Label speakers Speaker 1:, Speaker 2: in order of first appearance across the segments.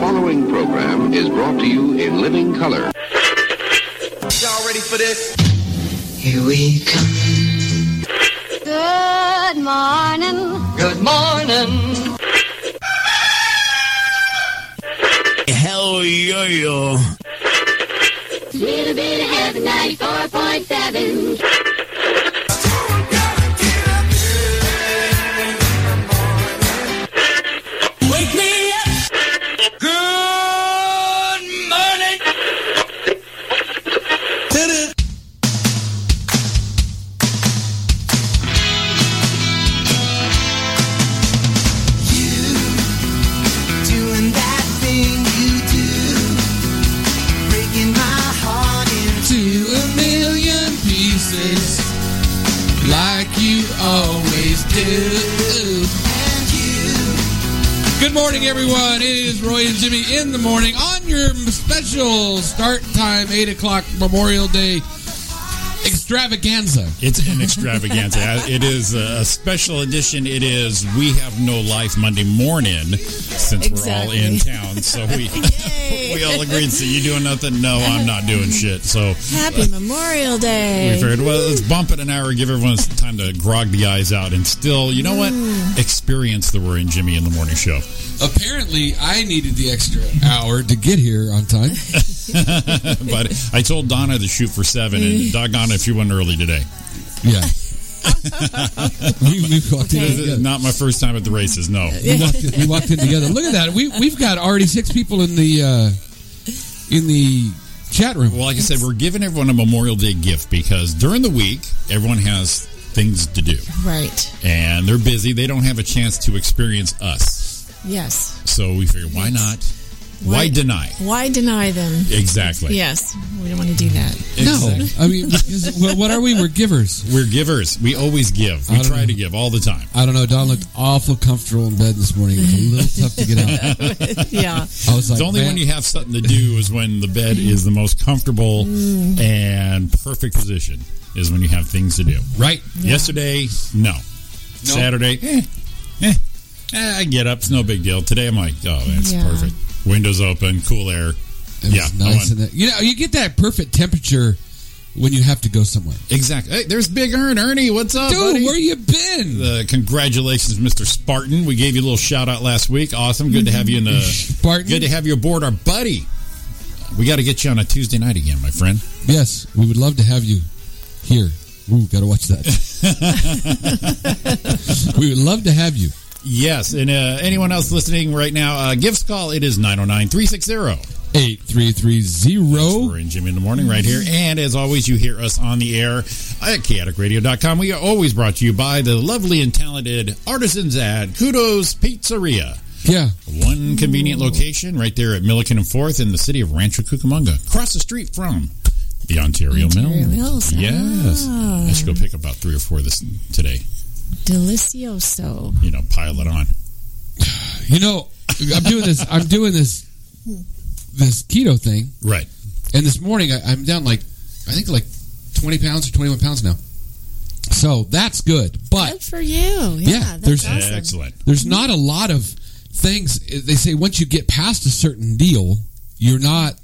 Speaker 1: following program is brought to you in living color.
Speaker 2: Y'all ready for this?
Speaker 3: Here we come.
Speaker 4: Good morning.
Speaker 3: Good morning.
Speaker 5: Hell yo yo.
Speaker 4: Little bit of heaven, 94.7.
Speaker 5: Wake me up. Good morning. Did it.
Speaker 6: Doing that thing you do, breaking my heart into a million pieces, like you always do. And you,
Speaker 7: Good morning, everyone. It is Roy and Jimmy in the morning on your special start time, 8 o'clock Memorial Day extravaganza.
Speaker 8: It's an extravaganza. It is a special edition. It is We Have No Life Monday morning since
Speaker 9: Exactly.
Speaker 8: we're all in town. So we we all agreed. So you doing nothing? No, I'm not doing shit. So
Speaker 9: Happy Memorial
Speaker 8: we
Speaker 9: Day.
Speaker 8: figured, well, let's bump it an hour, give everyone some time to grog the eyes out, and still, you know what? Experience the Roy and Jimmy in the morning show.
Speaker 7: Apparently, I needed the extra hour to get here on time.
Speaker 8: but I told Donna to shoot for seven, and doggone if you went early today.
Speaker 7: Yeah. we, we walked in
Speaker 8: This is
Speaker 7: together.
Speaker 8: Not my first time at the races. No.
Speaker 7: We walked, in, we walked in together. Look at that. We, we've got already six people in the, uh, in the chat room.
Speaker 8: Well, like I said, we're giving everyone a Memorial Day gift because during the week, everyone has things to do
Speaker 9: Right.
Speaker 8: and they're busy. They don't have a chance to experience us.
Speaker 9: Yes.
Speaker 8: So we figure, why not? Why,
Speaker 9: Why-
Speaker 8: deny?
Speaker 9: Why deny them?
Speaker 8: Exactly.
Speaker 9: Yes. We don't want to do that.
Speaker 7: no. I mean, because, well, what are we? We're givers.
Speaker 8: We're givers. We always give.
Speaker 7: I
Speaker 8: We
Speaker 7: don't
Speaker 8: try
Speaker 7: know.
Speaker 8: to give all the time.
Speaker 7: I don't know. Don looked awful comfortable in bed this morning. It was a little tough to get out.
Speaker 9: yeah.
Speaker 7: I was like,
Speaker 8: It's only
Speaker 7: man,
Speaker 8: when you have something to do is when the bed is the most comfortable and perfect position is when you have things to do.
Speaker 7: right.
Speaker 8: Yesterday, no. Saturday, eh, eh, eh, I get up. It's no big deal. Today, I'm like, oh, that's
Speaker 9: Yeah.
Speaker 8: perfect. Windows open, cool air.
Speaker 7: It
Speaker 8: yeah,
Speaker 7: was
Speaker 8: I
Speaker 7: nice.
Speaker 8: went-
Speaker 7: in that- you know, you get that perfect temperature when you have to go somewhere.
Speaker 8: exactly. Hey, there's Big Earn. Ernie, what's up,
Speaker 7: Dude,
Speaker 8: Oh, buddy?
Speaker 7: where you been?
Speaker 8: Uh, congratulations, Mr. Spartan. We gave you a little shout out last week. Awesome. Good to have you in the.
Speaker 7: Spartan.
Speaker 8: Good to have you aboard, our buddy. We got to get you on a Tuesday night again, my friend.
Speaker 7: Yes, we would love to have you here. Ooh, gotta watch that. we would love to have you.
Speaker 8: Yes, and uh, anyone else listening right now, uh, give us a call. It is 909 360
Speaker 7: Eight three three
Speaker 8: Oh.
Speaker 7: zero.
Speaker 8: We're in Jimmy in the Morning right here. And as always, you hear us on the air at chaoticradio.com. We are always brought to you by the lovely and talented artisans at Kudos Pizzeria.
Speaker 7: Yeah,
Speaker 8: One convenient location right there at Milliken and Fourth in the city of Rancho Cucamonga, across the street from the Ontario,
Speaker 9: Ontario
Speaker 8: Mill.
Speaker 9: Mills.
Speaker 8: Yes.
Speaker 9: Ah.
Speaker 8: I should go pick up about three or four this today.
Speaker 9: Delicioso.
Speaker 8: You know, pile it on.
Speaker 7: you know, I'm doing this. I'm doing this. This keto thing,
Speaker 8: Right.
Speaker 7: and this morning I, I'm down like, I think like 20 pounds or 21 pounds now. So that's good, but
Speaker 9: Good for you.
Speaker 7: Yeah,
Speaker 9: Yeah.
Speaker 7: there's-
Speaker 9: that's awesome.
Speaker 8: Excellent.
Speaker 7: there's not a lot of things eh, they say once you get past a certain deal you're not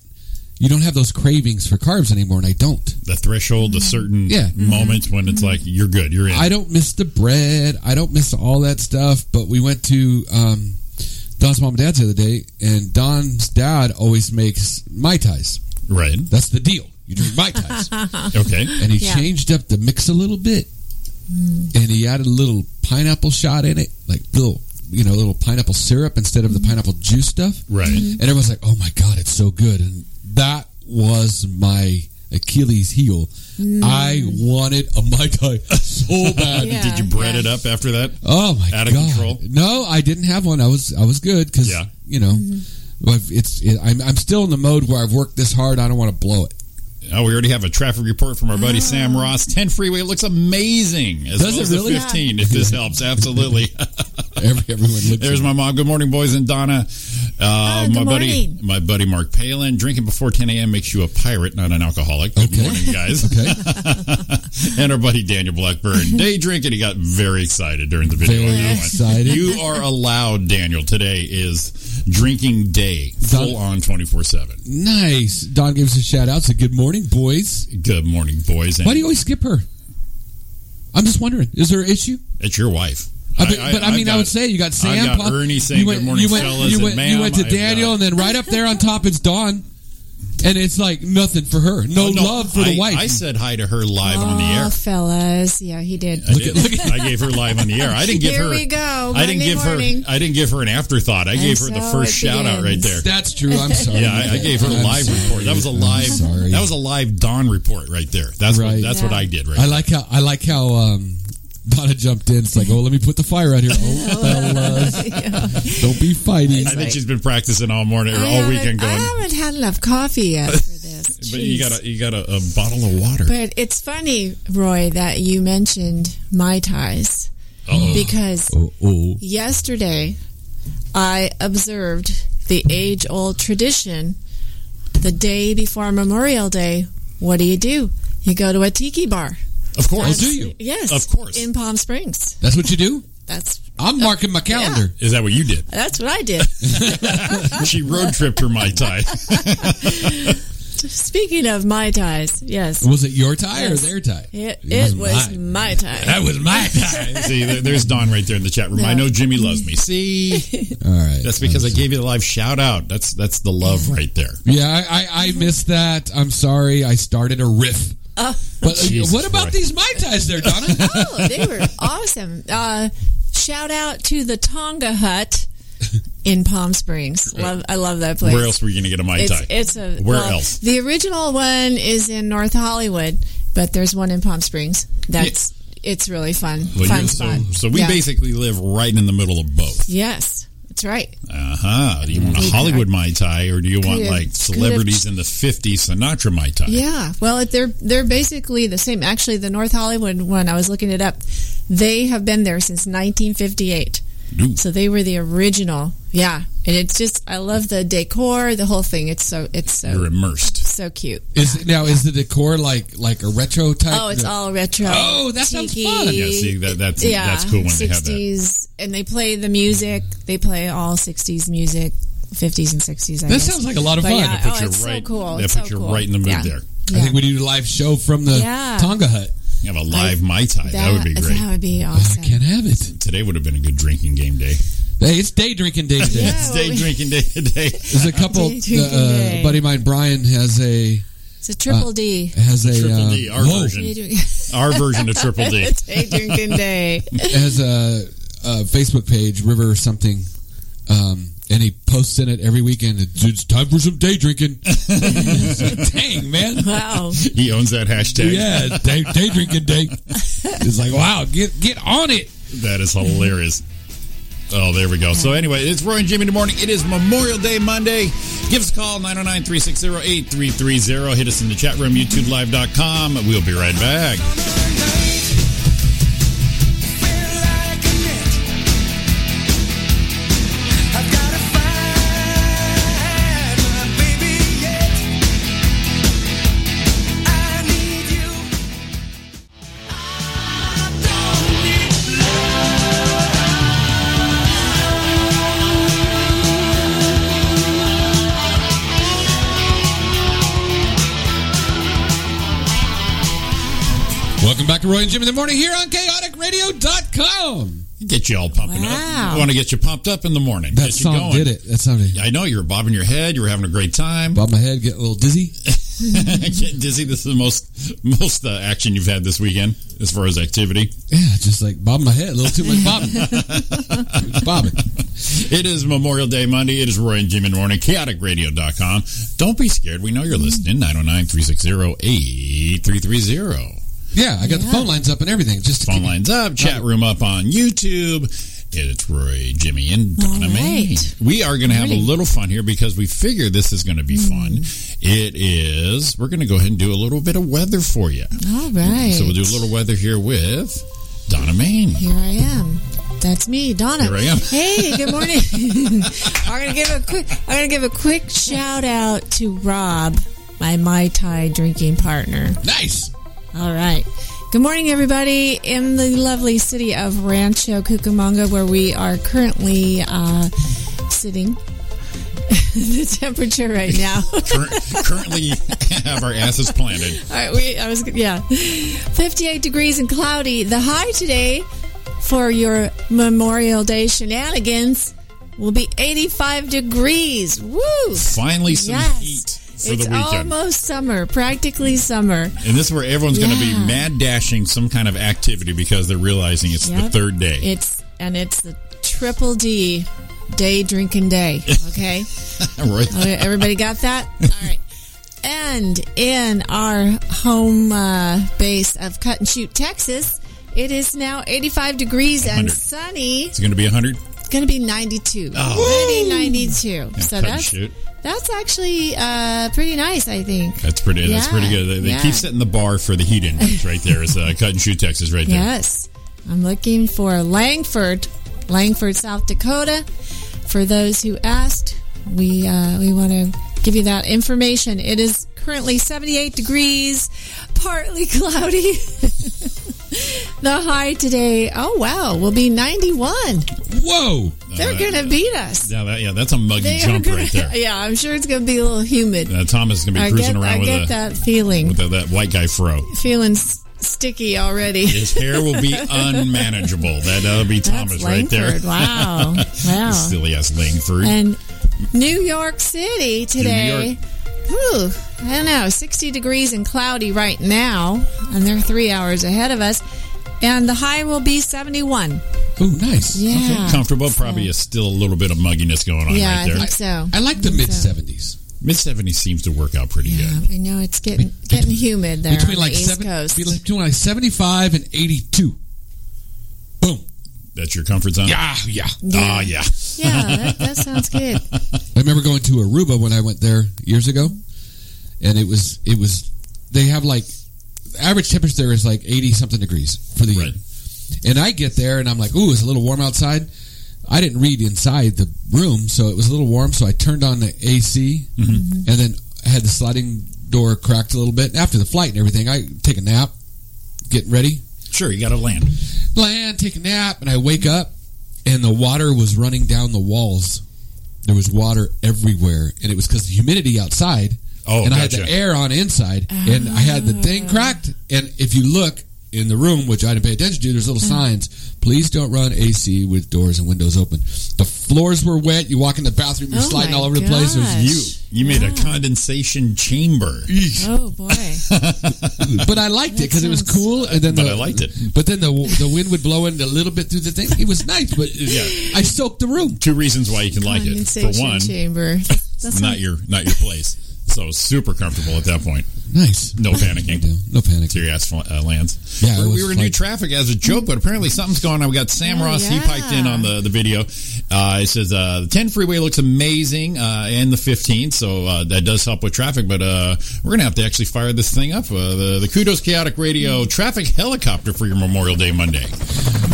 Speaker 7: you don't have those cravings for carbs anymore and i don't
Speaker 8: The threshold, the
Speaker 9: Mm-hmm.
Speaker 8: certain
Speaker 7: Yeah.
Speaker 8: moments when it's like, you're good, you're in.
Speaker 7: i don't miss the bread i don't miss all that stuff but we went to um, don's mom and dad's the other day and don's dad always makes mai tais
Speaker 8: right.
Speaker 7: that's the deal you drink mai tais
Speaker 8: Okay.
Speaker 7: and he
Speaker 9: Yeah.
Speaker 7: changed up the mix a little bit and he added a little pineapple shot in it like little you know little pineapple syrup instead of the pineapple juice stuff
Speaker 8: Right.
Speaker 7: And everyone's like, "Oh my god, it's so good!" And that was my Achilles heel. I wanted a mai tai so bad.
Speaker 9: Yeah.
Speaker 8: Uh, Did you bread
Speaker 9: yeah.
Speaker 8: it up after that?
Speaker 7: Oh my god!
Speaker 8: Out of control?
Speaker 7: No, I didn't have one. I was I was good because
Speaker 8: Yeah.
Speaker 7: you know, I've- it's it, I'm I'm still in the mode where I've worked this hard. I don't want to blow it.
Speaker 8: Oh, we already have a traffic report from our buddy
Speaker 9: Ah.
Speaker 8: Sam Ross. 10 freeway looks amazing.
Speaker 7: Does
Speaker 8: As well
Speaker 7: it
Speaker 8: as
Speaker 7: really?
Speaker 8: The 15, if this helps. Absolutely.
Speaker 7: Every, everyone looks.
Speaker 8: There's my mom. Good morning, boys and Donna. Uh,
Speaker 9: Ah, good
Speaker 8: my
Speaker 9: morning.
Speaker 8: buddy, my buddy Mark Palin. Drinking before 10 a.m. makes you a pirate, not an alcoholic. Good
Speaker 7: Okay.
Speaker 8: morning, guys.
Speaker 7: Okay.
Speaker 8: and our buddy Daniel Blackburn. Day drinking. He got very excited during the video. on
Speaker 7: Very
Speaker 8: that one.
Speaker 7: excited.
Speaker 8: You are allowed, Daniel. Today is drinking day, full on 24 seven.
Speaker 7: nice. Don gives us shout outs. A good morning, boys.
Speaker 8: Good morning, boys. And
Speaker 7: Why do you always skip her? I'm just wondering. Is there an issue?
Speaker 8: it's your wife.
Speaker 7: I bet- but I, mean, I
Speaker 8: got-
Speaker 7: would say you got Sam.
Speaker 8: got
Speaker 7: Pop-
Speaker 8: Ernie saying, "Good morning,
Speaker 7: you went,
Speaker 8: fellas,"
Speaker 7: You
Speaker 8: and
Speaker 7: went, you
Speaker 8: ma'am,
Speaker 7: went to
Speaker 8: I've
Speaker 7: Daniel,
Speaker 8: got-
Speaker 7: and then right up there on top is Dawn. And it's like nothing for her. No,
Speaker 8: Oh,
Speaker 7: love for the
Speaker 8: I-
Speaker 7: wife.
Speaker 8: I said hi to her live on the
Speaker 9: Oh,
Speaker 8: air.
Speaker 9: fellas. Yeah, he did.
Speaker 8: I, did. I gave her live on the air. I didn't give
Speaker 9: Here
Speaker 8: her.
Speaker 9: we go.
Speaker 8: I didn't
Speaker 9: Monday
Speaker 8: give
Speaker 9: morning.
Speaker 8: her. I didn't give her an afterthought. I gave her the
Speaker 9: so
Speaker 8: first
Speaker 9: it
Speaker 8: shout out right
Speaker 9: begins.
Speaker 8: there.
Speaker 7: That's true. I'm sorry.
Speaker 8: Yeah, I, I gave her a
Speaker 7: I'm
Speaker 8: live
Speaker 7: sorry.
Speaker 8: report. That was a
Speaker 7: I'm
Speaker 8: live.
Speaker 7: sorry.
Speaker 8: That was a live dawn report right there. That's
Speaker 7: Right.
Speaker 8: what. That's what
Speaker 9: Yeah.
Speaker 8: I did right.
Speaker 7: I like how I like how um, Donna jumped in. It's like, oh, let me put the fire out here. Oh, fellas,
Speaker 9: Yeah.
Speaker 7: don't be fighting.
Speaker 8: I think she's been practicing all morning or
Speaker 9: I
Speaker 8: all
Speaker 9: haven't-
Speaker 8: weekend
Speaker 9: I
Speaker 8: going.
Speaker 9: haven't had enough coffee yet for this.
Speaker 8: But you
Speaker 9: Jeez.
Speaker 8: got a you got a, a bottle of water.
Speaker 9: But it's funny, Roy, that you mentioned Mai Tais
Speaker 8: Uh-oh.
Speaker 9: because
Speaker 7: Oh, oh.
Speaker 9: yesterday I observed the age old tradition the day before Memorial Day. What do you do? You go to a tiki bar.
Speaker 8: Of course,
Speaker 7: do you?
Speaker 9: Yes.
Speaker 8: Of course.
Speaker 9: In Palm Springs.
Speaker 7: that's what you do.
Speaker 9: That's
Speaker 7: I'm marking my calendar.
Speaker 8: Is that what you did?
Speaker 9: that's what I did.
Speaker 8: She road tripped her mai tai.
Speaker 9: Speaking of Mai Tais, yes.
Speaker 7: Was it your tie
Speaker 9: Yes.
Speaker 7: or their tie?
Speaker 9: It, it was
Speaker 7: mine.
Speaker 9: my time.
Speaker 7: That was my tie.
Speaker 8: See, there, there's Don right there in the chat room. I know Jimmy loves me. See,
Speaker 7: All right.
Speaker 8: that's because I gave you the live shout out. That's that's the love right there.
Speaker 7: Yeah, I, I,
Speaker 9: Mm-hmm.
Speaker 7: I missed that. I'm sorry. I started a riff. but uh,
Speaker 8: Jesus
Speaker 7: what about
Speaker 8: Christ.
Speaker 7: these mai tais there, Donna?
Speaker 9: Oh, they were awesome. Uh, shout out to the Tonga Hut in Palm Springs. Love, I love that place.
Speaker 8: Where else were you going to get a mai
Speaker 9: It's,
Speaker 8: tai?
Speaker 9: it's a
Speaker 8: Where
Speaker 9: well,
Speaker 8: else?
Speaker 9: The original one is in North Hollywood, but there's one in Palm Springs. That's it's really fun.
Speaker 8: Well,
Speaker 9: fun
Speaker 8: you're-
Speaker 9: spot.
Speaker 8: so, so we
Speaker 9: Yeah.
Speaker 8: basically live right in the middle of both.
Speaker 9: yes, that's right.
Speaker 8: Uh huh. Do you want a Hollywood mai tai, or do you want
Speaker 9: Could have-
Speaker 8: like celebrities in the '50s Sinatra mai tai?
Speaker 9: Yeah. Well, it, they're they're basically the same. Actually, the North Hollywood one, I was looking it up. They have been there since 1958.
Speaker 8: Ooh.
Speaker 9: So they were the original. Yeah. And it's just I love the decor, the whole thing. It's so it's
Speaker 8: You're
Speaker 9: so
Speaker 8: immersed.
Speaker 9: so cute.
Speaker 7: is now is the decor like like a retro type?
Speaker 9: Oh, it's all retro.
Speaker 7: Oh, that sounds
Speaker 9: Tiki.
Speaker 7: fun.
Speaker 8: Yeah, see that that's
Speaker 9: Yeah,
Speaker 8: that's cool when they have that.
Speaker 9: 60s, and they play the music. They play all 60s music, 50s and 60s. I
Speaker 7: That
Speaker 9: guess.
Speaker 7: sounds like a lot of
Speaker 9: But
Speaker 7: fun.
Speaker 9: yeah,
Speaker 7: That
Speaker 9: oh,
Speaker 8: Put you
Speaker 9: it's
Speaker 8: right,
Speaker 9: so cool.
Speaker 8: That
Speaker 9: It's
Speaker 8: put
Speaker 9: so
Speaker 8: you
Speaker 9: cool.
Speaker 8: right in the mood
Speaker 9: Yeah.
Speaker 8: there.
Speaker 7: I think we need a live show from the
Speaker 9: Yeah.
Speaker 7: Tonga Hut.
Speaker 8: You have a live mai tai. That, would be great.
Speaker 9: That would be
Speaker 7: I
Speaker 9: awesome.
Speaker 7: can't have it.
Speaker 8: Today would have been a good drinking game day.
Speaker 7: Hey, it's day drinking day today.
Speaker 9: Yeah.
Speaker 8: It's day drinking day today.
Speaker 7: There's a couple.
Speaker 9: Day drinking
Speaker 7: The, uh,
Speaker 9: day.
Speaker 7: buddy of mine, Brian, has a
Speaker 9: It's a triple D.
Speaker 7: has a
Speaker 8: Triple
Speaker 7: uh,
Speaker 8: D, our
Speaker 7: whoa,
Speaker 8: version.
Speaker 9: Day drink-
Speaker 8: Our version of triple D.
Speaker 9: It's a drinking day.
Speaker 7: has a, a Facebook page, River or something, um, and he posts in it every weekend. It's, it's time for some day drinking. Dang man,
Speaker 9: Wow.
Speaker 8: He owns that hashtag.
Speaker 7: yeah, day, day drinking day. It's like wow, get get on it.
Speaker 8: That is hilarious. Oh, there we go. So, anyway, it's Roy and Jimmy in the morning. It is Memorial Day Monday. Give us a call, 909 360 8330. Hit us in the chat room, youtubelive.com. We'll be right back.
Speaker 7: Welcome back to Roy and Jim in the morning here on chaoticradio.com.
Speaker 8: Get you all pumping up.
Speaker 9: Wow.
Speaker 8: I want to get you pumped up in the morning.
Speaker 7: That
Speaker 8: get you
Speaker 7: song
Speaker 8: going.
Speaker 7: did it. That sounded.
Speaker 8: I know you were bobbing your head. You were having a great time.
Speaker 7: Bob my head, get a little dizzy.
Speaker 8: Getting dizzy. This is the most most uh, action you've had this weekend as far as activity.
Speaker 7: Yeah, just like bob my head, a little too much bobbing. bobbing.
Speaker 8: It is Memorial Day Monday. It is Roy and Jim in the morning. ChaoticRadio.com. Don't be scared. We know you're listening. 909 360 8330.
Speaker 7: Yeah, I got the phone lines up and everything. Just to
Speaker 8: Phone lines up, chat room up on YouTube. It's Roy, Jimmy, and Donna
Speaker 9: All
Speaker 8: Mae.
Speaker 9: right.
Speaker 8: We are going to have a
Speaker 9: Alrighty.
Speaker 8: little fun here because we figure this is going to be
Speaker 9: Mm.
Speaker 8: fun. It is. We're going to go ahead and do a little bit of weather for you.
Speaker 9: All right.
Speaker 8: So we'll do a little weather here with Donna Main.
Speaker 9: Here I am. That's me, Donna.
Speaker 8: Here I am.
Speaker 9: Hey, good morning. I'm gonna give a quick. I'm gonna give a quick shout out to Rob, my Mai Tai drinking partner.
Speaker 8: Nice.
Speaker 9: All right. Good morning, everybody, in the lovely city of Rancho Cucamonga, where we are currently uh, sitting. the temperature right now.
Speaker 8: Cur- currently have our asses planted.
Speaker 9: All right, we, I was, yeah. 58 degrees and cloudy. The high today for your Memorial Day shenanigans will be 85 degrees. Woo!
Speaker 8: Finally, some
Speaker 9: yes.
Speaker 8: heat for
Speaker 9: it's
Speaker 8: the weekend.
Speaker 9: almost summer, practically summer.
Speaker 8: and this is where everyone's going to
Speaker 9: Yeah.
Speaker 8: be mad dashing some kind of activity because they're realizing it's the
Speaker 9: Yep.
Speaker 8: third day.
Speaker 9: It's and it's the triple D day drinking day. Okay,
Speaker 8: Roy,
Speaker 9: okay everybody got that? All right. And in our home uh, base of Cut and Shoot, Texas, it is now 85 degrees and
Speaker 8: 100.
Speaker 9: sunny.
Speaker 8: it's going to be 100.
Speaker 9: It's going to be 92.
Speaker 8: Oh.
Speaker 9: Maybe 92. so
Speaker 8: cut and
Speaker 9: that's
Speaker 8: shoot.
Speaker 9: that's actually uh, pretty nice, I think.
Speaker 8: That's pretty. That's
Speaker 9: Yeah,
Speaker 8: pretty good. They, they
Speaker 9: yeah.
Speaker 8: keep setting the bar for the heat index right there. It's uh, cut and shoot Texas right there.
Speaker 9: Yes. I'm looking for Langford, Langford, South Dakota. For those who asked, we uh, we want to give you that information. It is currently 78 degrees, partly cloudy. the high today, oh wow, will be 91.
Speaker 7: Whoa!
Speaker 9: They're going to beat us.
Speaker 8: Yeah, that, yeah, that's a muggy
Speaker 9: They are
Speaker 8: Uh, jump
Speaker 9: gonna-
Speaker 8: right there.
Speaker 9: Yeah, I'm sure it's going to be a little humid.
Speaker 8: Uh, Thomas is going to
Speaker 9: I
Speaker 8: be cruising
Speaker 9: get,
Speaker 8: around
Speaker 9: I
Speaker 8: with,
Speaker 9: get
Speaker 8: a,
Speaker 9: that feeling.
Speaker 8: with a, that white guy fro.
Speaker 9: feeling s- sticky already.
Speaker 8: His hair will be unmanageable. That, that'll be Thomas
Speaker 9: That's
Speaker 8: right there.
Speaker 9: Langford. Wow. Wow.
Speaker 8: Silly ass Langford.
Speaker 9: and New York City
Speaker 8: York.
Speaker 9: today. Whew, I don't know, 60 degrees and cloudy right now, and they're three hours ahead of us. And the high will be 71.
Speaker 7: Oh, nice.
Speaker 9: Yeah.
Speaker 8: Comfortable, probably is still a little bit of mugginess going on
Speaker 9: Yeah,
Speaker 8: right there.
Speaker 9: I think so.
Speaker 7: I like the
Speaker 9: think
Speaker 7: mid
Speaker 9: so.
Speaker 7: 70s.
Speaker 8: Mid 70s seems to work out pretty
Speaker 9: Yeah, I know it's getting getting humid there
Speaker 7: Between
Speaker 9: on
Speaker 7: like,
Speaker 9: the East
Speaker 7: seven,
Speaker 9: Coast.
Speaker 7: between like 75 and 82. Boom.
Speaker 8: good. That's your comfort zone.
Speaker 7: Yeah, yeah.
Speaker 8: Ah, yeah.
Speaker 9: yeah, that, that sounds good.
Speaker 7: I remember going to Aruba when I went there years ago, and it was it was they have like the average temperature there is like eighty something degrees for the
Speaker 8: Right.
Speaker 7: year, and I get there and I'm like, ooh, it's a little warm outside. I didn't read inside the room, so it was a little warm. So I turned on the AC,
Speaker 8: Mm-hmm.
Speaker 9: Mm-hmm.
Speaker 7: and then I had the sliding door cracked a little bit. After the flight and everything, I take a nap, get ready,
Speaker 8: Sure, you got to land.
Speaker 7: land, take a nap, and I wake up, and the water was running down the walls. There was water everywhere, and it was because the humidity outside,
Speaker 8: Oh,
Speaker 7: and I had
Speaker 8: gotcha.
Speaker 7: the air on inside, and I had the
Speaker 9: Ah.
Speaker 7: thing cracked. And if you look in the room, which I didn't pay attention to, there's little
Speaker 9: Mm.
Speaker 7: signs: "Please don't run AC with doors and windows open." The floors were wet. You walk in the bathroom, you're
Speaker 9: Oh
Speaker 7: sliding
Speaker 9: my
Speaker 7: all over the place. It
Speaker 9: gosh.
Speaker 7: was you.
Speaker 8: You made a condensation chamber.
Speaker 9: Oh, boy.
Speaker 7: but I liked it because it was
Speaker 9: sounds-
Speaker 7: cool. And then
Speaker 8: But
Speaker 7: the,
Speaker 8: I liked it.
Speaker 7: But then the the wind would blow in a little bit through the thing. It was nice, but
Speaker 8: Yeah.
Speaker 7: I soaked the room.
Speaker 8: Two reasons why you can like it. For
Speaker 9: Condensation
Speaker 8: one,
Speaker 9: chamber. That's
Speaker 8: not your not your place. So super comfortable at that point.
Speaker 7: Nice.
Speaker 8: No panicking.
Speaker 7: No panic.
Speaker 8: Till your ass fl- uh, lands.
Speaker 7: Yeah, it
Speaker 8: we
Speaker 7: was
Speaker 8: were in new
Speaker 7: like-
Speaker 8: traffic as a joke, but apparently something's going on. We got Sam
Speaker 9: Oh,
Speaker 8: Ross. He
Speaker 9: yeah.
Speaker 8: piped in on the the video. Uh, it says uh, the 10 freeway looks amazing, uh, and the 15, so uh, that does help with traffic. But uh, we're gonna have to actually fire this thing up. Uh, the, the Kudos Chaotic Radio traffic helicopter for your Memorial Day Monday.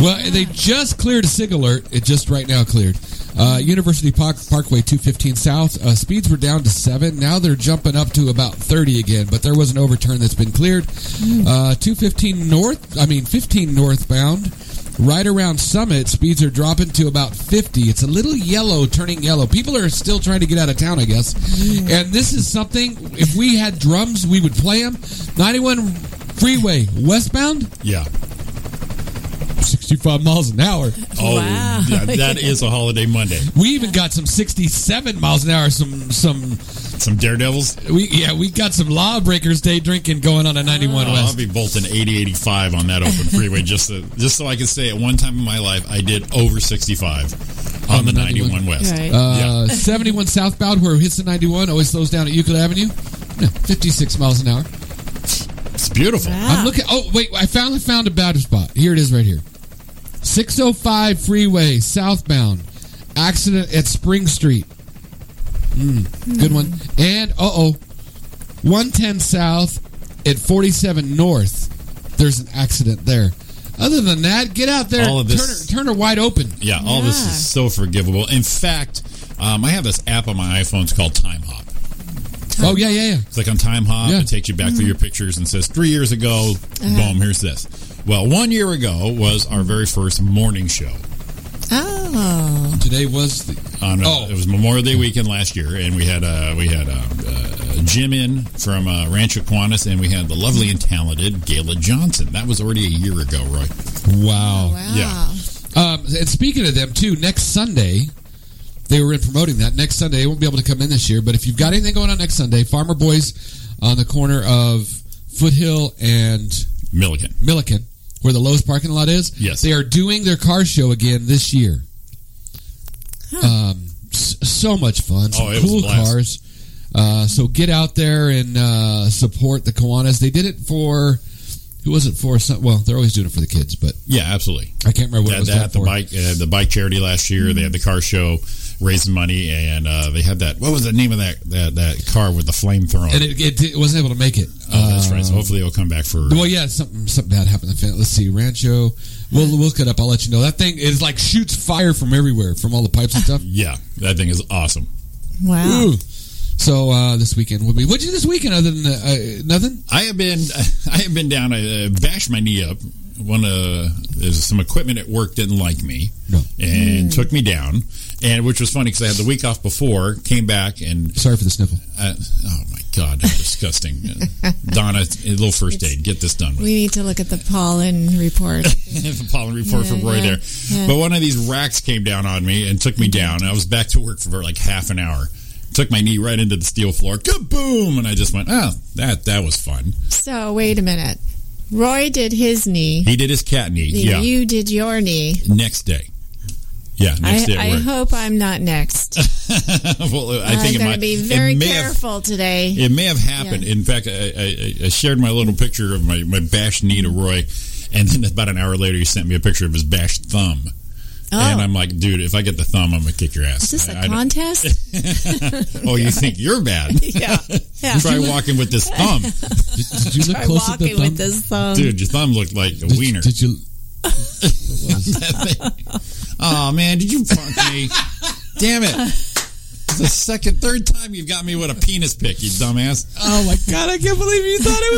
Speaker 7: Well, they just cleared a sig alert. It just right now cleared. Uh, University Park, Parkway 215 South. Uh, speeds were down to seven. Now they're jumping up to about 30 again. But there was an overturn that's been cleared. Uh, 215 North. I mean 15 northbound. Right around Summit, speeds are dropping to about 50. It's a little yellow, turning yellow. People are still trying to get out of town, I guess. And this is something, if we had drums, we would play them. 91 Freeway, westbound,
Speaker 8: Yeah.
Speaker 7: 65 miles an hour.
Speaker 8: Oh,
Speaker 9: Wow.
Speaker 8: yeah, that is a holiday Monday.
Speaker 7: We even got some 67 miles an hour. Some some
Speaker 8: Some daredevils.
Speaker 7: we yeah we got some lawbreakers day drinking going on at 91
Speaker 8: Oh, I'll
Speaker 7: West.
Speaker 8: be bolting 80, 85 on that open freeway just so, just so I can say at one time in my life I did over 65 on the 91, West.
Speaker 9: right.
Speaker 7: Uh, 71 southbound where it hits the 91 always slows down at Euclid Avenue. No, 56 miles an hour.
Speaker 8: It's beautiful.
Speaker 9: Wow. Ah.
Speaker 7: I'm looking. Oh wait, I finally found a bad spot. Here it is right here. 605 freeway southbound. Accident at Spring Street. Mm, Good one. And uh oh, 110 south at 47 north. There's an accident there. Other than that, get out there.
Speaker 8: All of this-
Speaker 7: Turn, her, turn her wide open.
Speaker 8: Yeah, all this
Speaker 9: Yeah.
Speaker 8: is so forgivable. In fact, um, I have this app on my iPhone. It's called Time Hop.
Speaker 7: Oh yeah, yeah, yeah.
Speaker 8: It's like on Time Hop.
Speaker 7: Yeah.
Speaker 8: It takes you back through your pictures and says three years ago. Boom. Here's this. Well, one year ago was our very first morning show.
Speaker 9: Oh,
Speaker 7: Today was the
Speaker 8: on uh,
Speaker 7: Oh.
Speaker 8: it was Memorial Day weekend last year, and we had uh, we had uh, uh, Jim in from uh, Ranch Aquinas, and we had the lovely and talented Gayla Johnson. That was already a year ago, Roy.
Speaker 7: wow.
Speaker 9: wow.
Speaker 8: Yeah.
Speaker 7: Um, and speaking of them too, next Sunday they were in promoting that. Next Sunday they won't be able to come in this year, but if you've got anything going on next Sunday, Farmer Boys on the corner of Foothill and
Speaker 8: Milligan.
Speaker 7: Milliken, where the Lowe's parking lot is.
Speaker 8: Yes.
Speaker 7: They are doing their car show again this year. Um, s- so much fun. Some
Speaker 8: Oh, it was a
Speaker 7: cool
Speaker 8: blast.
Speaker 7: cars. Uh, so get out there and uh, support the Kiwanis. They did it for who was it for? Some, well, they're always doing it for the kids, but
Speaker 8: Yeah, absolutely.
Speaker 7: I can't remember what it
Speaker 8: They
Speaker 7: was
Speaker 8: had that,
Speaker 7: that
Speaker 8: the
Speaker 7: for.
Speaker 8: bike uh, the bike charity last year. They had the car show, raising money, and uh, they had that. What was the name of that that, that car with the flamethrower?
Speaker 7: And it, it, di- it wasn't able to make it.
Speaker 8: oh, that's right. So
Speaker 7: Um,
Speaker 8: hopefully it'll come back for.
Speaker 7: well, yeah, something something bad happened. to the fan- Let's see, Rancho. We'll we'll look it up. I'll let you know. That thing is like shoots fire from everywhere, from all the pipes and stuff.
Speaker 8: Yeah, that thing is awesome.
Speaker 9: Wow.
Speaker 7: Ooh. So uh, this weekend would be. What'd you do this weekend other than uh, uh, nothing?
Speaker 8: I have been I have been down. I uh, bashed my knee up. One uh, there's some equipment at work didn't like me
Speaker 7: No.
Speaker 8: and took me down, and which was funny because I had the week off before, came back and
Speaker 7: Sorry for the sniffle.
Speaker 8: uh, oh my god, that's disgusting. Uh, Donna, a little first aid, get this done with.
Speaker 9: We need to look at the pollen report.
Speaker 8: the pollen report
Speaker 9: Yeah,
Speaker 8: from Roy
Speaker 9: yeah,
Speaker 8: there.
Speaker 9: yeah.
Speaker 8: But one of these racks came down on me and took me down. I was back to work for like half an hour. Took my knee right into the steel floor, kaboom! And I just went, oh, that that was fun.
Speaker 9: so wait a minute. Roy did his knee.
Speaker 8: He did his cat knee. yeah.
Speaker 9: You did your knee.
Speaker 8: next day. Yeah, next day
Speaker 9: I,
Speaker 8: at
Speaker 9: I
Speaker 8: work.
Speaker 9: hope I'm not next.
Speaker 8: well, I
Speaker 9: I
Speaker 8: think
Speaker 9: am
Speaker 8: it
Speaker 9: going
Speaker 8: might
Speaker 9: to be very
Speaker 8: it may have
Speaker 9: careful today.
Speaker 8: it may have happened.
Speaker 9: Yeah.
Speaker 8: In fact, I, I, I shared my little picture of my, my bashed knee to Roy, and then about an hour later, he sent me a picture of his bashed thumb.
Speaker 9: Oh.
Speaker 8: And I'm like, dude, if I get the thumb, I'm gonna kick your ass.
Speaker 9: Is this
Speaker 8: I-
Speaker 9: a
Speaker 8: I don't-
Speaker 9: contest?
Speaker 8: oh, you think you're bad?
Speaker 9: yeah. yeah.
Speaker 8: Try walking with this thumb,
Speaker 7: Did, did you look
Speaker 9: Try
Speaker 7: close at the
Speaker 9: walking
Speaker 7: thumb?
Speaker 9: with this thumb.
Speaker 8: dude. Your thumb looked like a
Speaker 7: did,
Speaker 8: wiener.
Speaker 7: Did you?
Speaker 8: oh man, did you punk me? Damn it! It's the second, third time you've got me with a penis pick, you dumbass.
Speaker 7: Oh my god! I can't believe you thought it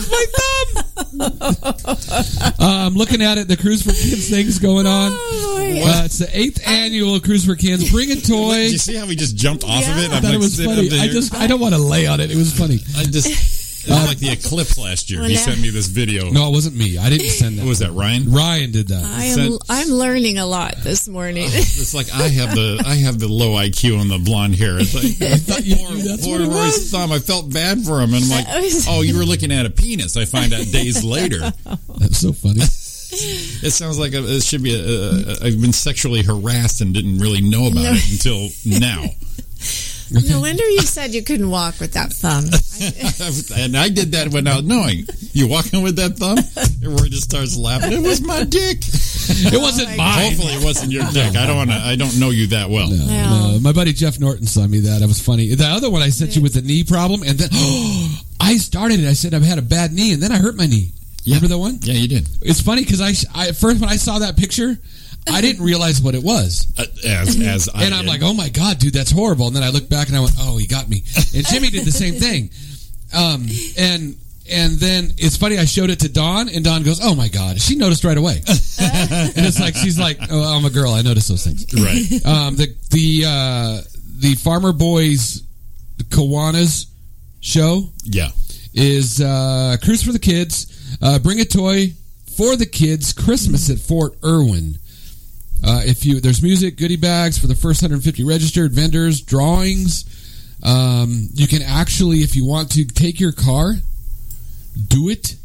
Speaker 7: was my thumb. um, looking at it, the Cruise for Kids thing's going on.
Speaker 9: Oh, boy.
Speaker 7: Uh, it's the eighth annual Cruise for Kids. Bring a toy.
Speaker 8: Did you see how we just jumped off of it?
Speaker 7: I thought it was
Speaker 8: sitting up
Speaker 7: funny.
Speaker 8: there.
Speaker 7: I just I don't want to lay on it. It was funny.
Speaker 8: I just. It was like the eclipse last year. He
Speaker 9: Well,
Speaker 8: sent me this video.
Speaker 7: No, it wasn't me. I didn't send
Speaker 8: What
Speaker 7: that.
Speaker 8: was that, Ryan?
Speaker 7: Ryan did that.
Speaker 9: I am, I'm learning a lot this morning.
Speaker 8: It's like I have the I have the low IQ and the blonde hair. It's like
Speaker 7: thought you
Speaker 8: poor,
Speaker 7: knew that's
Speaker 8: poor
Speaker 7: what it was.
Speaker 8: Roy's thumb. I felt bad for him, and I'm like,
Speaker 9: That was-
Speaker 8: oh, you were looking at a penis. I find out days later.
Speaker 7: That's so funny.
Speaker 8: It sounds like a, it should be. A, a, a, I've been sexually harassed and didn't really know about
Speaker 9: No.
Speaker 8: it until now,
Speaker 9: no wonder you said you couldn't walk with that thumb.
Speaker 8: and I did that without knowing. You walking with that thumb, and Roy just starts laughing. It was my dick.
Speaker 7: It wasn't mine.
Speaker 8: Hopefully, it wasn't your dick. I don't want to. I don't know you that well.
Speaker 7: No,
Speaker 9: Wow.
Speaker 7: no. uh, My buddy Jeff Norton saw me that. That was funny. The other one I sent you with the knee problem, and then I started it. I said I've had a bad knee, and then I hurt my knee. Remember that one?
Speaker 8: Yeah, you did.
Speaker 7: It's funny because I, I at first when I saw that picture, I didn't realize what it was,
Speaker 8: Uh, as as I
Speaker 7: and I'm
Speaker 8: did.
Speaker 7: like, oh my god, dude, that's horrible. And then I looked back and I went, oh, he got me. And Jimmy did the same thing. Um, and and then it's funny. I showed it to Dawn, and Dawn goes, oh my god, she noticed right away. and it's like she's like, oh, I'm a girl. I notice those things.
Speaker 8: right.
Speaker 7: um, the the uh, the Farmer Boys Kiwanis show
Speaker 8: Yeah.
Speaker 7: is uh, Cruise for the Kids. Uh, bring a toy for the kids. Christmas at Fort Irwin. Uh, if you there's music, goodie bags for the first 150 registered vendors, drawings. Um, you can actually, if you want to, take your car, do it.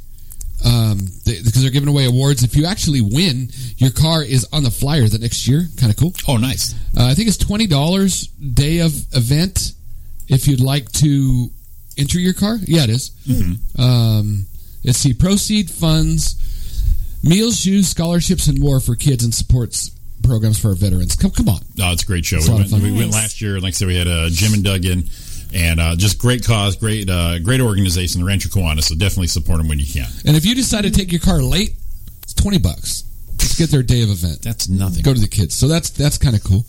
Speaker 7: Um, they, because they're giving away awards. If you actually win, your car is on the flyer the next year. Kind of cool.
Speaker 8: Oh, nice.
Speaker 7: Uh, I think it's twenty dollars day of event if you'd like to enter your car. Yeah, it is. Um, let's see. Proceed funds Meals, shoes, scholarships, and more for kids and supports programs for our veterans. Come, come on.
Speaker 8: No, it's a great show.
Speaker 7: It's
Speaker 8: we
Speaker 7: a lot
Speaker 8: went,
Speaker 7: of fun.
Speaker 8: we went
Speaker 9: Nice.
Speaker 8: last year, and like I said, we had uh, Jim and Doug in, and uh, just great cause, great uh, great organization, the Rancho Kiwanis. So definitely support them when you can.
Speaker 7: And if you decide to take your car late, it's 20 bucks. Let's get their day of event.
Speaker 8: That's nothing.
Speaker 7: Go to the kids. So that's that's kind of cool.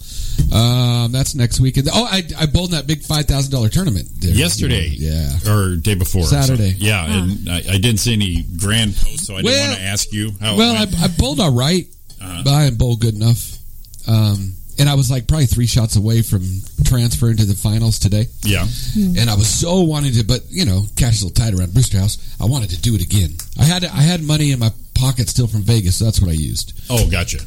Speaker 7: Um, that's next weekend. Oh, I, I bowled in that big five thousand dollar tournament there.
Speaker 8: Yesterday,
Speaker 7: Yeah.
Speaker 8: or day before, or
Speaker 7: Saturday.
Speaker 8: something. yeah. And I, I didn't see any grand posts, so I
Speaker 7: Well-
Speaker 8: didn't want to ask you. How it
Speaker 7: Well,
Speaker 8: went.
Speaker 7: I, I bowled all right,
Speaker 8: Oh, Uh-huh.
Speaker 7: but I didn't bowl good enough. Um, and I was like probably three shots away from transferring to the finals today.
Speaker 8: yeah,
Speaker 7: and I was so wanting to, but you know, cash is a little tight around Brewster House. I wanted to do it again. I had I had money in my pocket still from Vegas, so that's what I used.
Speaker 8: oh, gotcha.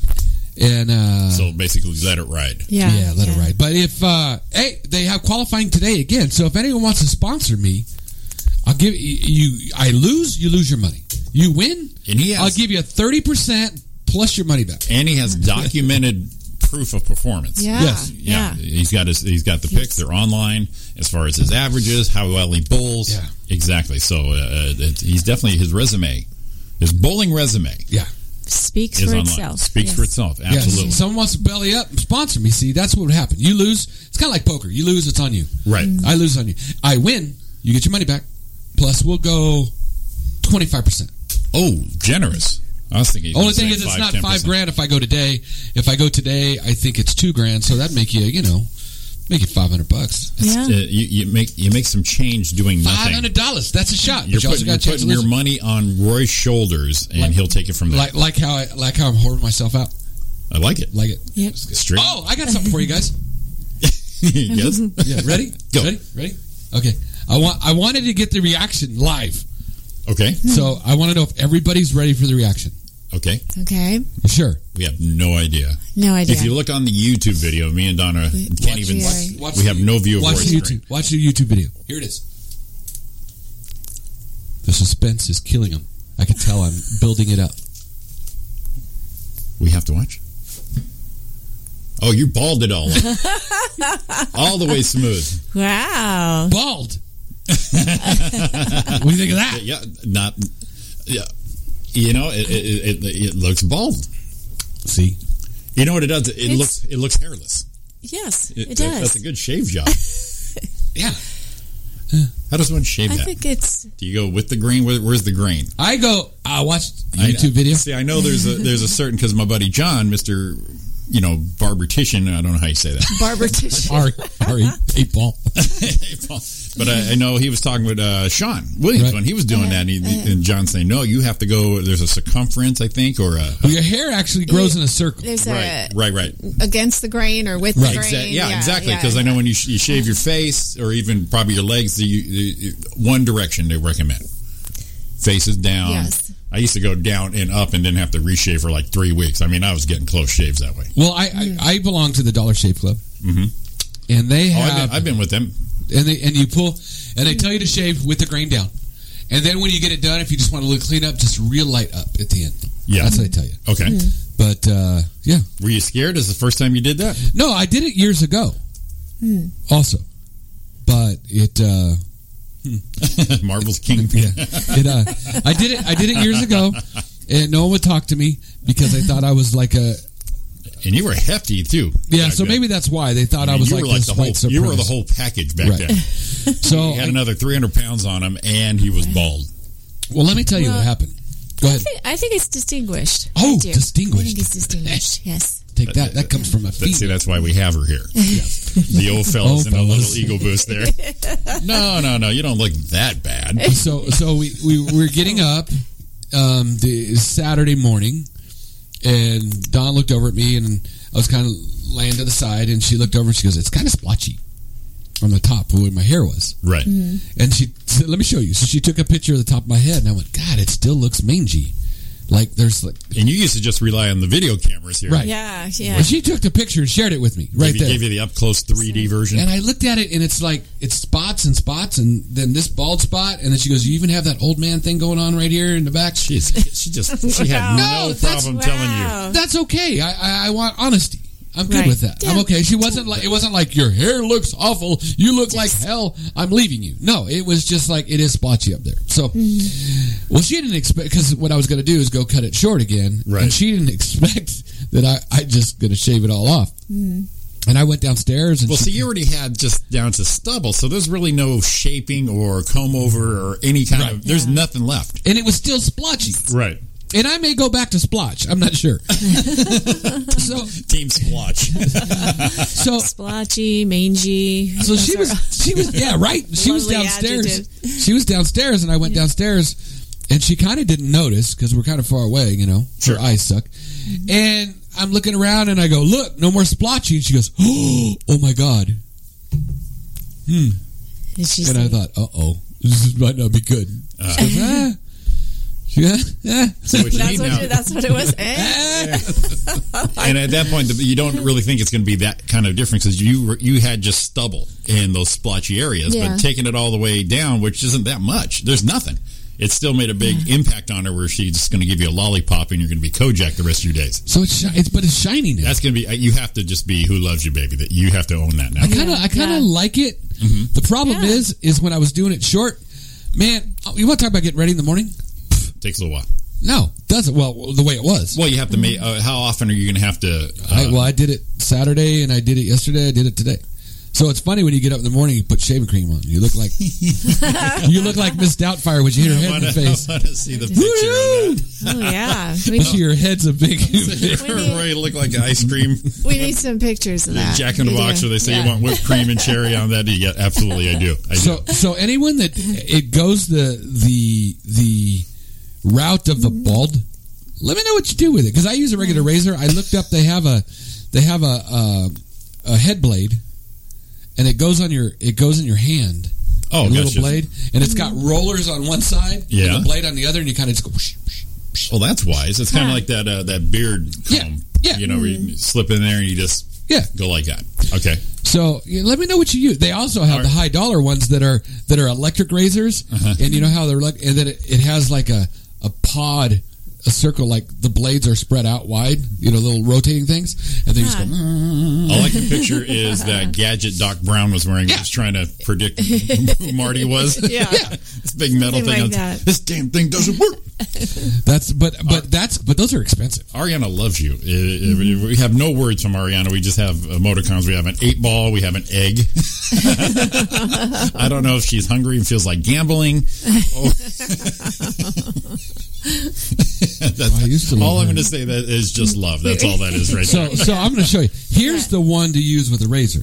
Speaker 7: And uh,
Speaker 8: so basically, let it ride.
Speaker 9: Yeah.
Speaker 7: yeah, let it ride. But if uh, hey, they have qualifying today again, so if anyone wants to sponsor me, I'll give you. you I lose, you lose your money. You win,
Speaker 8: And he
Speaker 7: I'll
Speaker 8: has,
Speaker 7: give you thirty percent plus your money back.
Speaker 8: and he has documented proof of performance.
Speaker 9: Yeah.
Speaker 7: Yes.
Speaker 8: Yeah. he's got his he's got the picks. They're online as far as his averages, how well he bowls.
Speaker 7: Yeah.
Speaker 8: exactly. So uh, it, he's definitely his resume, his bowling resume
Speaker 7: Yeah.
Speaker 9: Speaks
Speaker 8: is
Speaker 9: for
Speaker 8: online.
Speaker 9: itself.
Speaker 8: Speaks
Speaker 9: Yes.
Speaker 8: for itself.
Speaker 7: Yes.
Speaker 8: Absolutely
Speaker 7: Someone wants to belly up, sponsor me. See, that's what would happen. You lose, it's kind of like poker. You lose, it's on you.
Speaker 8: right.
Speaker 7: I lose on you. I win. You get your money back. Plus, we'll go twenty five percent.
Speaker 8: Oh, generous. I was thinking. he was
Speaker 7: Only thing
Speaker 8: gonna
Speaker 7: is,
Speaker 8: say
Speaker 7: it's not
Speaker 8: five, 10%.
Speaker 7: five grand if I go today. If I go today, I think it's two grand. So that make you, you know, make you five hundred bucks.
Speaker 9: Yeah.
Speaker 8: Uh, you, you make you make some change doing
Speaker 7: Five
Speaker 8: nothing.
Speaker 7: hundred dollars. That's a shot.
Speaker 8: You're
Speaker 7: but you also
Speaker 8: putting,
Speaker 7: got
Speaker 8: you're
Speaker 7: a chance to
Speaker 8: putting your
Speaker 7: lose.
Speaker 8: money on Roy's shoulders, and
Speaker 7: Like-
Speaker 8: he'll take it from there.
Speaker 7: Like like how I like how I'm hoarding myself out.
Speaker 8: I like it.
Speaker 7: Like it.
Speaker 9: Yep.
Speaker 8: Straight.
Speaker 7: Oh, I got something for you guys.
Speaker 8: yes.
Speaker 7: Yeah, ready?
Speaker 8: Go.
Speaker 7: Ready? Ready? Okay. I want I wanted to get the reaction live.
Speaker 8: Okay.
Speaker 7: So I want to know if everybody's ready for the reaction.
Speaker 8: Okay.
Speaker 9: Okay.
Speaker 7: Sure.
Speaker 8: We have no idea.
Speaker 9: No idea.
Speaker 8: If you look on the YouTube video, me and Donna can't
Speaker 7: Watch-
Speaker 8: even.
Speaker 9: watch-
Speaker 7: watch
Speaker 8: we have
Speaker 7: the-
Speaker 8: no view of
Speaker 7: Watch
Speaker 8: Roy's
Speaker 7: the YouTube.
Speaker 8: screen.
Speaker 7: Watch the YouTube video. Here it is. The suspense is killing him. I can tell I'm building it up.
Speaker 8: We have to watch. Oh, you balled it all up. all the way smooth.
Speaker 9: wow.
Speaker 7: Bald. what do you think of that?
Speaker 8: Yeah, not. Yeah, you know, it it, it, it looks bald.
Speaker 7: See,
Speaker 8: You know what it does? It
Speaker 9: It's-
Speaker 8: looks it looks hairless.
Speaker 9: Yes, it,
Speaker 8: That's a
Speaker 9: does.
Speaker 8: good shave job.
Speaker 7: yeah.
Speaker 8: How does one shave
Speaker 9: I
Speaker 8: that?
Speaker 9: think it's
Speaker 8: Do you go with the grain? Where, where's the grain?
Speaker 7: I go. I watched the
Speaker 8: I-
Speaker 7: YouTube video.
Speaker 8: See, I know there's a there's a certain because my buddy John, Mister, you know, barbertician. I don't know how you say that.
Speaker 9: barber tissue.
Speaker 7: Sorry, sorry, eight ball.
Speaker 8: but I, I know he was talking with uh, Sean Williams
Speaker 7: Right.
Speaker 8: when he was doing that, and,
Speaker 9: Uh-huh.
Speaker 8: he, and John saying, "No, you have to go." There's a circumference, I think, or a
Speaker 7: Well, your hair actually grows in a circle.
Speaker 9: There's
Speaker 8: right,
Speaker 9: a
Speaker 8: right, right.
Speaker 9: against the grain or with
Speaker 7: Right.
Speaker 9: the
Speaker 8: Exa-
Speaker 9: grain.
Speaker 8: yeah, exactly.
Speaker 9: yeah.
Speaker 8: Because I know when you, sh- you shave your face or even probably your legs, the, you, you- one direction they recommend faces down.
Speaker 9: Yes.
Speaker 8: I used to go down and up and didn't have to reshave for like three weeks. I mean, I was getting close shaves that way.
Speaker 7: Well, I, I I belong to the Dollar Shave Club,
Speaker 8: Mhm.
Speaker 7: and they
Speaker 8: Oh,
Speaker 7: have
Speaker 8: I've, been, I've been with them.
Speaker 7: and they and you pull and they tell you to shave with the grain down, and then when you get it done, if you just want to look clean up, just real light up at the end.
Speaker 8: Yeah.
Speaker 7: That's what they tell you.
Speaker 8: Okay.
Speaker 7: But uh, yeah,
Speaker 8: Were you scared? Is the first time you did that?
Speaker 7: no, I did it years ago. Also, but it uh,
Speaker 8: Marvel's King.
Speaker 7: yeah, it uh, I did it. I did it years ago, and no one would talk to me because they thought I was like a
Speaker 8: And you were hefty too.
Speaker 7: yeah.
Speaker 8: Back
Speaker 7: so
Speaker 8: then.
Speaker 7: maybe that's why they thought
Speaker 8: I
Speaker 7: I,
Speaker 8: mean,
Speaker 7: was
Speaker 8: you
Speaker 7: like
Speaker 8: were like
Speaker 7: this
Speaker 8: the whole.
Speaker 7: white supremacist.
Speaker 8: You were the whole package back
Speaker 7: Right.
Speaker 8: then.
Speaker 7: So
Speaker 8: He had
Speaker 7: I-
Speaker 8: another 300 pounds on him, and he was bald.
Speaker 7: well, let me tell you
Speaker 9: Well-
Speaker 7: what happened. Go
Speaker 9: I
Speaker 7: ahead.
Speaker 9: think, I think it's distinguished.
Speaker 7: Oh,
Speaker 9: I do. I think
Speaker 7: distinguished.
Speaker 9: it's distinguished. Yes.
Speaker 7: Take that. That comes from my
Speaker 8: That, see,
Speaker 7: feet.
Speaker 8: that's why we have her here. The old
Speaker 7: Old
Speaker 8: fellas in a little
Speaker 7: fellas.
Speaker 8: ego boost there. No, no, no. You don't look that bad.
Speaker 7: So so we we were getting up um, the Saturday morning, and Don looked over at me, and I was kind of laying to the side, and she looked over and she goes, "It's kind of splotchy." On the top, where my hair was,
Speaker 8: Right.
Speaker 7: and she said, "Let me show you." So she took a picture of the top of my head, and I went, "God, it still looks mangy." Like there's like,
Speaker 8: And you used to just rely on the video cameras here.
Speaker 7: Right.
Speaker 9: Yeah. Yeah.
Speaker 7: and she took the picture and shared it with me right
Speaker 8: Gave, you,
Speaker 7: there.
Speaker 8: gave you the up close 3D version.
Speaker 7: And I looked at it, and it's like it's spots and spots, and then this bald spot, and then she goes, "You even have that old man thing going on right here in the back."
Speaker 8: Jeez, she just she had
Speaker 7: Wow.
Speaker 8: no
Speaker 7: No, that's-
Speaker 8: problem telling you.
Speaker 9: Wow.
Speaker 7: That's okay. I, I, I want honesty. I'm good
Speaker 10: Right.
Speaker 7: with that. I'm
Speaker 9: Yeah.
Speaker 7: okay. She wasn't like it wasn't like your hair looks awful. You look like hell. I'm leaving you. No, it was just like it is splotchy up there. So, well, she didn't expect because what I was going to do is go cut it short again,
Speaker 8: Right.
Speaker 7: And she didn't expect that I I just going to shave it all off. And I went downstairs and
Speaker 8: Well,
Speaker 7: she-
Speaker 8: see, you already had just down to stubble, so there's really no shaping or comb over or any kind of. There's nothing left.
Speaker 7: and it was still splotchy.
Speaker 8: Right.
Speaker 7: And I may go back to splotch. I'm not sure. so
Speaker 8: Team splotch.
Speaker 7: so
Speaker 9: Splotchy, mangy.
Speaker 7: So she was, she was, yeah, right. She was
Speaker 10: Lovely
Speaker 7: downstairs.
Speaker 10: adjective.
Speaker 7: She was downstairs, and I went downstairs, and she kind of didn't notice because we're kind of far away, you know.
Speaker 8: Sure.
Speaker 7: Her eyes suck, and I'm looking around, and I go, "Look, no more splotchy." And she goes, "Oh, oh my god!"
Speaker 9: Did she
Speaker 7: And I
Speaker 9: say-
Speaker 7: thought, "Uh oh, this might not be good."
Speaker 8: Uh.
Speaker 7: She goes, "Ah." She goes, "Ah, ah."
Speaker 8: So what you need
Speaker 10: That's
Speaker 8: now,
Speaker 10: what, you- that's what it was. Eh?
Speaker 8: and at that point, you don't really think it's going to be that kind of difference because you you had just stubble in those splotchy areas,
Speaker 9: Yeah.
Speaker 8: but taking it all the way down, which isn't that much. There's nothing. It still made a big impact on her, where she's just going to give you a lollipop and you're going to be Kojak the rest of your days.
Speaker 7: So it's, shi- it's but it's shiny now.
Speaker 8: That's going to be. uh, You have to just be who loves you, baby. That you have to own that now.
Speaker 7: I kind of, I kind of like it.
Speaker 8: Mm-hmm.
Speaker 7: The problem
Speaker 9: Yeah.
Speaker 7: is, is when I was doing it short, man. You want to talk about getting ready in the morning?
Speaker 8: takes a little while.
Speaker 7: No, doesn't. Well, the way it was.
Speaker 8: Well, you have to make. Uh, how often are you going to have to? Uh,
Speaker 7: I, well, I did it Saturday and I did it yesterday. I did it today. So it's funny when you get up in the morning, you put shaving cream on. You look like you look like Miss Doubtfire when you hit her head in the face.
Speaker 8: I want to see the picture.
Speaker 7: Woo!
Speaker 8: Of that.
Speaker 9: Oh, yeah. We
Speaker 7: But
Speaker 9: need,
Speaker 7: your head's a big.
Speaker 8: Everybody look like ice cream.
Speaker 9: we need some pictures of that.
Speaker 8: Jack in the
Speaker 9: We
Speaker 8: Box,
Speaker 9: do.
Speaker 8: where they say
Speaker 9: Yeah.
Speaker 8: you want whipped cream and cherry on that. You get absolutely. I do. I do.
Speaker 7: So so anyone that it goes the the the route of the bald, let me know what you do with it because I use a regular razor. I looked up. They have a they have a a, a head blade, and it goes on your it goes in your hand.
Speaker 8: oh,
Speaker 7: a little
Speaker 8: gotcha.
Speaker 7: blade, and it's got rollers on one side,
Speaker 8: Yeah.
Speaker 7: and a blade on the other, and you kind of just go. Whoosh, whoosh.
Speaker 8: Well, Oh, that's wise. It's kind of
Speaker 9: Huh.
Speaker 8: like that uh, that beard
Speaker 7: Yeah,
Speaker 8: comb.
Speaker 7: yeah.
Speaker 8: You know, where
Speaker 9: Mm-hmm.
Speaker 8: you slip in there and you just
Speaker 7: Yeah.
Speaker 8: go like that. Okay.
Speaker 7: So yeah, let me know what you use. They also have
Speaker 8: All
Speaker 7: the high dollar ones that are that are electric razors, and you know how they're like, and then it, it has like a a pod. A circle like the blades are spread out wide, you know, little rotating things, and they just go. "Mm."
Speaker 8: All I can picture is that gadget Doc Brown was wearing. when He was trying to predict who Marty was.
Speaker 10: Yeah.
Speaker 8: this big metal
Speaker 10: Something
Speaker 8: thing.
Speaker 10: like
Speaker 8: on-
Speaker 10: that.
Speaker 8: This damn thing doesn't work.
Speaker 7: That's but but that's but those are expensive.
Speaker 8: Ariana loves you. It- it-
Speaker 10: Mm-hmm.
Speaker 8: We have no words from Ariana. We just have uh, emoticons. We have an eight ball. We have an egg. I don't know if she's hungry and feels like gambling. Oh. That's-
Speaker 7: I used to love
Speaker 8: all I'm
Speaker 7: her.
Speaker 8: going to say that is just love. That's all that is right
Speaker 7: So
Speaker 8: there.
Speaker 7: so I'm going to show you. Here's the one to use with a razor.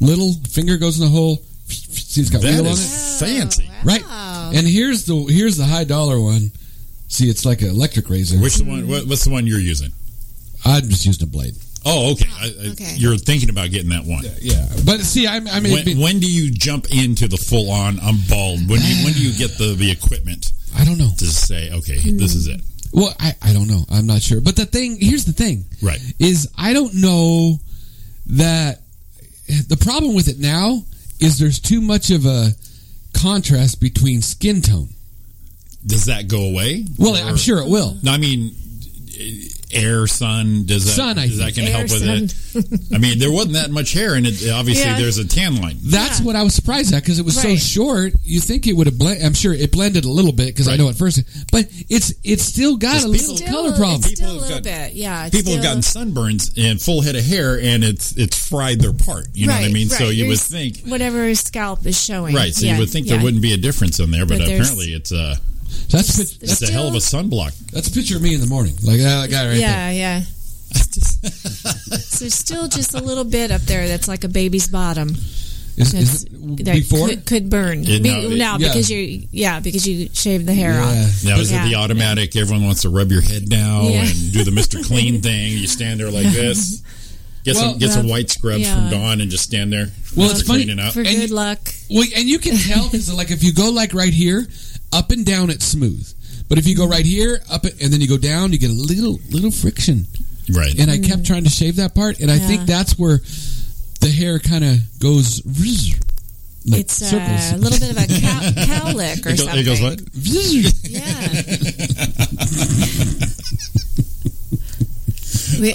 Speaker 7: Little finger goes in the hole. See, it's got
Speaker 8: That
Speaker 7: wheel on it.
Speaker 8: is fancy.
Speaker 7: Right.
Speaker 9: Oh, Wow.
Speaker 7: And here's the here's the high dollar one. See, it's like an electric razor.
Speaker 8: Which the one? What, what's the one you're using?
Speaker 7: I'm just using a blade.
Speaker 8: Oh, okay. I, I,
Speaker 9: Okay.
Speaker 8: You're thinking about getting that one.
Speaker 7: Yeah, but see, I, I mean, it'd
Speaker 8: When,
Speaker 7: be-
Speaker 8: when do you jump into the full on? I'm bald. When do you, when do you get the, the equipment
Speaker 7: I don't know.
Speaker 8: to say, okay,
Speaker 9: Hmm.
Speaker 8: this is it?
Speaker 7: Well, I, I don't know. I'm not sure. But the thing here's the thing
Speaker 8: Right.
Speaker 7: is I don't know that the problem with it now is there's too much of a contrast between skin tone.
Speaker 8: Does that go away?
Speaker 7: Well,
Speaker 8: Or-
Speaker 7: I'm sure it will.
Speaker 8: No, I mean, air, sun. Does that
Speaker 7: Sun, I
Speaker 8: is that
Speaker 7: think.
Speaker 8: going to
Speaker 9: Air,
Speaker 8: help with it? I mean, there wasn't that much hair, and it, obviously
Speaker 10: Yeah.
Speaker 8: there's a tan line.
Speaker 7: That's what I was surprised at because it was so
Speaker 10: Right.
Speaker 7: short. You think it would have blended? I'm sure it blended a little bit because I
Speaker 8: Right.
Speaker 7: know at first, but it's it's still got
Speaker 8: Just
Speaker 7: a little
Speaker 8: people-
Speaker 7: color problem.
Speaker 9: It's still
Speaker 8: People have
Speaker 9: a little
Speaker 8: gotten-
Speaker 9: bit. Yeah. it's
Speaker 8: People have
Speaker 9: still-
Speaker 8: gotten sunburns and full head of hair, and it's it's fried their part. You know what I
Speaker 9: Right,
Speaker 8: mean? So
Speaker 9: right.
Speaker 8: you would
Speaker 9: There's
Speaker 8: think.
Speaker 9: Whatever his scalp is showing.
Speaker 8: Right, so
Speaker 9: Yeah,
Speaker 8: you would think
Speaker 9: yeah.
Speaker 8: there wouldn't be a difference in there, but,
Speaker 9: But there's-
Speaker 8: apparently it's a
Speaker 7: That's pic-
Speaker 9: There's
Speaker 8: it's a hell of a sunblock.
Speaker 7: that's picture of me in the morning, like that guy right there.
Speaker 9: yeah, yeah. So there's still just a little bit up there that's like a baby's bottom.
Speaker 7: Is,
Speaker 9: That's,
Speaker 7: is it
Speaker 9: that
Speaker 7: before?
Speaker 9: could, could burn.
Speaker 8: Yeah,
Speaker 9: Be-
Speaker 8: no, it-
Speaker 9: now
Speaker 7: yeah.
Speaker 9: because you yeah because you shaved the hair
Speaker 7: Yeah.
Speaker 9: off.
Speaker 8: Now is
Speaker 9: Yeah.
Speaker 8: it the automatic? Everyone wants to rub your head now
Speaker 9: Yeah.
Speaker 8: and do the Mister Clean thing. You stand there like this. Get
Speaker 7: Well,
Speaker 8: some get some
Speaker 9: that's-
Speaker 8: white scrubs
Speaker 9: yeah.
Speaker 8: from Dawn and just stand there.
Speaker 7: Well,
Speaker 8: Mr.
Speaker 7: it's funny
Speaker 8: Cleaning up.
Speaker 9: For
Speaker 7: And
Speaker 9: good
Speaker 7: you-
Speaker 9: luck.
Speaker 7: Well, and you can tell because like if you go like right here, up and down, it's smooth. But if you go right here, up it, and then you go down, you get a little little friction.
Speaker 8: right.
Speaker 7: And I kept trying to shave that part, and I think
Speaker 9: Mm. Yeah.
Speaker 7: that's where the hair kind of goes. Rizz, like
Speaker 9: It's
Speaker 7: circles.
Speaker 9: uh, a little bit of a cow, cowlick or
Speaker 8: It, go-
Speaker 9: something.
Speaker 8: it goes what?
Speaker 7: Zzz.
Speaker 9: Yeah.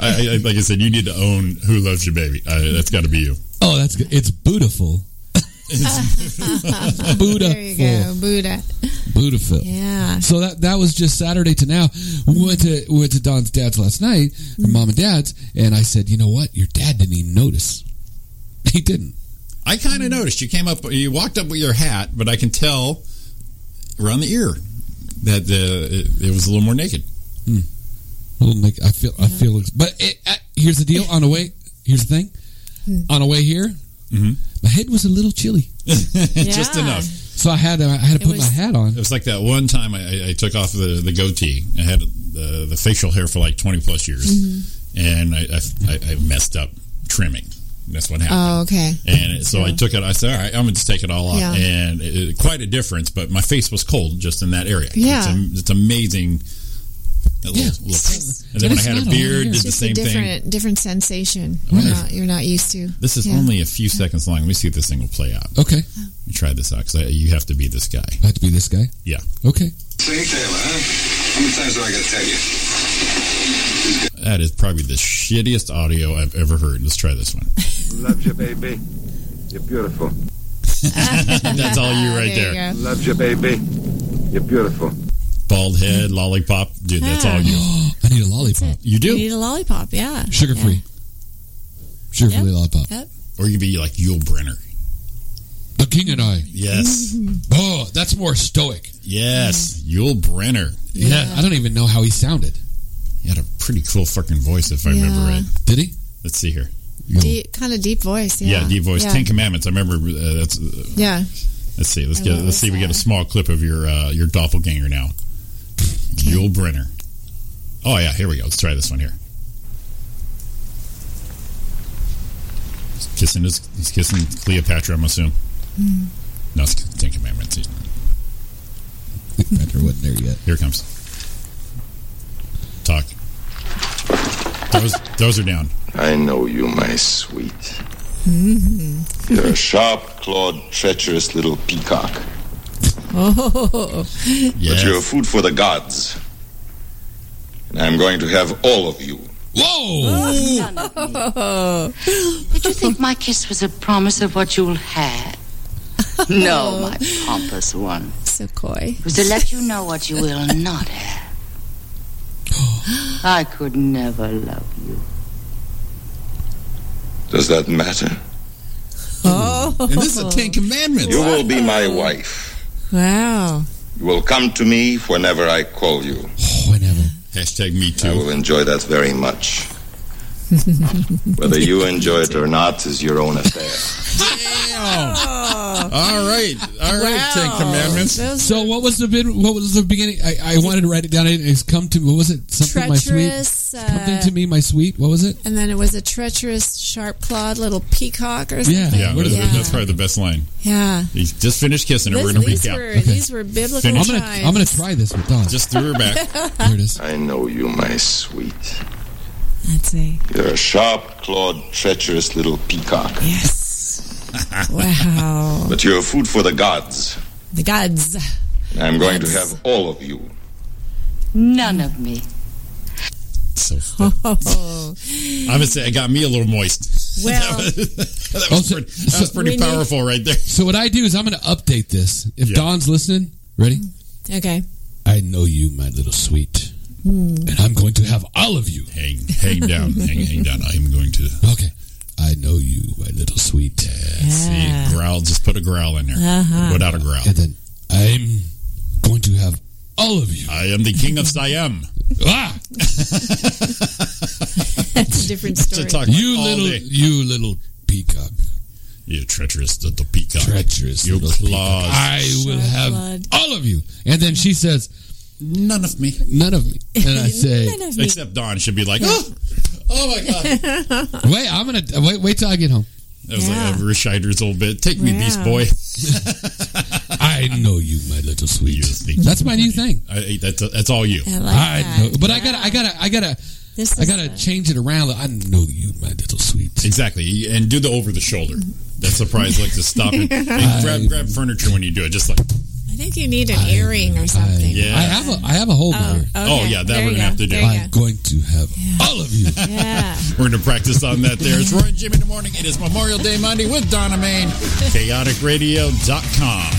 Speaker 8: I, I, like I said, you need to own Who Loves Your Baby. I, that's got to be you.
Speaker 7: Oh, that's good. It's beautiful.
Speaker 9: There you
Speaker 7: Beautiful.
Speaker 9: go, Buddha.
Speaker 7: Beautiful.
Speaker 9: Yeah.
Speaker 7: So that that was just Saturday to now. We went to we went to Don's dad's last night,
Speaker 9: Mm-hmm.
Speaker 7: her mom and dad's, and I said, you know what? Your dad didn't even notice. He didn't.
Speaker 8: I kind of noticed you came up, you walked up with your hat, but I can tell around the ear that uh, it, it was a little more naked.
Speaker 7: Little Nick, I feel I feel. But it, uh, here's the deal. On the way, here's the thing.
Speaker 9: Hmm.
Speaker 7: On the way here,
Speaker 8: Mhm.
Speaker 7: my head was a little chilly,
Speaker 8: Just
Speaker 9: Yeah.
Speaker 8: enough.
Speaker 7: so I had to, I had to
Speaker 9: It
Speaker 7: put
Speaker 9: was-
Speaker 7: my hat on.
Speaker 8: It was like that one time I, I took off the, the goatee. I had the, the facial hair for like 20 plus years,
Speaker 9: Mm-hmm.
Speaker 8: and I, I, I- I messed up trimming. That's what happened.
Speaker 9: Oh, okay.
Speaker 8: And so I took it. I said, "All right, I'm going to take it all off."
Speaker 9: Yeah.
Speaker 8: And it, it- quite a difference, but my face was cold just in that area.
Speaker 9: Yeah.
Speaker 8: it's, am- it's amazing. That little,
Speaker 7: Yeah.
Speaker 8: little- and then when I
Speaker 7: It's
Speaker 8: had
Speaker 7: not
Speaker 8: a
Speaker 7: all
Speaker 8: beard,
Speaker 7: hair.
Speaker 8: did
Speaker 7: It's
Speaker 8: the
Speaker 9: It's just a
Speaker 8: same thing.
Speaker 9: different different sensation.
Speaker 8: wonder
Speaker 9: You're not, you're not used to.
Speaker 8: This is
Speaker 9: Yeah.
Speaker 8: only a few seconds long. Let me see if this thing will play out.
Speaker 7: Okay,
Speaker 8: Let me try this out because you have to be this guy.
Speaker 7: I had to be this guy.
Speaker 8: Yeah.
Speaker 7: Okay,
Speaker 2: Think Taylor, huh? How many times do I gotta tell you?
Speaker 8: That is probably the shittiest audio I've ever heard. Let's try this one.
Speaker 10: Loves you, baby. You're beautiful.
Speaker 8: That's all you right there.
Speaker 9: you go.
Speaker 10: Loves you, baby. You're beautiful.
Speaker 8: Bald head, lollipop. Dude, that's all you.
Speaker 7: I need a lollipop,
Speaker 8: You
Speaker 9: You
Speaker 8: do.
Speaker 9: need a lollipop, yeah.
Speaker 7: sugar free, sugar free lollipop.
Speaker 8: Or you could be like Yul Brenner.
Speaker 7: The king and I.
Speaker 8: Yes.
Speaker 7: Oh, that's more stoic.
Speaker 8: Yes. Yul Brenner.
Speaker 7: Yeah. I don't even know how he sounded.
Speaker 8: He had a pretty cool fucking voice, if I remember
Speaker 9: Yeah.
Speaker 8: right.
Speaker 7: Did he?
Speaker 8: Let's see here.
Speaker 9: Deep, kind of deep voice. Yeah,
Speaker 8: Oh. Yeah, deep voice.
Speaker 9: Yeah.
Speaker 8: Ten Commandments. I remember. Uh, that's. Uh,
Speaker 9: Yeah.
Speaker 8: let's see. Let's
Speaker 9: I
Speaker 8: get.
Speaker 9: love
Speaker 8: Let's see. if We
Speaker 9: that.
Speaker 8: get a small clip of your uh, your doppelganger now. Yul Brenner. Oh yeah, here we go. Let's try this one here. He's kissing his. He's kissing Cleopatra. I'm assuming.
Speaker 9: Hmm.
Speaker 8: No, it's Ten Commandments.
Speaker 7: Patrick wasn't there yet.
Speaker 8: Here it comes. Talk. Those, those are down.
Speaker 10: I know you, my sweet. You're a sharp clawed, treacherous little peacock.
Speaker 9: Oh,
Speaker 8: Yes.
Speaker 10: But you're food for the gods. And I'm going to have all of you.
Speaker 7: Whoa!
Speaker 9: Oh,
Speaker 11: Did you think my kiss was a promise of what you'll have? No, my pompous one.
Speaker 9: so coy.
Speaker 11: It was to let you know what you will not have. I could never love you.
Speaker 10: Does that matter?
Speaker 9: Oh,
Speaker 8: And this is the Ten Commandments.
Speaker 10: You will be my wife.
Speaker 9: wow.
Speaker 10: You will come to me whenever I call you.
Speaker 7: Oh, I never.
Speaker 8: Hashtag me
Speaker 10: I
Speaker 8: too.
Speaker 10: will enjoy that very much. Whether you enjoy it or not is your own affair.
Speaker 8: All right. Oh. All right, Ten Commandments.
Speaker 9: Oh. Those
Speaker 7: So what was the bid? What was the beginning? I, I wanted to write it down. It's come to what was it? Something my sweet.
Speaker 9: treacherous,
Speaker 7: Something
Speaker 9: uh,
Speaker 7: to me, my sweet. What was it?
Speaker 9: and then it was a treacherous, sharp-clawed little peacock or something.
Speaker 7: Yeah,
Speaker 8: Yeah,
Speaker 7: what is
Speaker 9: yeah.
Speaker 7: it?
Speaker 8: that's probably the best line.
Speaker 9: Yeah.
Speaker 8: He's just finished kissing her.
Speaker 9: Those-
Speaker 8: We're going to
Speaker 9: these,
Speaker 8: recap.
Speaker 9: were,
Speaker 7: Okay.
Speaker 9: these were biblical
Speaker 8: Finish.
Speaker 7: I'm
Speaker 9: times.
Speaker 7: gonna I'm gonna try this with Don.
Speaker 8: Just threw her back.
Speaker 7: There it is.
Speaker 10: I know you, my sweet.
Speaker 9: Let's see.
Speaker 10: You're a sharp clawed, treacherous little peacock.
Speaker 9: Yes. wow.
Speaker 10: But you're food for the gods.
Speaker 9: The gods.
Speaker 10: I'm going to
Speaker 9: Gods.
Speaker 10: have all of you.
Speaker 11: None of me.
Speaker 8: So
Speaker 9: Oh.
Speaker 8: I'm gonna say it got me a little moist.
Speaker 9: Well-
Speaker 8: that was, that
Speaker 7: Oh,
Speaker 8: was
Speaker 7: so-
Speaker 8: pretty, that was pretty
Speaker 9: we need-
Speaker 8: powerful right there.
Speaker 7: So what I do is I'm gonna update this. If
Speaker 8: Yeah.
Speaker 7: Don's listening, ready?
Speaker 9: Okay.
Speaker 7: I know you, my little sweet, and I'm going to have all of you.
Speaker 8: Hang, hang down, hang, hang down. I'm going to
Speaker 7: Okay. I know you, my little sweet,
Speaker 8: see growl. Just put a growl in there
Speaker 9: Ah, uh-huh.
Speaker 8: without a growl.
Speaker 7: and then I'm going to have all of you.
Speaker 8: I am the king of Siam.
Speaker 7: Ah,
Speaker 9: That's a different
Speaker 8: To
Speaker 9: story.
Speaker 8: talk
Speaker 7: you
Speaker 8: all
Speaker 7: little,
Speaker 8: day.
Speaker 7: you little peacock,
Speaker 8: you treacherous Ah, little peacock.
Speaker 7: treacherous
Speaker 8: Your
Speaker 7: little peacock.
Speaker 8: claws.
Speaker 7: I will have
Speaker 9: Blood.
Speaker 7: all of you. And then she says,
Speaker 8: None of me
Speaker 7: "None of me." And I say,
Speaker 9: None of me.
Speaker 8: except Don should be like, oh, oh my god.
Speaker 7: "Wait, I'm gonna wait. Wait till I get home."
Speaker 8: That was
Speaker 9: Yeah.
Speaker 8: like a Rishider's old bit. Take me, Beast
Speaker 9: Yeah.
Speaker 8: Boy.
Speaker 7: I know you, my little
Speaker 8: You
Speaker 7: sweet.
Speaker 8: think-
Speaker 7: That's my new thing.
Speaker 8: I, that's, that's all you.
Speaker 9: I like
Speaker 7: I
Speaker 9: that.
Speaker 7: know, but I gotta, I gotta, I gotta,
Speaker 9: This is
Speaker 7: I gotta
Speaker 9: the-
Speaker 7: change it around. I know you, my little sweet.
Speaker 8: Exactly. And do the over the shoulder. That surprise like to stop it. And grab, grab furniture when you do it. Just like,
Speaker 9: I think you need an earring or something.
Speaker 8: Yeah.
Speaker 7: I have a I have a hold
Speaker 9: Oh,
Speaker 7: there.
Speaker 8: Oh,
Speaker 9: okay.
Speaker 8: yeah, that
Speaker 9: There
Speaker 8: we're
Speaker 9: you
Speaker 8: gonna have to do.
Speaker 9: There you
Speaker 7: I'm going to have all of you.
Speaker 9: go. Yeah.
Speaker 8: We're going to practice on that there. It's Roy and Jimmy in the morning. It is Memorial Day Monday with Donna Main, chaoticradio.com.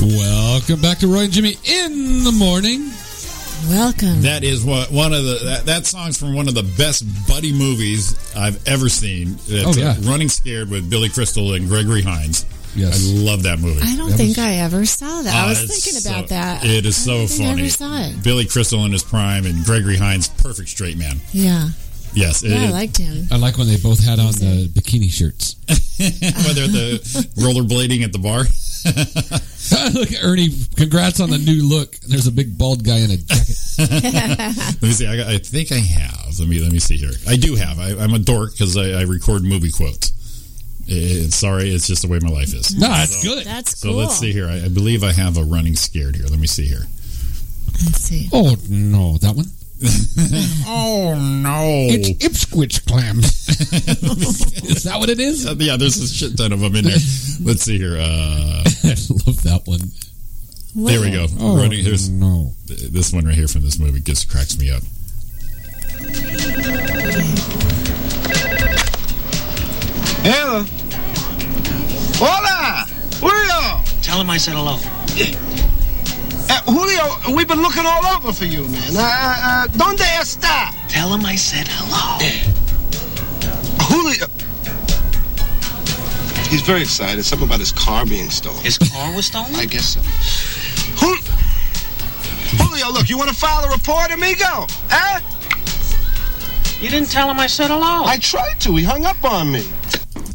Speaker 7: Welcome back to Roy and Jimmy in the morning.
Speaker 9: Welcome.
Speaker 8: That is what one of the that, that song's from one of the best buddy movies I've ever seen. It's,
Speaker 7: Oh, yeah.
Speaker 8: uh, Running Scared with Billy Crystal and Gregory Hines.
Speaker 7: Yes.
Speaker 8: I love that movie.
Speaker 9: I don't
Speaker 7: That
Speaker 9: think
Speaker 7: was-
Speaker 9: I ever saw that. I
Speaker 8: Uh,
Speaker 9: was
Speaker 8: it's
Speaker 9: thinking
Speaker 8: so-
Speaker 9: about that.
Speaker 8: It is
Speaker 9: I
Speaker 8: so
Speaker 9: don't think I
Speaker 8: funny.
Speaker 9: ever saw it.
Speaker 8: Billy Crystal in his prime and Gregory Hines, perfect straight man.
Speaker 9: Yeah.
Speaker 8: Yes, it,
Speaker 9: Yeah, I
Speaker 8: it-
Speaker 9: liked him.
Speaker 7: I like when they both had on the bikini shirts.
Speaker 8: whether at the rollerblading at the bar.
Speaker 7: look, Ernie, congrats on the new look. There's a big bald guy in a jacket.
Speaker 8: Let me see. I, got- I think I have. Let me let me see here. I do have. I, I'm a dork because I, I record movie quotes. It- it's- sorry, it's just the way my life is.
Speaker 7: No, that's good.
Speaker 9: That's
Speaker 8: So
Speaker 9: cool.
Speaker 8: let's see here. I, I believe I have a running scared here. Let me see here.
Speaker 9: Let's see.
Speaker 7: Oh no, that one.
Speaker 8: Oh no!
Speaker 7: Ipswich clams. is that what it is? I
Speaker 8: Uh, yeah, there's a shit ton of them in there. Let's see here. Uh,
Speaker 7: love that one.
Speaker 8: there we go.
Speaker 7: Oh
Speaker 8: running. Here's
Speaker 7: no.
Speaker 8: this one right here from this movie. Just cracks me up.
Speaker 2: Hello. uh, Hola. Julio.
Speaker 12: Tell him I said hello.
Speaker 2: Uh, Julio, we've been looking all over for you, man. Uh, uh, donde está?
Speaker 12: Tell him I said hello.
Speaker 2: Eh. Julio. He's very excited. Something about his car being stolen.
Speaker 12: His car was stolen?
Speaker 2: I guess so. Jul- Julio, look, you want to file a report, amigo? Eh?
Speaker 12: You didn't tell him I said hello.
Speaker 2: I tried to. He hung up on me.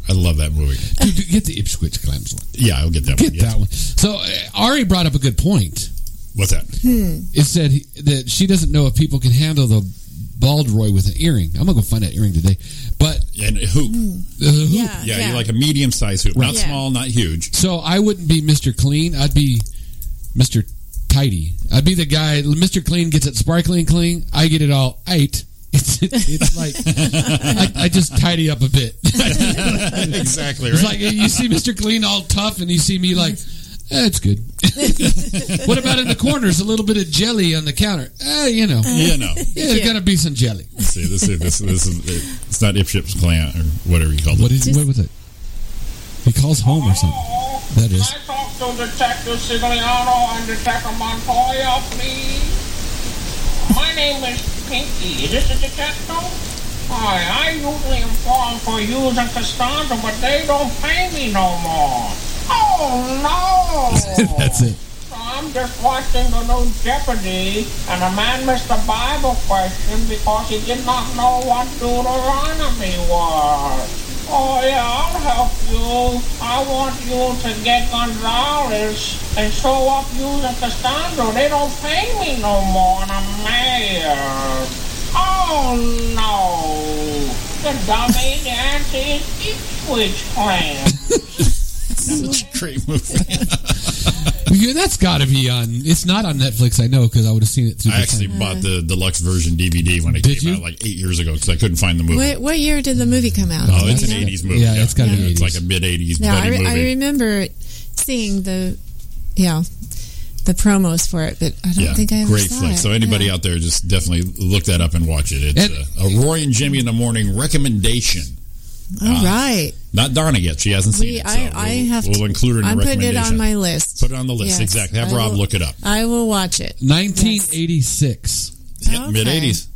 Speaker 8: I love that movie.
Speaker 7: Dude, dude, get the Ipswich clams one.
Speaker 8: Yeah, I'll get that
Speaker 7: Get
Speaker 8: one. Yes.
Speaker 7: that one. So uh, Ari brought up a good point.
Speaker 8: What's that?
Speaker 7: It said he- that she doesn't know if people can handle the bald Roy with an earring. I'm gonna go find that earring today. But
Speaker 8: And a hoop.
Speaker 7: uh, who-
Speaker 9: Yeah.
Speaker 8: Yeah, you like a medium sized hoop. Not
Speaker 9: Yeah.
Speaker 8: small, not huge.
Speaker 7: so I wouldn't be Mr. Clean. I'd be Mr. Tidy. I'd be the guy. Mr. Clean gets it sparkling clean. I get it all eight. It's it's like I, I just tidy up a bit.
Speaker 8: exactly
Speaker 7: It's like you see Mr. Clean all tough, and you see me like. eh, it's good. what about in the corners? A little bit of jelly on the counter. Eh, you know,
Speaker 8: you know.
Speaker 7: yeah, there's gotta be some jelly.
Speaker 8: Let's see, this is this this is it's not Ipship's clan or whatever you call it.
Speaker 7: What is? what was it? He calls home or something. That is.
Speaker 12: talk to Detective Sigliano and Detective Montoya, please? My name is Pinky. Is this a detective? Hi, I usually inform for Hughes and Costanza, but they don't pay me no more. Oh, no!
Speaker 7: That's it.
Speaker 12: I'm just watching the new Jeopardy, and a man missed a Bible question because he did not know what Deuteronomy was. Oh yeah, I'll help you. I want you to get Gonzalez and show up you the Castandro. They don't pay me no more, and I'm mad. Oh no! The dummy the answer is Ipswich Clan.
Speaker 8: Such a great movie.
Speaker 7: Yeah, that's got to be on. It's not on Netflix, I know, because I would have seen it through.
Speaker 8: I
Speaker 7: the
Speaker 8: actually
Speaker 7: thing.
Speaker 8: bought the deluxe version DVD when it
Speaker 7: Did
Speaker 8: came
Speaker 7: you?
Speaker 8: out like eight years ago because I couldn't find the movie.
Speaker 9: What, what year did the movie come out?
Speaker 8: Oh,
Speaker 9: Do
Speaker 8: it's
Speaker 9: you
Speaker 8: an
Speaker 9: know?
Speaker 8: '80s movie.
Speaker 7: Yeah, it's gotta be
Speaker 8: It's
Speaker 7: 80s.
Speaker 8: like a mid '80s
Speaker 9: No, I,
Speaker 8: buddy
Speaker 9: re- I
Speaker 8: movie.
Speaker 9: remember seeing the, yeah, the promos for it, but I don't
Speaker 8: yeah,
Speaker 9: think I ever
Speaker 8: great
Speaker 9: saw
Speaker 8: flick.
Speaker 9: it.
Speaker 8: So anybody
Speaker 9: Yeah.
Speaker 8: out there, just definitely look that up and watch it. It's
Speaker 7: And-
Speaker 8: uh, a Roy and Jimmy in the morning recommendation. uh,
Speaker 9: All right,
Speaker 8: Not Donna yet; she hasn't seen
Speaker 9: we,
Speaker 8: it. So
Speaker 9: I, I
Speaker 8: we'll,
Speaker 9: have.
Speaker 8: we'll
Speaker 9: to,
Speaker 8: include it in
Speaker 9: I'm
Speaker 8: the
Speaker 9: putting it
Speaker 8: recommendation.
Speaker 9: on my list.
Speaker 8: Put it on the list
Speaker 9: Yes,
Speaker 8: exactly. Have
Speaker 9: I
Speaker 8: Rob
Speaker 9: will-
Speaker 8: look it up.
Speaker 9: I will watch it.
Speaker 7: 1986.
Speaker 8: Yeah,
Speaker 9: Okay.
Speaker 8: Mid '80s.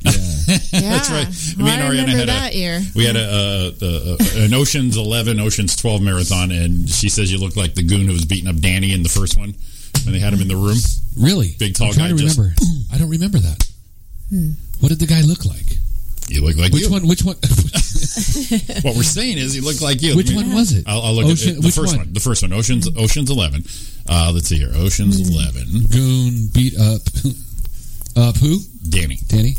Speaker 9: Yeah,
Speaker 8: That's right.
Speaker 9: Well,
Speaker 8: Me and
Speaker 9: I
Speaker 8: Ariana
Speaker 9: remember
Speaker 8: had a-
Speaker 9: that year.
Speaker 8: We had a, a, a an Ocean's Eleven, Ocean's Twelve marathon, and she says you look like the goon who was beating up Danny in the first one when they had him in the room.
Speaker 7: Really?
Speaker 8: Big tall
Speaker 7: I'm trying
Speaker 8: guy
Speaker 7: To
Speaker 8: just-
Speaker 7: remember. I don't remember that. What did the guy look like?
Speaker 8: You look like
Speaker 7: which
Speaker 8: you.
Speaker 7: one? Which one?
Speaker 8: What we're saying is, he looked like you.
Speaker 7: Which
Speaker 8: I mean,
Speaker 7: one was it?
Speaker 8: I'll, I'll look
Speaker 7: Ocean-
Speaker 8: at it. the
Speaker 7: which
Speaker 8: first one?
Speaker 7: one?
Speaker 8: The first one. Ocean's Ocean's Eleven. Uh, let's see here. Ocean's Eleven.
Speaker 7: Goon beat up. Up who?
Speaker 8: Danny.
Speaker 7: Danny.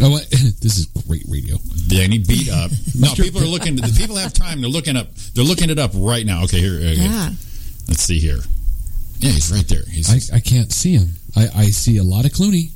Speaker 7: Oh, what? this is great radio.
Speaker 8: Danny beat up. no,
Speaker 7: Mr.
Speaker 8: people are looking. The people have time. They're looking up. They're looking it up right now. Okay, here. Okay.
Speaker 9: Yeah.
Speaker 8: Let's see here. Yeah, he's right there. He's,
Speaker 7: I, I can't see him. I, I see a lot of Clooney.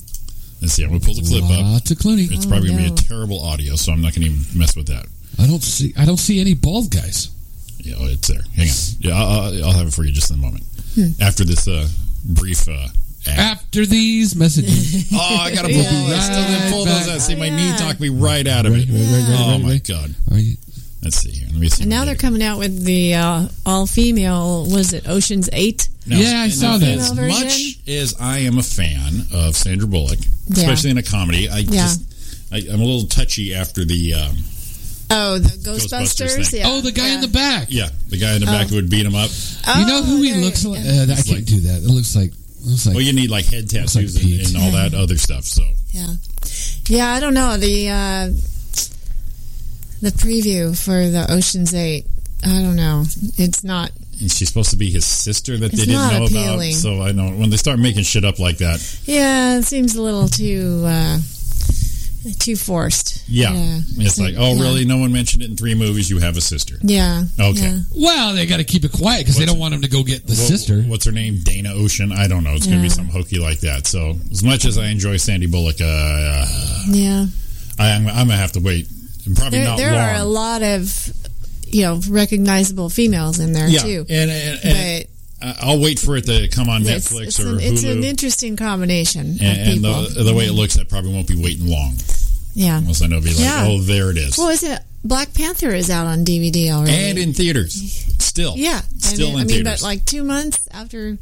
Speaker 8: let's see. I'm gonna pull the clip up.
Speaker 7: Lots of Clooney.
Speaker 8: It's probably gonna
Speaker 9: no.
Speaker 8: be a terrible audio, so I'm not gonna even mess with that.
Speaker 7: I don't see. I don't see any bald guys.
Speaker 8: Yeah, oh, it's there. Hang on. Yeah, I'll, I'll- I'll have it for you just in a moment.
Speaker 7: Hmm.
Speaker 8: After this uh, brief. Uh, ad.
Speaker 7: After these messages,
Speaker 8: oh, I gotta pull. I still didn't pull those out. See, my knee talked me right out of it. Oh my god.
Speaker 7: Are you,
Speaker 8: Let's see here. Let me see.
Speaker 9: And now they're coming out with the uh, all female. Was it Ocean's Eight?
Speaker 8: Now,
Speaker 7: Yeah, I saw that.
Speaker 8: As
Speaker 9: Female
Speaker 8: much as I am a fan of Sandra Bullock, especially in a comedy, I just I, I'm a little touchy after the um,
Speaker 9: Oh, the
Speaker 8: Ghostbusters
Speaker 9: Ghostbusters.
Speaker 8: thing.
Speaker 9: yeah.
Speaker 7: oh, the guy in
Speaker 9: yeah.
Speaker 7: the back.
Speaker 8: yeah the guy in the back who would beat him up.
Speaker 9: Oh,
Speaker 7: you know who he
Speaker 9: there
Speaker 7: looks
Speaker 9: you
Speaker 7: like?
Speaker 9: go.
Speaker 7: Uh, I can't
Speaker 8: like-
Speaker 7: do that. It looks like. It looks like.
Speaker 8: Well, you need like head
Speaker 7: Looks like
Speaker 8: tattoos and,
Speaker 7: Pete.
Speaker 8: and all that other stuff. So
Speaker 9: Yeah, yeah. I don't know the uh, the preview for the Ocean's Eight. I don't know. It's not.
Speaker 8: and she's supposed to be his sister that
Speaker 9: It's
Speaker 8: they didn't
Speaker 9: not
Speaker 8: know
Speaker 9: appealing.
Speaker 8: about. So I know when they start making shit up like that,
Speaker 9: Yeah, it seems a little too uh, too forced.
Speaker 8: yeah,
Speaker 9: Yeah.
Speaker 8: it's like, oh
Speaker 9: Yeah.
Speaker 8: really? No one mentioned it in three movies. You have a sister.
Speaker 9: Yeah.
Speaker 8: Okay.
Speaker 9: yeah.
Speaker 7: well, they got to keep it quiet because they
Speaker 8: What's-
Speaker 7: don't want him to go get the
Speaker 8: What-
Speaker 7: sister.
Speaker 8: What's her name? Dana Ocean. I don't know. It's gonna be
Speaker 9: Yeah.
Speaker 8: some hokey like that. So as much as I enjoy Sandy Bullock, uh, uh,
Speaker 9: Yeah.
Speaker 8: I, I'm, I'm gonna have to wait. Probably
Speaker 9: There,
Speaker 8: not
Speaker 9: there
Speaker 8: long.
Speaker 9: are a lot of you know recognizable females in there
Speaker 8: yeah,
Speaker 9: too.
Speaker 8: and, and,
Speaker 9: But
Speaker 8: and I- I'll wait for it to come on
Speaker 9: it's,
Speaker 8: Netflix
Speaker 9: it's
Speaker 8: or
Speaker 9: an, it's an
Speaker 8: Hulu.
Speaker 9: interesting combination of
Speaker 8: and and
Speaker 9: people.
Speaker 8: the, the way it looks, I probably won't be waiting long.
Speaker 9: yeah.
Speaker 8: Unless I know, it'll be like,
Speaker 9: Yeah.
Speaker 8: oh, there it is,
Speaker 9: Well, is it Black Panther is out on DVD already?
Speaker 8: and in theaters still.
Speaker 9: yeah,
Speaker 8: still
Speaker 9: I mean,
Speaker 8: in
Speaker 9: I mean,
Speaker 8: theaters.
Speaker 9: but like two months after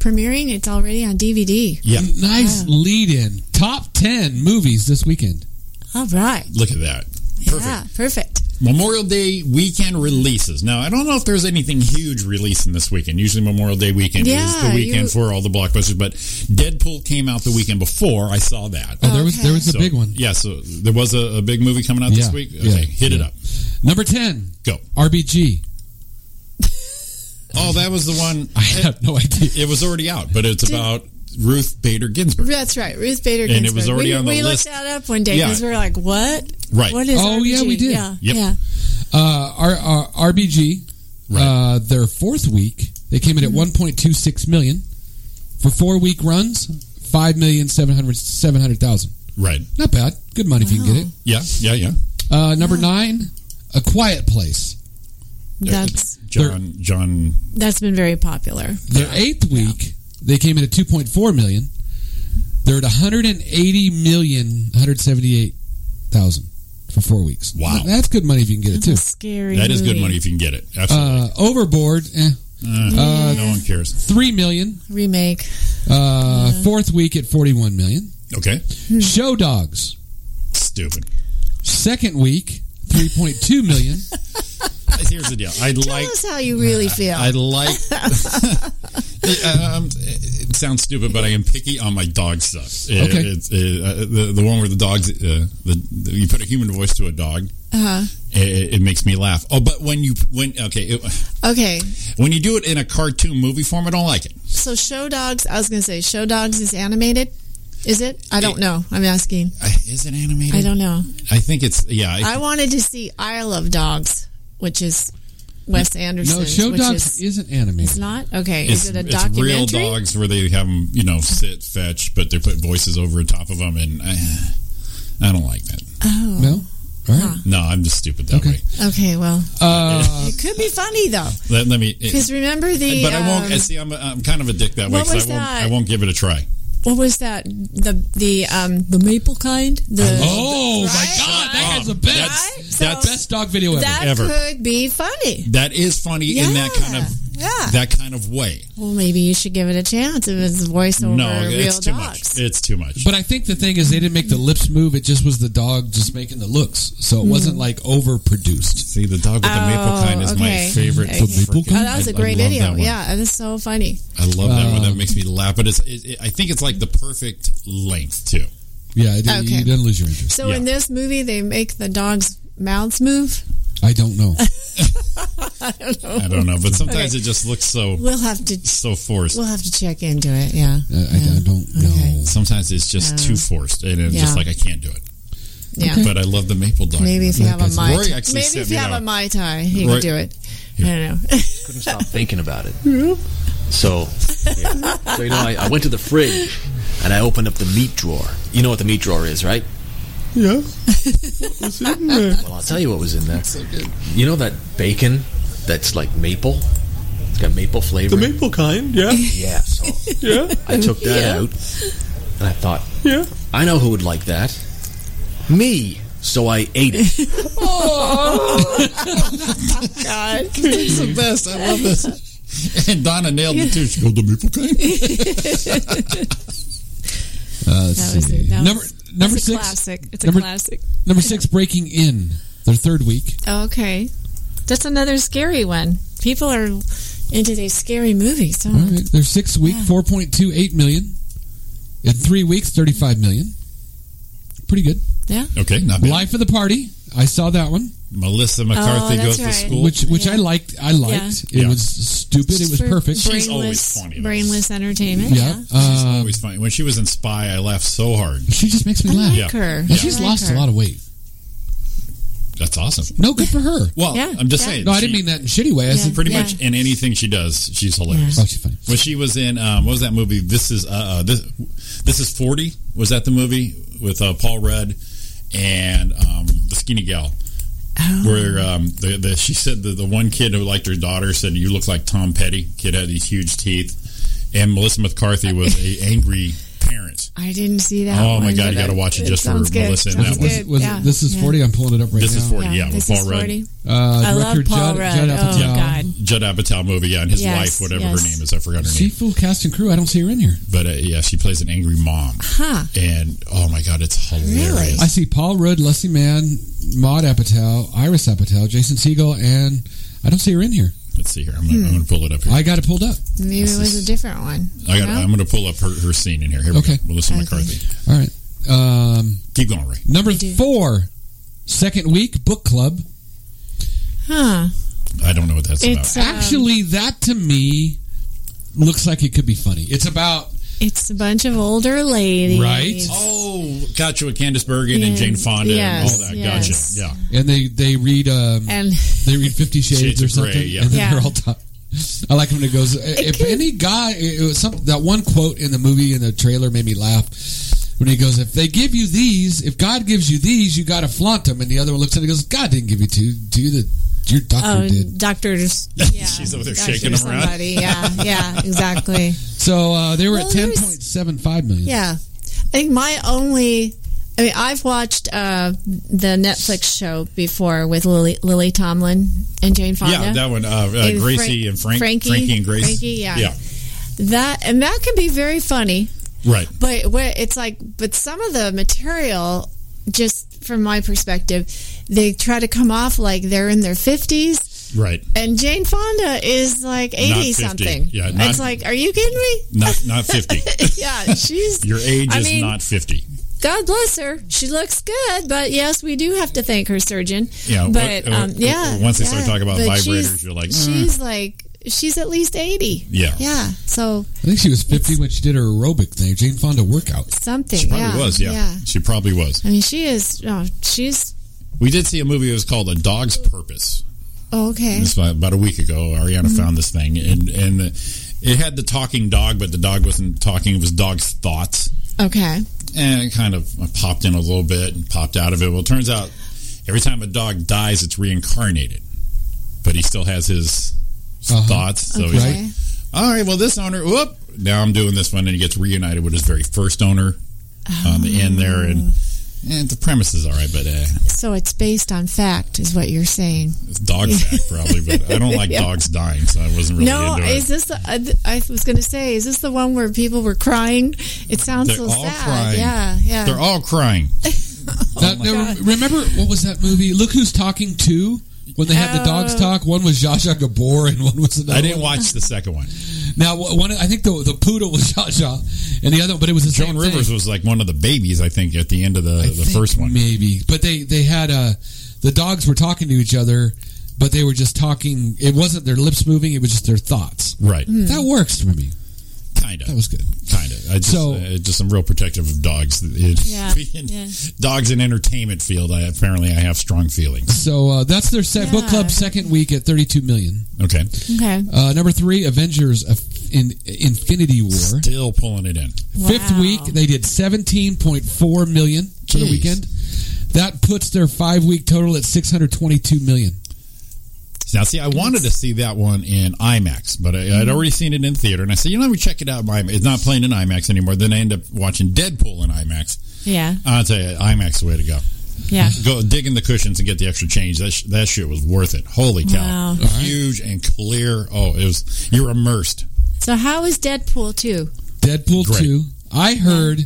Speaker 9: premiering, it's already on DVD.
Speaker 8: yeah,
Speaker 7: Nice lead in. Top 10 movies this weekend.
Speaker 9: All right,
Speaker 8: look at that. Perfect.
Speaker 9: yeah, perfect.
Speaker 8: Memorial Day weekend releases. Now, I don't know if there's anything huge releasing this weekend. Usually, Memorial Day weekend is
Speaker 9: Yeah,
Speaker 8: the weekend
Speaker 9: you-
Speaker 8: for all the blockbusters. But Deadpool came out the weekend before. I saw that.
Speaker 7: Oh, there was there was a
Speaker 8: So,
Speaker 7: big one.
Speaker 8: Yeah, so there was a, a big movie coming out this
Speaker 7: Yeah,
Speaker 8: week. Okay,
Speaker 7: yeah,
Speaker 8: hit it up.
Speaker 7: Number 10,
Speaker 8: Go.
Speaker 7: RBG.
Speaker 8: Oh, that was the one.
Speaker 7: I have no idea.
Speaker 8: It was already out, but it's about Ruth Bader Ginsburg.
Speaker 9: That's right, Ruth Bader.
Speaker 8: And it
Speaker 9: Ginsburg.
Speaker 8: was already
Speaker 9: we,
Speaker 8: on the
Speaker 9: we
Speaker 8: list.
Speaker 9: looked that up one day because
Speaker 8: Yeah.
Speaker 9: we were like, "What?
Speaker 8: Right.
Speaker 9: What is?"
Speaker 7: Oh, yeah,
Speaker 9: RBG?
Speaker 7: we did.
Speaker 9: Yeah,
Speaker 8: Yep.
Speaker 9: yeah.
Speaker 7: Uh, R, R, RBG, uh, their fourth week, they came
Speaker 8: Mm-hmm.
Speaker 7: in at 1.26 million. For four week runs, 5,700,000. 700,
Speaker 8: Right.
Speaker 7: Not bad. Good money if you can get it.
Speaker 8: Yeah, yeah, yeah.
Speaker 7: Uh, number nine, A Quiet Place.
Speaker 9: That's
Speaker 8: John, John.
Speaker 9: that's been very popular.
Speaker 7: Their eighth week, they came in at 2.4 million. They're at 180 million, 178,000 for four weeks.
Speaker 8: Wow.
Speaker 7: That's good money if you can get it, too.
Speaker 9: That's a scary.
Speaker 8: That is good
Speaker 9: movie.
Speaker 8: money if you can get it. Absolutely.
Speaker 7: Uh, Overboard, eh,
Speaker 8: Uh, no one cares.
Speaker 7: 3 million.
Speaker 9: remake.
Speaker 7: Uh, Fourth week at 41 million.
Speaker 8: Okay.
Speaker 9: Hmm.
Speaker 7: Show Dogs,
Speaker 8: Stupid.
Speaker 7: second week, 3.2 million.
Speaker 8: Here's the deal. I'd
Speaker 9: Tell
Speaker 8: like. uh,
Speaker 9: us how you really feel.
Speaker 8: I like. um, it sounds stupid, but I am picky on my dog stuff. It-
Speaker 7: Okay.
Speaker 8: it's, uh, the, the one where the dogs, uh, the, the- you put a human voice to a dog,
Speaker 9: Uh-huh.
Speaker 8: it, it makes me laugh. Oh, but when you when okay, it,
Speaker 9: Okay,
Speaker 8: when you do it in a cartoon movie form, I don't like it.
Speaker 9: so Show Dogs. I was going to say Show Dogs is animated. Is it? I don't know. I'm asking.
Speaker 8: Uh, Is it animated?
Speaker 9: I don't know.
Speaker 8: I think it's yeah. I,
Speaker 9: I wanted to see Isle of Dogs, which is Wes Anderson.
Speaker 7: No, Show
Speaker 9: which
Speaker 7: Dogs is,
Speaker 9: Is,
Speaker 7: not animated.
Speaker 9: it's not okay.
Speaker 8: it's,
Speaker 9: Is it a
Speaker 8: it's
Speaker 9: documentary?
Speaker 8: real dogs where they have them, you know, sit fetch, but they put voices over top of them, and I, I don't like that.
Speaker 9: Oh,
Speaker 7: No? All right.
Speaker 8: No, I'm just stupid that
Speaker 7: Okay.
Speaker 8: way.
Speaker 9: okay. Well,
Speaker 7: Uh,
Speaker 9: it could be funny though,
Speaker 8: Let, let me.
Speaker 9: because remember the.
Speaker 8: but I won't.
Speaker 9: um,
Speaker 8: see, I'm, I'm kind of a dick that way.
Speaker 9: what
Speaker 8: 'cause
Speaker 9: was
Speaker 8: I won't,
Speaker 9: that?
Speaker 8: I won't give it a try.
Speaker 9: what was that? The the um the maple kind. The
Speaker 7: oh, my
Speaker 9: Right?
Speaker 7: God. That
Speaker 8: Right?
Speaker 7: guy's the best.
Speaker 9: Right?
Speaker 8: that's-
Speaker 9: So
Speaker 7: Best dog video ever.
Speaker 9: that
Speaker 8: ever.
Speaker 9: could be funny.
Speaker 8: That is funny in that kind of
Speaker 9: yeah.
Speaker 8: that kind of way.
Speaker 9: well, maybe you should give it a chance if it's voiceover
Speaker 8: no,
Speaker 9: real
Speaker 8: it's too
Speaker 9: dogs.
Speaker 8: much. It's too much.
Speaker 7: But I think the thing is they didn't make the lips move. It just was the dog just making the looks. So it wasn't like overproduced.
Speaker 8: See, the dog with the maple
Speaker 9: Oh,
Speaker 8: kind is my
Speaker 9: okay.
Speaker 8: favorite.
Speaker 9: Okay.
Speaker 7: The maple
Speaker 8: freaking-
Speaker 7: kind?
Speaker 9: Oh, that was
Speaker 8: I-
Speaker 9: a great
Speaker 8: I love that
Speaker 9: video.
Speaker 8: one.
Speaker 9: Yeah, and it's so funny.
Speaker 8: I love that one. That
Speaker 7: Um,
Speaker 8: makes me laugh. But it's, it, it, I think it's like the perfect length too.
Speaker 7: Yeah, it, you didn't lose your interest.
Speaker 9: So in this movie, they make the dogs' mouths move.
Speaker 7: I don't know.
Speaker 9: I don't know.
Speaker 8: I don't know, but sometimes
Speaker 9: Okay.
Speaker 8: it just looks so
Speaker 9: We'll have to
Speaker 8: so forced.
Speaker 9: we'll have to check into it. Yeah.
Speaker 7: Uh, I, I don't know.
Speaker 8: Sometimes it's just
Speaker 9: Yeah.
Speaker 8: too forced, and it's just
Speaker 9: Yeah.
Speaker 8: like I can't do it.
Speaker 9: Yeah.
Speaker 8: But I love the maple dog.
Speaker 9: Maybe if you have a
Speaker 8: Roy
Speaker 9: mai tai,
Speaker 8: actually
Speaker 9: maybe
Speaker 8: sent
Speaker 9: if
Speaker 8: me
Speaker 9: you have
Speaker 8: that.
Speaker 9: a mai tai, you
Speaker 8: Roy-
Speaker 9: can do it. I don't
Speaker 13: Couldn't stop thinking about it.
Speaker 9: know.
Speaker 13: So, yeah. so you know, I, I went to the fridge and I opened up the meat drawer. You know what the meat drawer is, right?
Speaker 6: Yeah. What's in there?
Speaker 13: Well, I'll tell you what was in there.
Speaker 6: so good.
Speaker 13: You know that bacon that's like maple? It's got maple flavor.
Speaker 6: The maple kind, yeah.
Speaker 13: Yeah. So
Speaker 6: Yeah.
Speaker 13: I took that
Speaker 6: Yeah.
Speaker 13: out and I thought,
Speaker 6: Yeah.
Speaker 13: I know who would like that. Me. So I ate it.
Speaker 9: God.
Speaker 8: It's the best. I love this. And Donna nailed it too. She goes, the maple kind.
Speaker 7: Uh, let's
Speaker 9: That was
Speaker 7: see.
Speaker 9: it. That
Speaker 7: number
Speaker 9: was-
Speaker 7: number
Speaker 9: that's a
Speaker 7: six.
Speaker 9: classic. It's a
Speaker 7: number,
Speaker 9: classic.
Speaker 7: Number six, breaking in their third week.
Speaker 9: Okay. That's another scary one. People are into these scary movies.
Speaker 7: All
Speaker 9: Huh?
Speaker 7: right, their sixth week, four point two eight million. In three weeks, thirty five million. Pretty good.
Speaker 9: Yeah.
Speaker 8: okay, not bad.
Speaker 7: Life of the party. I saw that one,
Speaker 8: Melissa McCarthy
Speaker 9: Oh, that's
Speaker 8: goes to
Speaker 9: right.
Speaker 8: school.
Speaker 7: which which I liked. I liked. It
Speaker 8: Yeah.
Speaker 7: was stupid. It was
Speaker 9: For
Speaker 7: perfect.
Speaker 8: She's always
Speaker 9: brainless,
Speaker 8: funny, though.
Speaker 9: brainless entertainment.
Speaker 7: Yeah.
Speaker 9: Yeah.
Speaker 8: She's
Speaker 7: Uh,
Speaker 8: always funny. When she was in Spy, I laughed so hard.
Speaker 7: she just makes me
Speaker 9: I
Speaker 7: laugh.
Speaker 9: like
Speaker 8: Yeah.
Speaker 9: her.
Speaker 7: And
Speaker 9: I
Speaker 7: she's
Speaker 9: like
Speaker 7: lost
Speaker 9: her.
Speaker 7: a lot of weight.
Speaker 8: That's awesome.
Speaker 7: No, good for her.
Speaker 8: Well,
Speaker 9: Yeah,
Speaker 8: I'm just
Speaker 9: yeah.
Speaker 8: saying.
Speaker 7: No, I
Speaker 8: she-
Speaker 7: didn't mean that in a shitty way. I
Speaker 9: Yeah.
Speaker 7: said,
Speaker 8: Pretty
Speaker 9: Yeah.
Speaker 8: much in anything she does, she's hilarious.
Speaker 7: oh, she's funny.
Speaker 8: When she was in, um, what was that movie? This is uh, uh, this, this is forty. Was that the movie with uh, Paul Rudd and um, the skinny gal?
Speaker 9: Oh, Uh-huh.
Speaker 8: Where um, the, the, she said that the one kid who liked her daughter said, "You look like Tom Petty." Kid had these huge teeth, and Melissa McCarthy was a angry parent.
Speaker 9: I didn't see that.
Speaker 8: Oh, my
Speaker 9: one,
Speaker 8: God,
Speaker 9: but
Speaker 8: you gotta
Speaker 9: I-
Speaker 8: watch it just for
Speaker 9: sounds good.
Speaker 8: Melissa and
Speaker 9: Sounds
Speaker 8: that one.
Speaker 9: good.
Speaker 7: Was it- was it-
Speaker 9: yeah.
Speaker 7: this is
Speaker 9: yeah.
Speaker 7: forty. I'm pulling it up right
Speaker 8: This
Speaker 7: now.
Speaker 8: is forty, yeah, with
Speaker 9: this
Speaker 8: Paul
Speaker 9: is
Speaker 8: Rudd.
Speaker 9: 40.
Speaker 7: Uh,
Speaker 9: I love
Speaker 7: director
Speaker 9: Paul
Speaker 7: Judd,
Speaker 9: Rudd.
Speaker 7: Judd
Speaker 9: Oh,
Speaker 7: Apatow.
Speaker 9: God.
Speaker 8: Judd Apatow movie, yeah, and his
Speaker 9: Yes,
Speaker 8: wife, whatever
Speaker 9: yes.
Speaker 8: her name is, I forgot her name.
Speaker 7: See, full cast and crew. I don't see her in here.
Speaker 8: But uh, yeah, she plays an angry mom,
Speaker 9: Huh.
Speaker 8: and oh my god, it's hilarious.
Speaker 7: I see Paul Rudd, Leslie Mann, Maud Apatow, Iris Apatow, Jason Segel, and I don't see her in here.
Speaker 8: Let's see here. I'm gonna, I'm gonna pull it up here.
Speaker 7: I got it pulled up.
Speaker 9: Maybe it
Speaker 8: This
Speaker 9: was
Speaker 8: is-
Speaker 9: a different one.
Speaker 8: I got.
Speaker 9: No?
Speaker 8: I'm gonna pull up her, her scene in here. Here we
Speaker 7: Okay.
Speaker 8: go. Melissa
Speaker 9: Okay.
Speaker 8: McCarthy.
Speaker 7: All right. Um,
Speaker 8: Keep going, Ray.
Speaker 7: number
Speaker 9: I do.
Speaker 7: four, second week book club.
Speaker 9: Huh.
Speaker 8: I don't know what that's
Speaker 9: It's
Speaker 8: about.
Speaker 9: um,
Speaker 7: Actually, that to me looks like it could be funny. It's about
Speaker 9: it's a bunch of older ladies,
Speaker 7: Right?
Speaker 8: Oh, gotcha. With Candace Bergen and
Speaker 9: Yeah.
Speaker 8: Jane Fonda
Speaker 9: Yes,
Speaker 8: and all that.
Speaker 9: yes.
Speaker 8: Gotcha. Yeah.
Speaker 7: and they they read um,
Speaker 9: And
Speaker 7: they read Fifty Shades,
Speaker 8: Shades
Speaker 7: or
Speaker 8: of Grey,
Speaker 7: something,
Speaker 8: yeah.
Speaker 7: and then
Speaker 9: Yeah.
Speaker 7: they're all top. I like when it goes. if
Speaker 9: could-
Speaker 7: any guy, it was some, that one quote in the movie in the trailer made me laugh. When he goes, if they give you these, if God gives you these, you got to flaunt them. And the other one looks at it and goes, God didn't give you two. Do you the your doctor
Speaker 9: oh,
Speaker 7: did.
Speaker 9: doctors. Yeah.
Speaker 8: She's over there
Speaker 9: Doctor
Speaker 8: shaking them around.
Speaker 9: somebody. Yeah, yeah, exactly.
Speaker 7: So uh, they were
Speaker 9: Well,
Speaker 7: at ten
Speaker 9: there's-
Speaker 7: point seven five million.
Speaker 9: Yeah. I think my only. I mean, I've watched uh, the Netflix show before with Lily, Lily Tomlin and Jane Fonda.
Speaker 8: Yeah, that one. Uh, uh,
Speaker 9: Hey,
Speaker 8: Gracie
Speaker 9: Frank-
Speaker 8: and Frank.
Speaker 9: Frankie.
Speaker 8: Frankie and Grace.
Speaker 9: Frankie, yeah.
Speaker 8: Yeah.
Speaker 9: that and that can be very funny,
Speaker 8: Right.
Speaker 9: but where it's like, but some of the material, just from my perspective, they try to come off like they're in their fifties,
Speaker 8: Right.
Speaker 9: and Jane Fonda is like
Speaker 8: 50.
Speaker 9: eighty something.
Speaker 8: Yeah, not-
Speaker 9: it's like, are you kidding me?
Speaker 8: Not not fifty.
Speaker 9: yeah, she's
Speaker 8: Your age
Speaker 9: I
Speaker 8: is
Speaker 9: mean,
Speaker 8: not fifty.
Speaker 9: God bless her. She looks good, but yes, we do have to thank her surgeon.
Speaker 8: Yeah,
Speaker 9: but
Speaker 8: what-
Speaker 9: um,
Speaker 8: what-
Speaker 9: yeah.
Speaker 8: once they start
Speaker 9: yeah.
Speaker 8: talking about
Speaker 9: But
Speaker 8: vibrators,
Speaker 9: she's-
Speaker 8: you're like, mm.
Speaker 9: she's like, she's at least eighty.
Speaker 8: Yeah.
Speaker 9: yeah. So
Speaker 7: I think she was fifty when she did her aerobic thing, Jane Fonda workout.
Speaker 9: something.
Speaker 8: She probably
Speaker 9: yeah,
Speaker 8: was. Yeah. She probably was.
Speaker 9: I mean, she is. Oh, she's
Speaker 8: We did see a movie. It was called A Dog's Purpose.
Speaker 9: oh, okay. Mm-hmm.
Speaker 8: This was about a week ago, Ariana found this thing, and and it had the talking dog, but the dog wasn't talking; it was dog's thoughts,
Speaker 9: Okay.
Speaker 8: and it kind of uh, popped in a little bit and popped out of it. Well, it turns out every time a dog dies, it's reincarnated, but he still has his
Speaker 7: Uh-huh.
Speaker 8: thoughts. So
Speaker 9: Okay.
Speaker 8: he's like, all right, well, this owner, whoop, now I'm doing this one, and he gets reunited with his very first owner on the end there, and. And the premise is all right, but uh,
Speaker 9: So it's based on fact, is what you're saying.
Speaker 8: it's dog fact probably. But I don't like
Speaker 9: Yeah.
Speaker 8: dogs dying, so I wasn't really
Speaker 9: no,
Speaker 8: into it.
Speaker 9: is this? The, I, I was going to say, is this the one where people were crying? It sounds
Speaker 8: They're
Speaker 9: so
Speaker 8: all
Speaker 9: sad.
Speaker 8: crying.
Speaker 9: Yeah, yeah.
Speaker 8: They're all crying.
Speaker 7: That- now,
Speaker 9: Oh God.
Speaker 7: remember what was that movie? Look who's talking to. When they had the dogs
Speaker 9: Oh.
Speaker 7: talk, one was Zsa Zsa Gabor and one was another.
Speaker 8: I didn't
Speaker 7: one.
Speaker 8: watch the second one.
Speaker 7: Now, wh- one I think the the poodle was Zsa Zsa, and the other, but it was the
Speaker 8: Joan
Speaker 7: same
Speaker 8: Rivers
Speaker 7: thing.
Speaker 8: was like one of the babies, I think, at the end of the, the first one.
Speaker 7: Maybe, but they they had uh, the dogs were talking to each other, but they were just talking. It wasn't their lips moving; it was just their thoughts.
Speaker 8: Right.
Speaker 9: Hmm.
Speaker 7: That works for me.
Speaker 8: Kinda.
Speaker 7: Hmm. That was good.
Speaker 8: Kinda. I just,
Speaker 7: So-
Speaker 8: uh, just I'm real protective of dogs. It-
Speaker 9: Yeah. yeah.
Speaker 8: Dogs in entertainment field. I apparently I have strong feelings.
Speaker 7: So uh, that's their set book club second week at thirty two million.
Speaker 8: Okay.
Speaker 9: Okay.
Speaker 7: Uh, number three, Avengers of in Infinity War.
Speaker 8: Still pulling it in.
Speaker 7: Fifth
Speaker 9: Wow.
Speaker 7: week, they did seventeen point four million for the
Speaker 8: Jeez.
Speaker 7: weekend. That puts their five week total at six hundred twenty two million.
Speaker 8: Now, see, I wanted to see that one in IMAX, but I, I'd already seen it in theater, and I said, you know, let me check it out. in IMAX. It's not playing in IMAX anymore. Then I end up watching Deadpool in IMAX.
Speaker 9: Yeah.
Speaker 8: I'll tell you, IMAX is the way to go.
Speaker 9: Yeah.
Speaker 8: Go dig in the cushions and get the extra change. That sh- that shit was worth it. Holy cow!
Speaker 9: Wow.
Speaker 8: Huge and clear. Oh, it was. You're immersed.
Speaker 9: So how is Deadpool two?
Speaker 7: Deadpool
Speaker 8: Great.
Speaker 7: two. I heard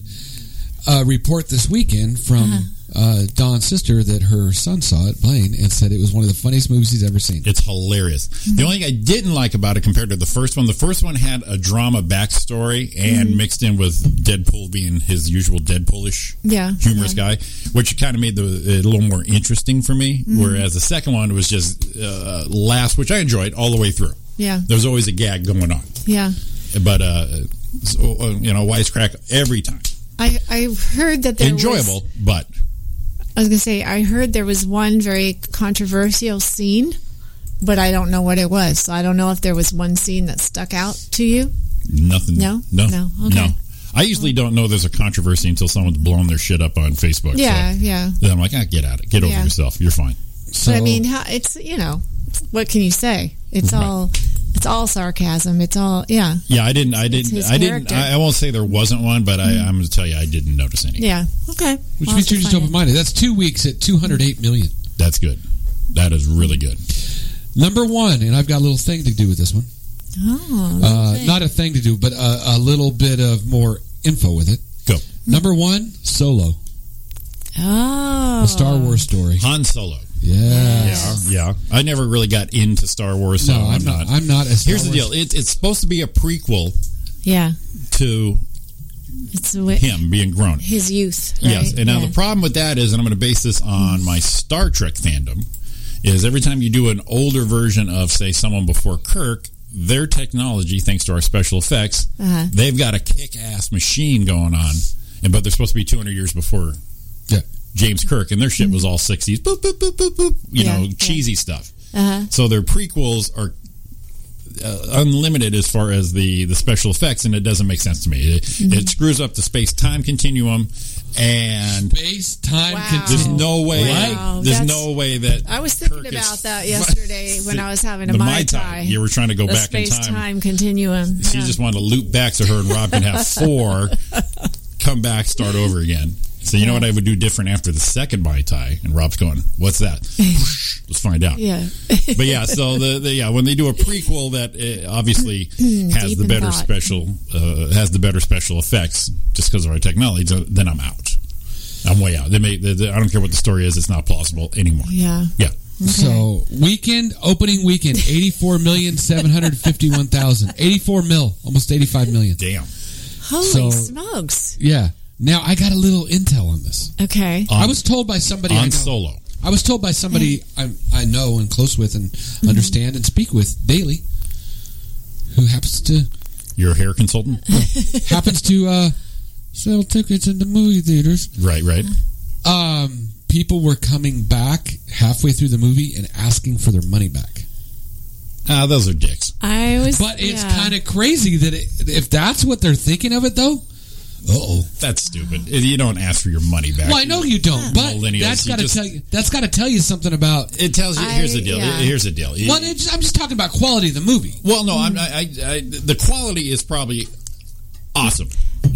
Speaker 7: a report this weekend from uh
Speaker 9: Uh-huh.
Speaker 7: Dawn's sister that her son saw it playing and said it was one of the funniest movies he's ever seen.
Speaker 8: It's hilarious. The only thing I didn't like about it compared to the first one, the first one had a drama backstory and mixed in with Deadpool being his usual Deadpoolish
Speaker 9: Yeah.
Speaker 8: humorous guy, which kind of made the it a little more interesting for me.
Speaker 9: Mm-hmm.
Speaker 8: Whereas the second one was just uh, laughs, which I enjoyed all the way through.
Speaker 9: Yeah.
Speaker 8: There was always a gag going on,
Speaker 9: Yeah.
Speaker 8: but uh, so, uh, you know, wisecrack every time.
Speaker 9: I I heard that there
Speaker 8: Enjoyable,
Speaker 9: Was,
Speaker 8: but
Speaker 9: I was gonna say I heard there was one very controversial scene, but I don't know what it was. So I don't know if there was one scene that stuck out to you.
Speaker 8: nothing.
Speaker 9: No?
Speaker 8: no,
Speaker 9: No, okay.
Speaker 8: no. I usually don't know there's a controversy until someone's blown their shit up on Facebook. so
Speaker 9: Yeah. Yeah.
Speaker 8: then I'm like, ah, get out of it. Get over
Speaker 9: Yeah.
Speaker 8: yourself. You're fine.
Speaker 7: So,
Speaker 9: but I mean, how, it's you know, what can you say? It's
Speaker 8: Right.
Speaker 9: all it's all sarcasm. It's all yeah.
Speaker 8: Yeah, I didn't. I
Speaker 9: It's
Speaker 8: didn't.
Speaker 9: his
Speaker 8: I didn't.
Speaker 9: character. Mm-hmm.
Speaker 8: I, I won't say there wasn't one, but I, I'm going to tell you, I didn't notice any.
Speaker 9: Yeah. Okay.
Speaker 7: which
Speaker 9: Well,
Speaker 7: means you're
Speaker 9: that's
Speaker 7: just
Speaker 9: fine.
Speaker 7: open minded. That's two weeks at two hundred eight million.
Speaker 8: That's good. That is really good.
Speaker 7: Number one, and I've got a little thing to do with this one.
Speaker 9: Oh.
Speaker 7: Uh,
Speaker 9: okay.
Speaker 7: not a thing to do, but a, a little bit of more info with it.
Speaker 8: Go.
Speaker 7: Number one, Solo,
Speaker 9: Oh.
Speaker 7: the Star Wars story.
Speaker 8: Han Solo.
Speaker 7: Yes.
Speaker 8: Yeah, I never really got into Star Wars, so
Speaker 7: No, I'm not. I'm not. A Star
Speaker 8: Here's the
Speaker 7: Wars-
Speaker 8: deal. It, it's supposed to be a prequel
Speaker 9: Yeah.
Speaker 8: to
Speaker 9: It's the way-
Speaker 8: him being grown.
Speaker 9: his youth. Right?
Speaker 8: Yes. And now
Speaker 9: yeah.
Speaker 8: the problem with that is, and I'm going to base this on my Star Trek fandom, is every time you do an older version of, say, someone before Kirk, their technology, thanks to our special effects,
Speaker 9: Uh-huh.
Speaker 8: they've got a kick-ass machine going on, and but they're supposed to be 200 years before
Speaker 7: Yeah.
Speaker 8: James Kirk, and their shit was all 60s, boop boop boop boop boop, you
Speaker 9: Yeah,
Speaker 8: know,
Speaker 9: yeah.
Speaker 8: cheesy stuff.
Speaker 9: Uh-huh.
Speaker 8: So their prequels are uh, unlimited as far as the the special effects, and it doesn't make sense to me. It,
Speaker 9: Mm-hmm.
Speaker 8: it screws up the space time continuum, and
Speaker 7: Space time
Speaker 9: Wow.
Speaker 8: there's
Speaker 7: continuum.
Speaker 8: no way.
Speaker 9: Wow,
Speaker 8: there's
Speaker 9: that's-
Speaker 8: no way that
Speaker 9: I was thinking
Speaker 8: Kirk is-
Speaker 9: about that yesterday when I was having a
Speaker 8: the
Speaker 9: Mai Tai.
Speaker 8: You were trying to go
Speaker 9: the
Speaker 8: back in
Speaker 9: space
Speaker 8: time.
Speaker 9: time continuum.
Speaker 8: She
Speaker 9: Yeah.
Speaker 8: just wanted to loop back so her and Rob can have four, come back, start over again. So you know what I would do different after the second Mai Tai? And Rob's going, "What's that? Let's find out."
Speaker 9: yeah.
Speaker 8: But yeah, so the, the yeah when they do a prequel that uh, obviously has
Speaker 9: Deep
Speaker 8: the
Speaker 9: in
Speaker 8: better
Speaker 9: thought.
Speaker 8: special uh, has the better special effects just because of our technology, so then I'm out. I'm way out. They may, they, they- I don't care what the story is; it's not plausible anymore.
Speaker 9: Yeah.
Speaker 8: Yeah.
Speaker 7: So weekend opening weekend eighty four million seven hundred fifty one thousand eighty four mil almost eighty five million
Speaker 8: Damn.
Speaker 9: Holy
Speaker 7: So-
Speaker 9: smokes.
Speaker 7: yeah now I got a little intel on this
Speaker 9: Okay.
Speaker 8: On-
Speaker 7: I was told by somebody I
Speaker 8: On
Speaker 7: know,
Speaker 8: solo.
Speaker 7: I was told by somebody I, I know and close with and understand and speak with daily who happens to
Speaker 8: You're a hair consultant?
Speaker 7: happens to uh, sell tickets in the movie theaters
Speaker 8: right, right.
Speaker 7: um, people were coming back halfway through the movie and asking for their money back
Speaker 8: Ah, those are dicks.
Speaker 9: I was.
Speaker 7: but it's kind of crazy that it, if that's what they're thinking of it though
Speaker 8: Oh, that's stupid. You don't ask for your money back.
Speaker 7: Well, I know you don't, but
Speaker 8: Millennials,
Speaker 7: that's
Speaker 8: you
Speaker 7: got to
Speaker 8: just-
Speaker 7: tell you. That's got to tell you something about.
Speaker 8: It tells you.
Speaker 9: I-
Speaker 8: Here's the deal.
Speaker 9: yeah.
Speaker 8: Here's the deal.
Speaker 7: Well, it's I'm just talking about quality of the movie.
Speaker 8: Well, no, I'm, I, I, I, the quality is probably awesome.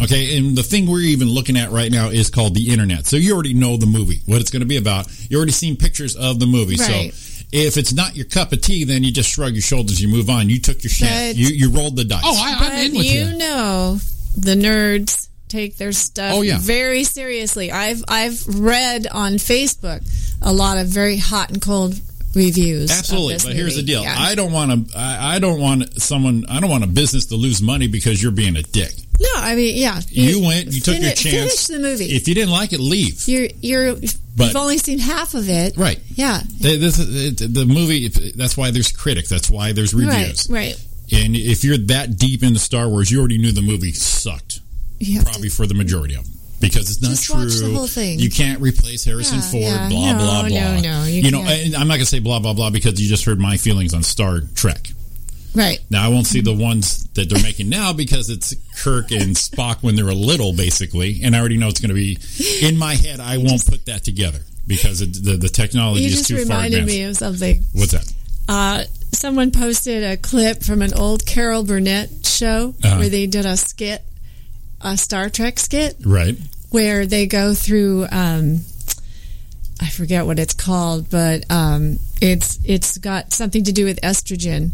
Speaker 8: Okay, and the thing we're even looking at right now is called the internet. So you already know the movie, what it's going to be about. You already seen pictures of the movie.
Speaker 9: Right.
Speaker 8: So if it's not your cup of tea, then you just shrug your shoulders, you move on. You took your chance.
Speaker 9: But-
Speaker 8: You, you rolled the dice.
Speaker 7: Oh, I, I'm in
Speaker 9: But
Speaker 7: with you.
Speaker 9: you know, the nerds take their stuff
Speaker 8: Oh, yeah.
Speaker 9: very seriously. I've I've read on Facebook a lot of very hot and cold reviews. of
Speaker 8: Absolutely,
Speaker 9: this
Speaker 8: but here's the
Speaker 9: movie.
Speaker 8: deal:
Speaker 9: Yeah.
Speaker 8: I don't want to. I, I don't want someone. I don't want a business to lose money because you're being a dick.
Speaker 9: no, I mean, yeah,
Speaker 8: You went. You took your
Speaker 9: fini-
Speaker 8: chance.
Speaker 9: Finish the movie.
Speaker 8: If you didn't like it, leave.
Speaker 9: you're you're
Speaker 8: But-
Speaker 9: you've only seen half of it,
Speaker 8: Right.
Speaker 9: Yeah,
Speaker 8: They- This, the, the movie. That's why there's critics. That's why there's reviews.
Speaker 9: right, right.
Speaker 8: And if you're that deep into Star Wars, you already knew the movie sucked.
Speaker 9: You have
Speaker 8: Probably for the majority of them. Because it's not
Speaker 9: Just
Speaker 8: true.
Speaker 9: watch the whole thing.
Speaker 8: You can't replace Harrison
Speaker 9: Yeah,
Speaker 8: Ford,
Speaker 9: yeah.
Speaker 8: blah,
Speaker 9: No,
Speaker 8: blah, blah.
Speaker 9: no, no, you
Speaker 8: you know,
Speaker 9: can't.
Speaker 8: and I'm not going to say blah, blah, blah because you just heard my feelings on Star Trek.
Speaker 9: to, right.
Speaker 8: Now, I won't see the ones that they're making now because it's Kirk and Spock when they were little, basically. And I already know it's going to be in my head. I won't put that together because it, the, the technology
Speaker 9: You
Speaker 8: is
Speaker 9: just
Speaker 8: too far
Speaker 9: reminded
Speaker 8: advanced.
Speaker 9: me of something.
Speaker 8: What's that?
Speaker 9: Uh, someone posted a clip from an old Carol Burnett show
Speaker 8: Uh-huh.
Speaker 9: where they did a skit, a Star Trek skit,
Speaker 8: Right.
Speaker 9: where they go through. Um, I forget what it's called, but um, it's it's got something to do with estrogen,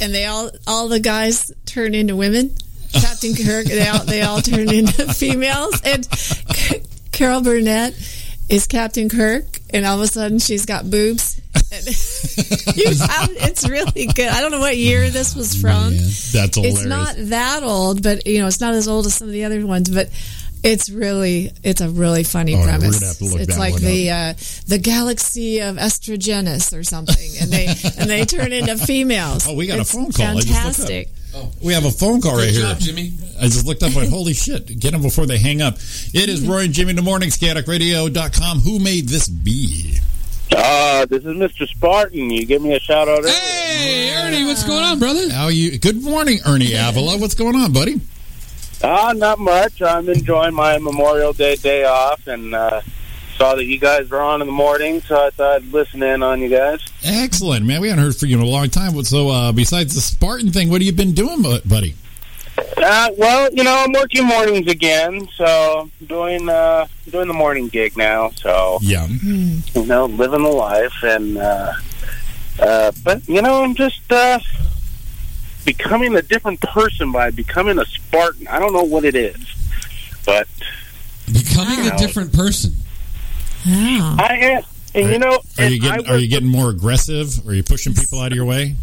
Speaker 9: and they all all the guys turn into women. Captain Kirk, they all they all turn into females, and Carol Burnett is Captain Kirk, and all of a sudden she's got boobs. And you found- it's really good. I don't know what year this was
Speaker 8: Oh,
Speaker 9: from.
Speaker 8: That's hilarious.
Speaker 9: It's not that old, but you know, it's not as old as some of the other ones, but it's really it's a really funny
Speaker 8: All right, we're
Speaker 9: premise.
Speaker 8: gonna have to look
Speaker 9: it's
Speaker 8: that
Speaker 9: like
Speaker 8: one
Speaker 9: the uh, the galaxy of estrogenus or something, and they and they turn into females.
Speaker 8: Oh, we got a
Speaker 9: It's
Speaker 8: phone call. I just looked up.
Speaker 9: Fantastic.
Speaker 8: We have a phone call
Speaker 7: Good
Speaker 8: right
Speaker 7: job,
Speaker 8: here.
Speaker 7: Jimmy.
Speaker 8: I just looked up and went, holy shit, get them before they hang up. It is Roy and Jimmy in the morning, scatticradio.com. Who made this be?
Speaker 14: Uh, this is Mr. Spartan. You gave me a shout out.
Speaker 7: Hey, Ernie, what's going on, brother?
Speaker 8: How you? Good morning, Ernie Avila. What's going on, buddy?
Speaker 14: Ah, not much. I'm enjoying my Memorial Day day off, and uh, saw that you guys were on in the morning, so I thought I'd listen in on you guys.
Speaker 8: Excellent, man. We haven't heard from you in a long time. So, uh, besides the Spartan thing, what have you been doing, bu- buddy?
Speaker 14: Uh, well, you know, I'm working mornings again, so I'm doing uh, doing the morning gig now. So
Speaker 8: Yeah.
Speaker 14: you know, living the life, and uh, uh, but you know, I'm just uh, becoming a different person by becoming a Spartan. I don't know what it is, but
Speaker 7: Becoming
Speaker 14: Wow.
Speaker 7: a different person.
Speaker 14: I am. And you know,
Speaker 8: Are you
Speaker 14: and I
Speaker 8: getting Are
Speaker 14: was-
Speaker 8: you getting more aggressive? Are you pushing people out of your way?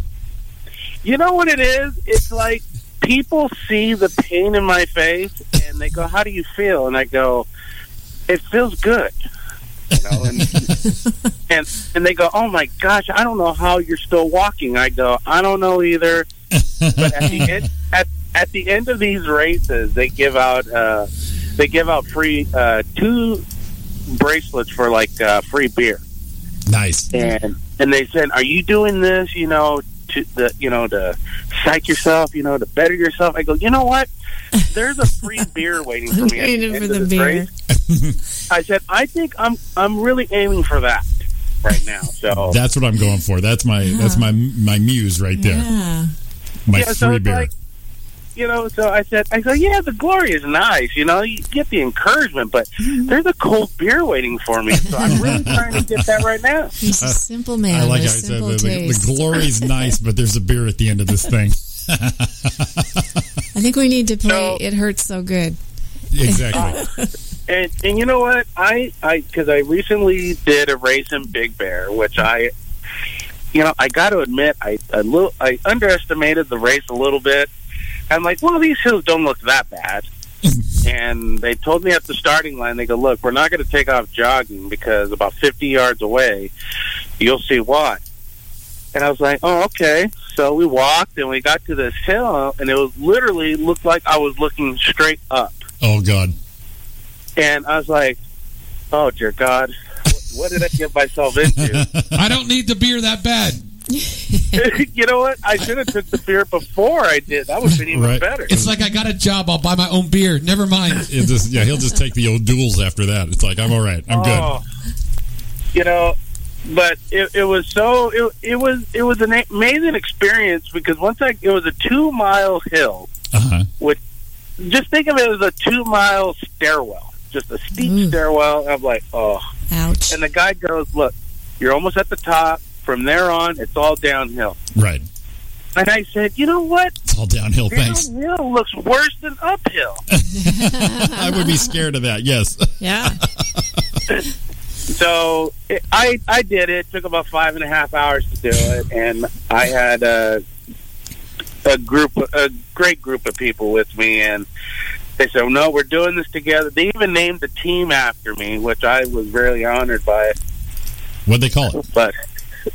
Speaker 14: You know what it is? It's like people see the pain in my face and they go, "How do you feel?" And I go, "It feels good." You know, and and and they go, "Oh my gosh, I don't know how you're still walking." I go, "I don't know either." But at the end at at the end of these races, they give out uh, they give out free uh, two bracelets for like uh, free beer
Speaker 8: Nice.
Speaker 14: and and they said, "Are you doing this? You know, to the you know to psych yourself, you know, to better yourself." I go, "You know what? There's a free beer waiting for
Speaker 9: I'm
Speaker 14: me." at
Speaker 9: waiting
Speaker 14: end
Speaker 9: for
Speaker 14: of
Speaker 9: the
Speaker 14: this
Speaker 9: beer.
Speaker 14: race." I said, "I think I'm I'm really aiming for that right now." So
Speaker 8: That's what I'm going for. That's my that's my my muse right there.
Speaker 9: Yeah.
Speaker 8: My
Speaker 14: yeah, so
Speaker 8: free
Speaker 14: it's
Speaker 8: beer.
Speaker 14: like, you know, so I said, I go, yeah, the glory is nice. You know, you get the encouragement, but there's a cold beer waiting for me. So I'm really trying to get that right now.
Speaker 9: He's a simple man.
Speaker 8: Uh, I like how
Speaker 9: with
Speaker 8: I said
Speaker 9: simple
Speaker 8: the, the,
Speaker 9: taste.
Speaker 8: the glory's nice, but there's a beer at the end of this thing.
Speaker 9: I think we need to play It Hurts So Good.
Speaker 8: exactly.
Speaker 14: And and you know what? I I because I recently did a race in Big Bear, which I, you know, I got to admit, I a little I underestimated the race a little bit. I'm like, well, these hills don't look that bad. and they told me at the starting line, they go, look, we're not going to take off jogging because about 50 yards away, you'll see why. And I was like, oh, okay. So we walked and we got to this hill, and it was literally looked like I was looking straight up.
Speaker 8: Oh God.
Speaker 14: And I was like, oh, dear God, what, what did I get myself into?
Speaker 7: I don't need the beer that bad.
Speaker 14: you know what? I should have took the beer before I did. That would have been even
Speaker 8: Right.
Speaker 14: better.
Speaker 7: It's like I got a job. I'll buy my own Oh, beer. Never mind.
Speaker 8: It just, yeah, he'll just take the old duels after that. It's like I'm all right. I'm good.
Speaker 14: Oh, you know, but it, it was so it, it was it was an amazing experience because once I it was a two mile hill,
Speaker 8: Uh-huh.
Speaker 14: which just think of it as a two mile stairwell, just a steep stairwell. I'm like, oh,
Speaker 9: ouch!
Speaker 14: And the guy goes, look, you're almost at the top. From there on, it's all downhill.
Speaker 8: Right.
Speaker 14: And I said, you know what?
Speaker 8: It's all downhill. Thanks.
Speaker 14: Downhill looks worse than uphill.
Speaker 8: I would be scared of that. Yes.
Speaker 9: Yeah.
Speaker 14: So it, I I did it. Took about five and a half hours to do it, and I had a a group a great group of people with me, and they said, "No, we're doing this together." They even named the team after me, which I was really honored by.
Speaker 8: What they call it?
Speaker 14: But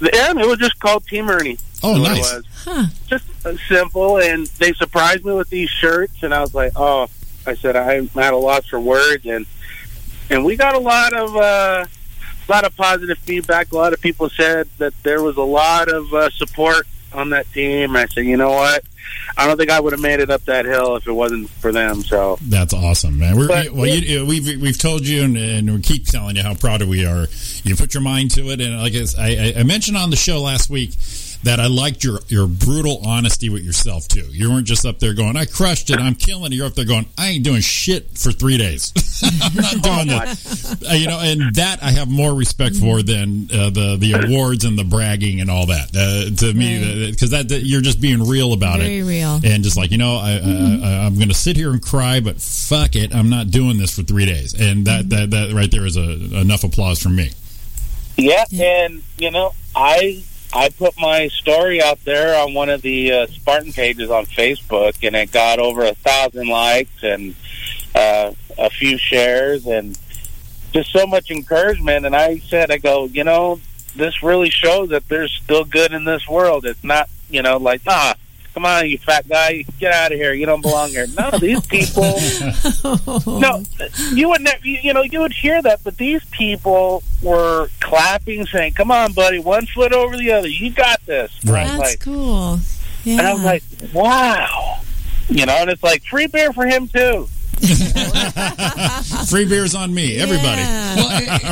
Speaker 14: and it was just called Team Ernie.
Speaker 8: Oh,
Speaker 14: That's what it
Speaker 8: nice.
Speaker 14: was. Just uh, simple, and they surprised me with these shirts, and I was like, "Oh," I said, "I'm at a loss for words," and and we got a lot of uh, a lot of positive feedback. A lot of people said that there was a lot of uh, support on that team. I said, "You know what? I don't think I would have made it up that hill if it wasn't for them." So
Speaker 8: That's awesome, man. We're,
Speaker 14: But-
Speaker 8: well, you, we've we've told you, and, and we keep telling you how proud we are. You put your mind to it, and like I s- I, I- I mentioned on the show last week, that I liked your your brutal honesty with yourself too. You weren't just up there going, "I crushed it, I'm killing it." You're up there going, "I ain't doing shit for three days. I'm not doing this." Uh, you know, and that I have more respect for than uh, the the awards and the bragging and all that. Uh, to me, because that, that you're just being real about it.
Speaker 9: Very real.
Speaker 14: Uh-huh.
Speaker 8: And just like you know, I,
Speaker 14: Mm-hmm.
Speaker 8: I, I I'm going to sit here and cry, but fuck it, I'm not doing this for three days. And that that,
Speaker 14: Mm-hmm.
Speaker 8: that right there is a, enough applause from me.
Speaker 14: Yeah, and you know, I I put my story out there on one of the uh, Spartan pages on Facebook, and it got over a thousand likes and uh, a few shares, and just so much encouragement. And I said, I go, you know, this really shows that there's still good in this world. It's not, you know, like ah. Come on, you fat guy, get out of here. You don't belong here. No, these people. No, you would never. You, you know, you would hear that, but these people were clapping, saying, "Come on, buddy, one foot over the other. You got this."
Speaker 8: Right.
Speaker 9: That's
Speaker 14: Like,
Speaker 9: cool. Yeah.
Speaker 14: And I'm like, wow. You know, and it's like free beer for him too.
Speaker 8: Free beers on me, everybody.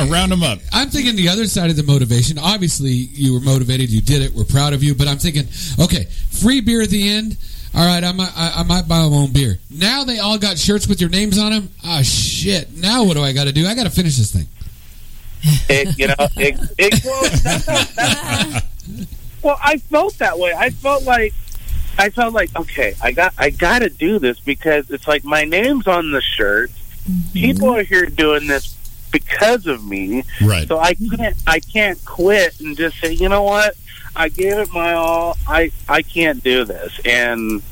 Speaker 8: Round them up.
Speaker 7: I'm thinking the other side of the motivation. Obviously, you were motivated. You did it. We're proud of you. But I'm thinking, okay, free beer at the end. All right, I might, I, I might buy my own beer. Now they all got shirts with your names on them. Ah, shit. Now what do I got to do? I got to finish this thing.
Speaker 14: It, you know, it, it well, that's how, that's, well, I felt that way. I felt like I felt like okay, I got I got to do this because it's like my name's on the shirt. People are here doing this because of me.
Speaker 8: Right.
Speaker 14: So I can't I can't quit and just say, you know what? I gave it my all. I I can't do this. And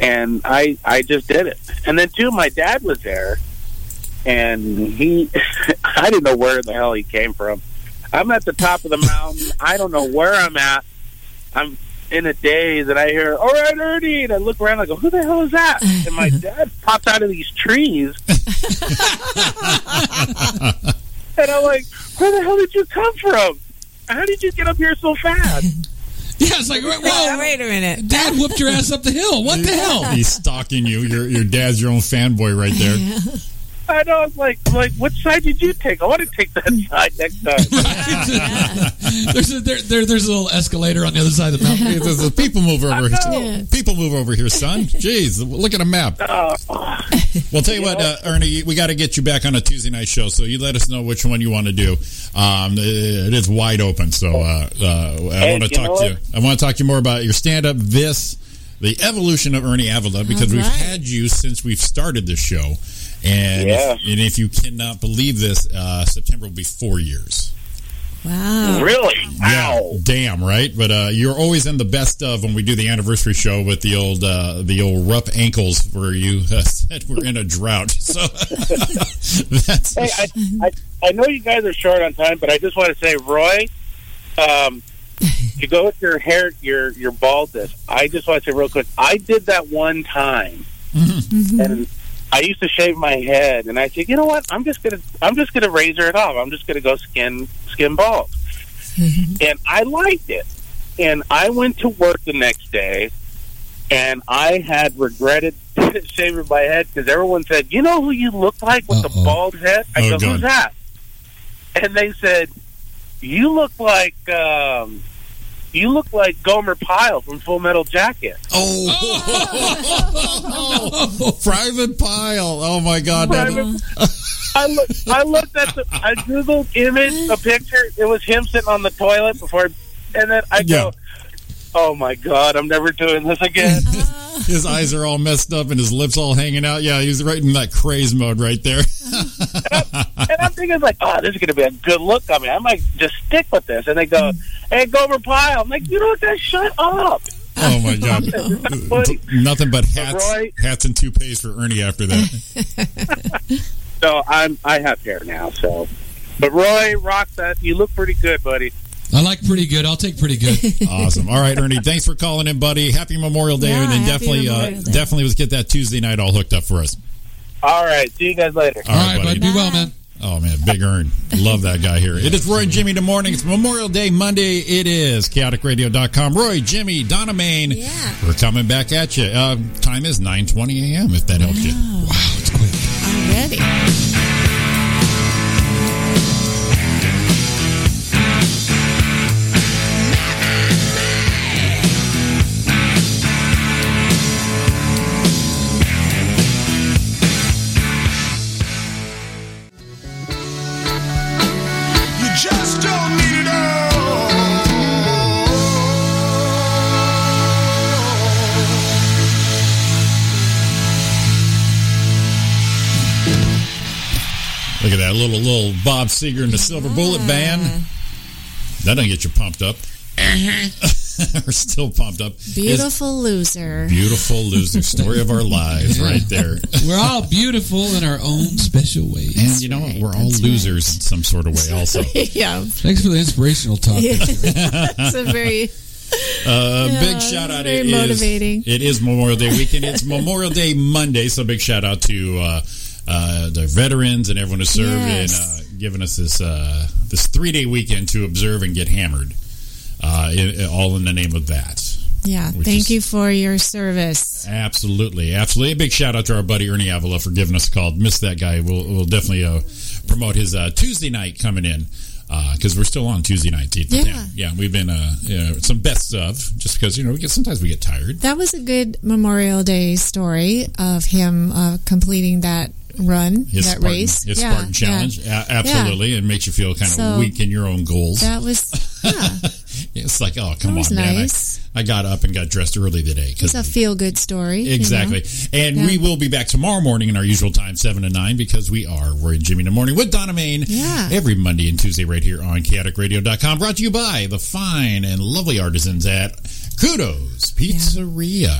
Speaker 14: and I I just did it. And then too, my dad was there, and he I didn't know where the hell he came from. I'm at the top of the mountain. I don't know where I'm at. I'm in a daze, and I hear "All right, Ernie," and I look around. I go, "Who the hell is that?" And my dad popped out of these trees, and I'm like, "Where the hell did you come from? How did you get up here so fast?"
Speaker 7: Yeah, it's like, whoa,
Speaker 9: Oh, wait a minute.
Speaker 7: Dad whooped your ass up the hill. What the hell?
Speaker 8: He's stalking you. Your your dad's your own fanboy right there.
Speaker 14: I know. I'm like, I'm like, what side did you take? I want to take that side next time.
Speaker 7: There's a, there, there, there's a little escalator on the other side of the mountain.
Speaker 8: There's a people mover over
Speaker 14: know.
Speaker 8: here. People move over here, son. Jeez, look at a map.
Speaker 14: Uh,
Speaker 8: Well, tell you what, uh, Ernie, we got to get you back on a Tuesday night show. So you let us know which one you want to do. Um, it is wide open. So uh, uh, I
Speaker 14: Hey,
Speaker 8: want to
Speaker 14: you
Speaker 8: talk
Speaker 14: know
Speaker 8: to you.
Speaker 14: what?
Speaker 8: I want to talk to you more about your stand up. This the evolution of Ernie Avila because
Speaker 9: All
Speaker 8: we've
Speaker 9: right.
Speaker 8: had you since we've started this show. And,
Speaker 14: Yeah.
Speaker 8: if, and if you cannot believe this, uh, September will be four years.
Speaker 9: Wow.
Speaker 14: really?
Speaker 8: Yeah,
Speaker 14: Wow.
Speaker 8: damn right. But uh, you're always in the best of when we do the anniversary show with the old uh, the old rough ankles where you uh, said we're in a drought. So that's
Speaker 14: Hey, I, I, I know you guys are short on time, but I just want to say, Roy, um, to go with your hair, your your baldness. I just want to say real quick. I did that one time, and I used to shave my head, and I said, you know what? I'm just gonna I'm just gonna razor it off. I'm just gonna go skin skin bald, and I liked it. And I went to work the next day, and I had regretted shaving my head because everyone said, "You know who you look like with the
Speaker 7: Uh-oh.
Speaker 14: bald head?" I
Speaker 8: Oh,
Speaker 14: go,
Speaker 8: God.
Speaker 14: "Who's that?" And they said, "You look like um, you look like Gomer Pyle from Full Metal Jacket."
Speaker 8: oh, private pile. Oh my god, that,
Speaker 14: Private- I look, I looked at the, I googled image a picture. It was him sitting on the toilet before, and then I go, "Oh my god, I'm never doing this again."
Speaker 8: his eyes are all messed up and his lips all hanging out. Yeah, he's right in that craze mode right there.
Speaker 14: and I'm thinking like, oh, this is going to be a good look on me. I might just stick with this. And they go, hey, Gomer Pyle. I'm like, you know what, guys, shut up.
Speaker 8: Oh my god! Nothing but hats,
Speaker 14: Roy-
Speaker 8: hats and toupees for Ernie after that.
Speaker 14: So I'm I have hair now. So, but Roy, rock that. You look pretty good, buddy.
Speaker 7: I like pretty good. I'll take pretty good.
Speaker 8: awesome. All right, Ernie. Thanks for calling in, buddy. Happy Memorial Day,
Speaker 14: Yeah,
Speaker 8: and then
Speaker 14: happy
Speaker 8: definitely, uh,
Speaker 14: Memorial Day.
Speaker 8: definitely, let's get that Tuesday night all hooked up for us.
Speaker 14: All right. See you guys later.
Speaker 8: All right, buddy. Do well, man. Oh man, Big Earn. Love that guy here. It is Roy and Jimmy in the morning. It's Memorial Day Monday. It is chaoticradio.com. Roy, Jimmy, Donna Main. Yeah. We're coming back at you. Uh, time is 9.20 a.m. if that helps you. Wow, it's quick.
Speaker 9: Already.
Speaker 4: You just don't need it all.
Speaker 8: Look at that little little Bob Seger and the Silver Bullet Band. That doesn't get you pumped up.
Speaker 14: Uh-huh.
Speaker 8: We're still pumped up. It's
Speaker 9: Beautiful loser.
Speaker 8: beautiful loser story of our lives right there.
Speaker 7: We're all beautiful in our own special ways.
Speaker 8: And you know what? We're all losers in some sort of way also. Uh,
Speaker 9: yeah.
Speaker 7: Thanks for the inspirational talk.
Speaker 9: Yeah. it's a very
Speaker 8: Uh,
Speaker 9: Yeah,
Speaker 8: big shout out.
Speaker 9: very
Speaker 8: It is-
Speaker 9: motivating.
Speaker 8: it is Memorial Day weekend. It's Memorial Day Monday, so big shout out to uh, uh, the veterans and everyone who served
Speaker 9: Yes.
Speaker 8: and uh, giving us this uh, this three day weekend to observe and get hammered. Uh, it- it- all in the name of that.
Speaker 9: yeah.
Speaker 8: Which
Speaker 9: Thank
Speaker 8: is-
Speaker 9: you for your service.
Speaker 8: Absolutely, absolutely. A big shout out to our buddy Ernie Avila for giving us a call. Miss that guy. We'll, we'll definitely uh, promote his uh, Tuesday night coming in because we're still on Tuesday nights. eight to
Speaker 9: Yeah.
Speaker 8: 10. yeah. We've been uh, yeah, some best of just because you know we get sometimes we get tired.
Speaker 9: That was a good Memorial Day story of him uh, completing that run,
Speaker 8: His
Speaker 9: that
Speaker 8: Spartan,
Speaker 9: race.
Speaker 8: his
Speaker 9: Yeah,
Speaker 8: Spartan
Speaker 9: yeah.
Speaker 8: challenge, A- absolutely, it makes you feel kind of
Speaker 9: So-
Speaker 8: weak in your own goals.
Speaker 9: That was
Speaker 8: it's like, oh come
Speaker 9: That was
Speaker 8: on,
Speaker 9: nice.
Speaker 8: man! I, I got up and got dressed early today because
Speaker 9: it's a feel good story. you know?
Speaker 8: Exactly. And
Speaker 9: Mm-hmm. Yeah.
Speaker 8: we will be back tomorrow morning in our usual time, 7 to 9, because we are Roy and Jimmy in the morning with Donna Main
Speaker 9: Yeah.
Speaker 8: every Monday and Tuesday right here on chaoticradio.com. Brought to you by the fine and lovely artisans at Kudos Pizzeria.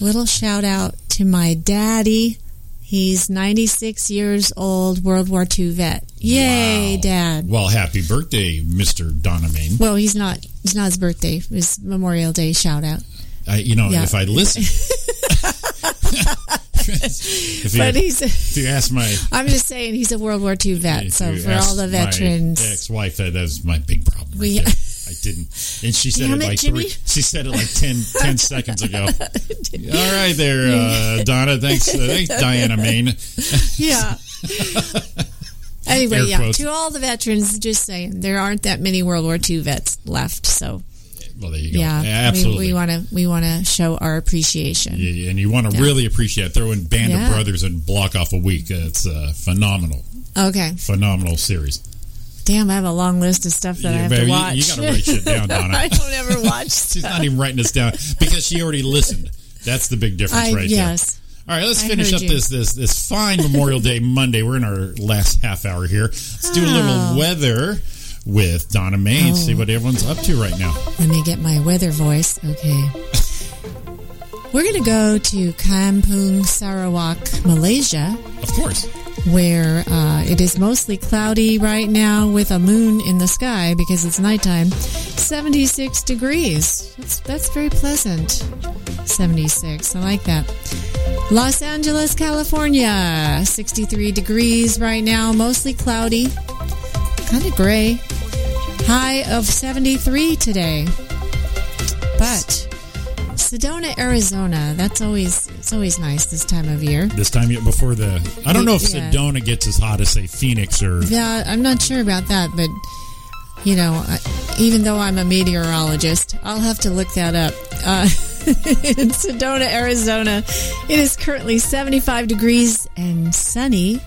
Speaker 9: Little shout out to my daddy. He's 96 years old, World War II vet. Yay, dad.
Speaker 8: Well, happy birthday, Mr. Donna Main.
Speaker 9: Well, he's not, it's not his birthday. It was Memorial Day shout out.
Speaker 8: I, you know,
Speaker 9: Yeah.
Speaker 8: if I listen. if, you,
Speaker 9: But he's,
Speaker 8: if you ask my.
Speaker 9: I'm just saying he's a World War II vet.
Speaker 8: if
Speaker 9: So
Speaker 8: you
Speaker 9: for all
Speaker 8: ask
Speaker 9: the veterans.
Speaker 8: my ex-wife, that, that was my big problem. right
Speaker 9: We-
Speaker 8: there. I didn't, and she said
Speaker 9: Damn
Speaker 8: it
Speaker 9: it,
Speaker 8: like
Speaker 9: Jimmy.
Speaker 8: three. She said it like 10, 10 seconds ago. All right, there, uh, Donna. Thanks, uh, thanks, Diana Main.
Speaker 9: yeah. anyway,
Speaker 8: Air
Speaker 9: yeah.
Speaker 8: quotes.
Speaker 9: To all the veterans, just saying there aren't that many World War II vets left. So
Speaker 8: Well, there you go.
Speaker 9: yeah,
Speaker 8: absolutely.
Speaker 9: we want to we want to show our appreciation.
Speaker 8: Yeah, and you want to really appreciate it. throw in Band
Speaker 9: Yeah.
Speaker 8: of Brothers and block off a week. Uh, It's uh, phenomenal,
Speaker 9: Okay.
Speaker 8: phenomenal series.
Speaker 9: Damn, I have a long list of stuff that I
Speaker 8: Yeah,
Speaker 9: have
Speaker 8: baby,
Speaker 9: to
Speaker 8: you-
Speaker 9: watch.
Speaker 8: you gotta write shit down, Donna.
Speaker 9: I don't ever watch.
Speaker 8: She's
Speaker 9: stuff.
Speaker 8: not even writing this down because she already listened. That's the big difference,
Speaker 9: I,
Speaker 8: right there.
Speaker 9: yes.
Speaker 8: All right, let's
Speaker 9: I
Speaker 8: finish
Speaker 9: heard
Speaker 8: up
Speaker 9: you.
Speaker 8: this this this fine Memorial Day Monday. We're in our last half hour here. Let's do a
Speaker 9: Oh.
Speaker 8: little weather with Donna Main. See what everyone's up to right now.
Speaker 9: Let me get my weather voice. Okay. We're going to go to Kampung, Sarawak, Malaysia,
Speaker 8: Of course,
Speaker 9: where uh, it is mostly cloudy right now with a moon in the sky because it's nighttime. 76 degrees. That's, that's very pleasant. 76. I like that. Los Angeles, California. 63 degrees right now, mostly cloudy, kind of gray. High of 73 today. But Sedona, Arizona, that's always it's always nice this time of year.
Speaker 8: this time yet before the. I don't know if
Speaker 9: Yeah.
Speaker 8: Sedona gets as hot as say Phoenix or.
Speaker 9: Yeah, I'm not sure about that, but you know, I, even though I'm a meteorologist, I'll have to look that up. Uh, in Sedona, Arizona, it is currently 75 degrees and sunny,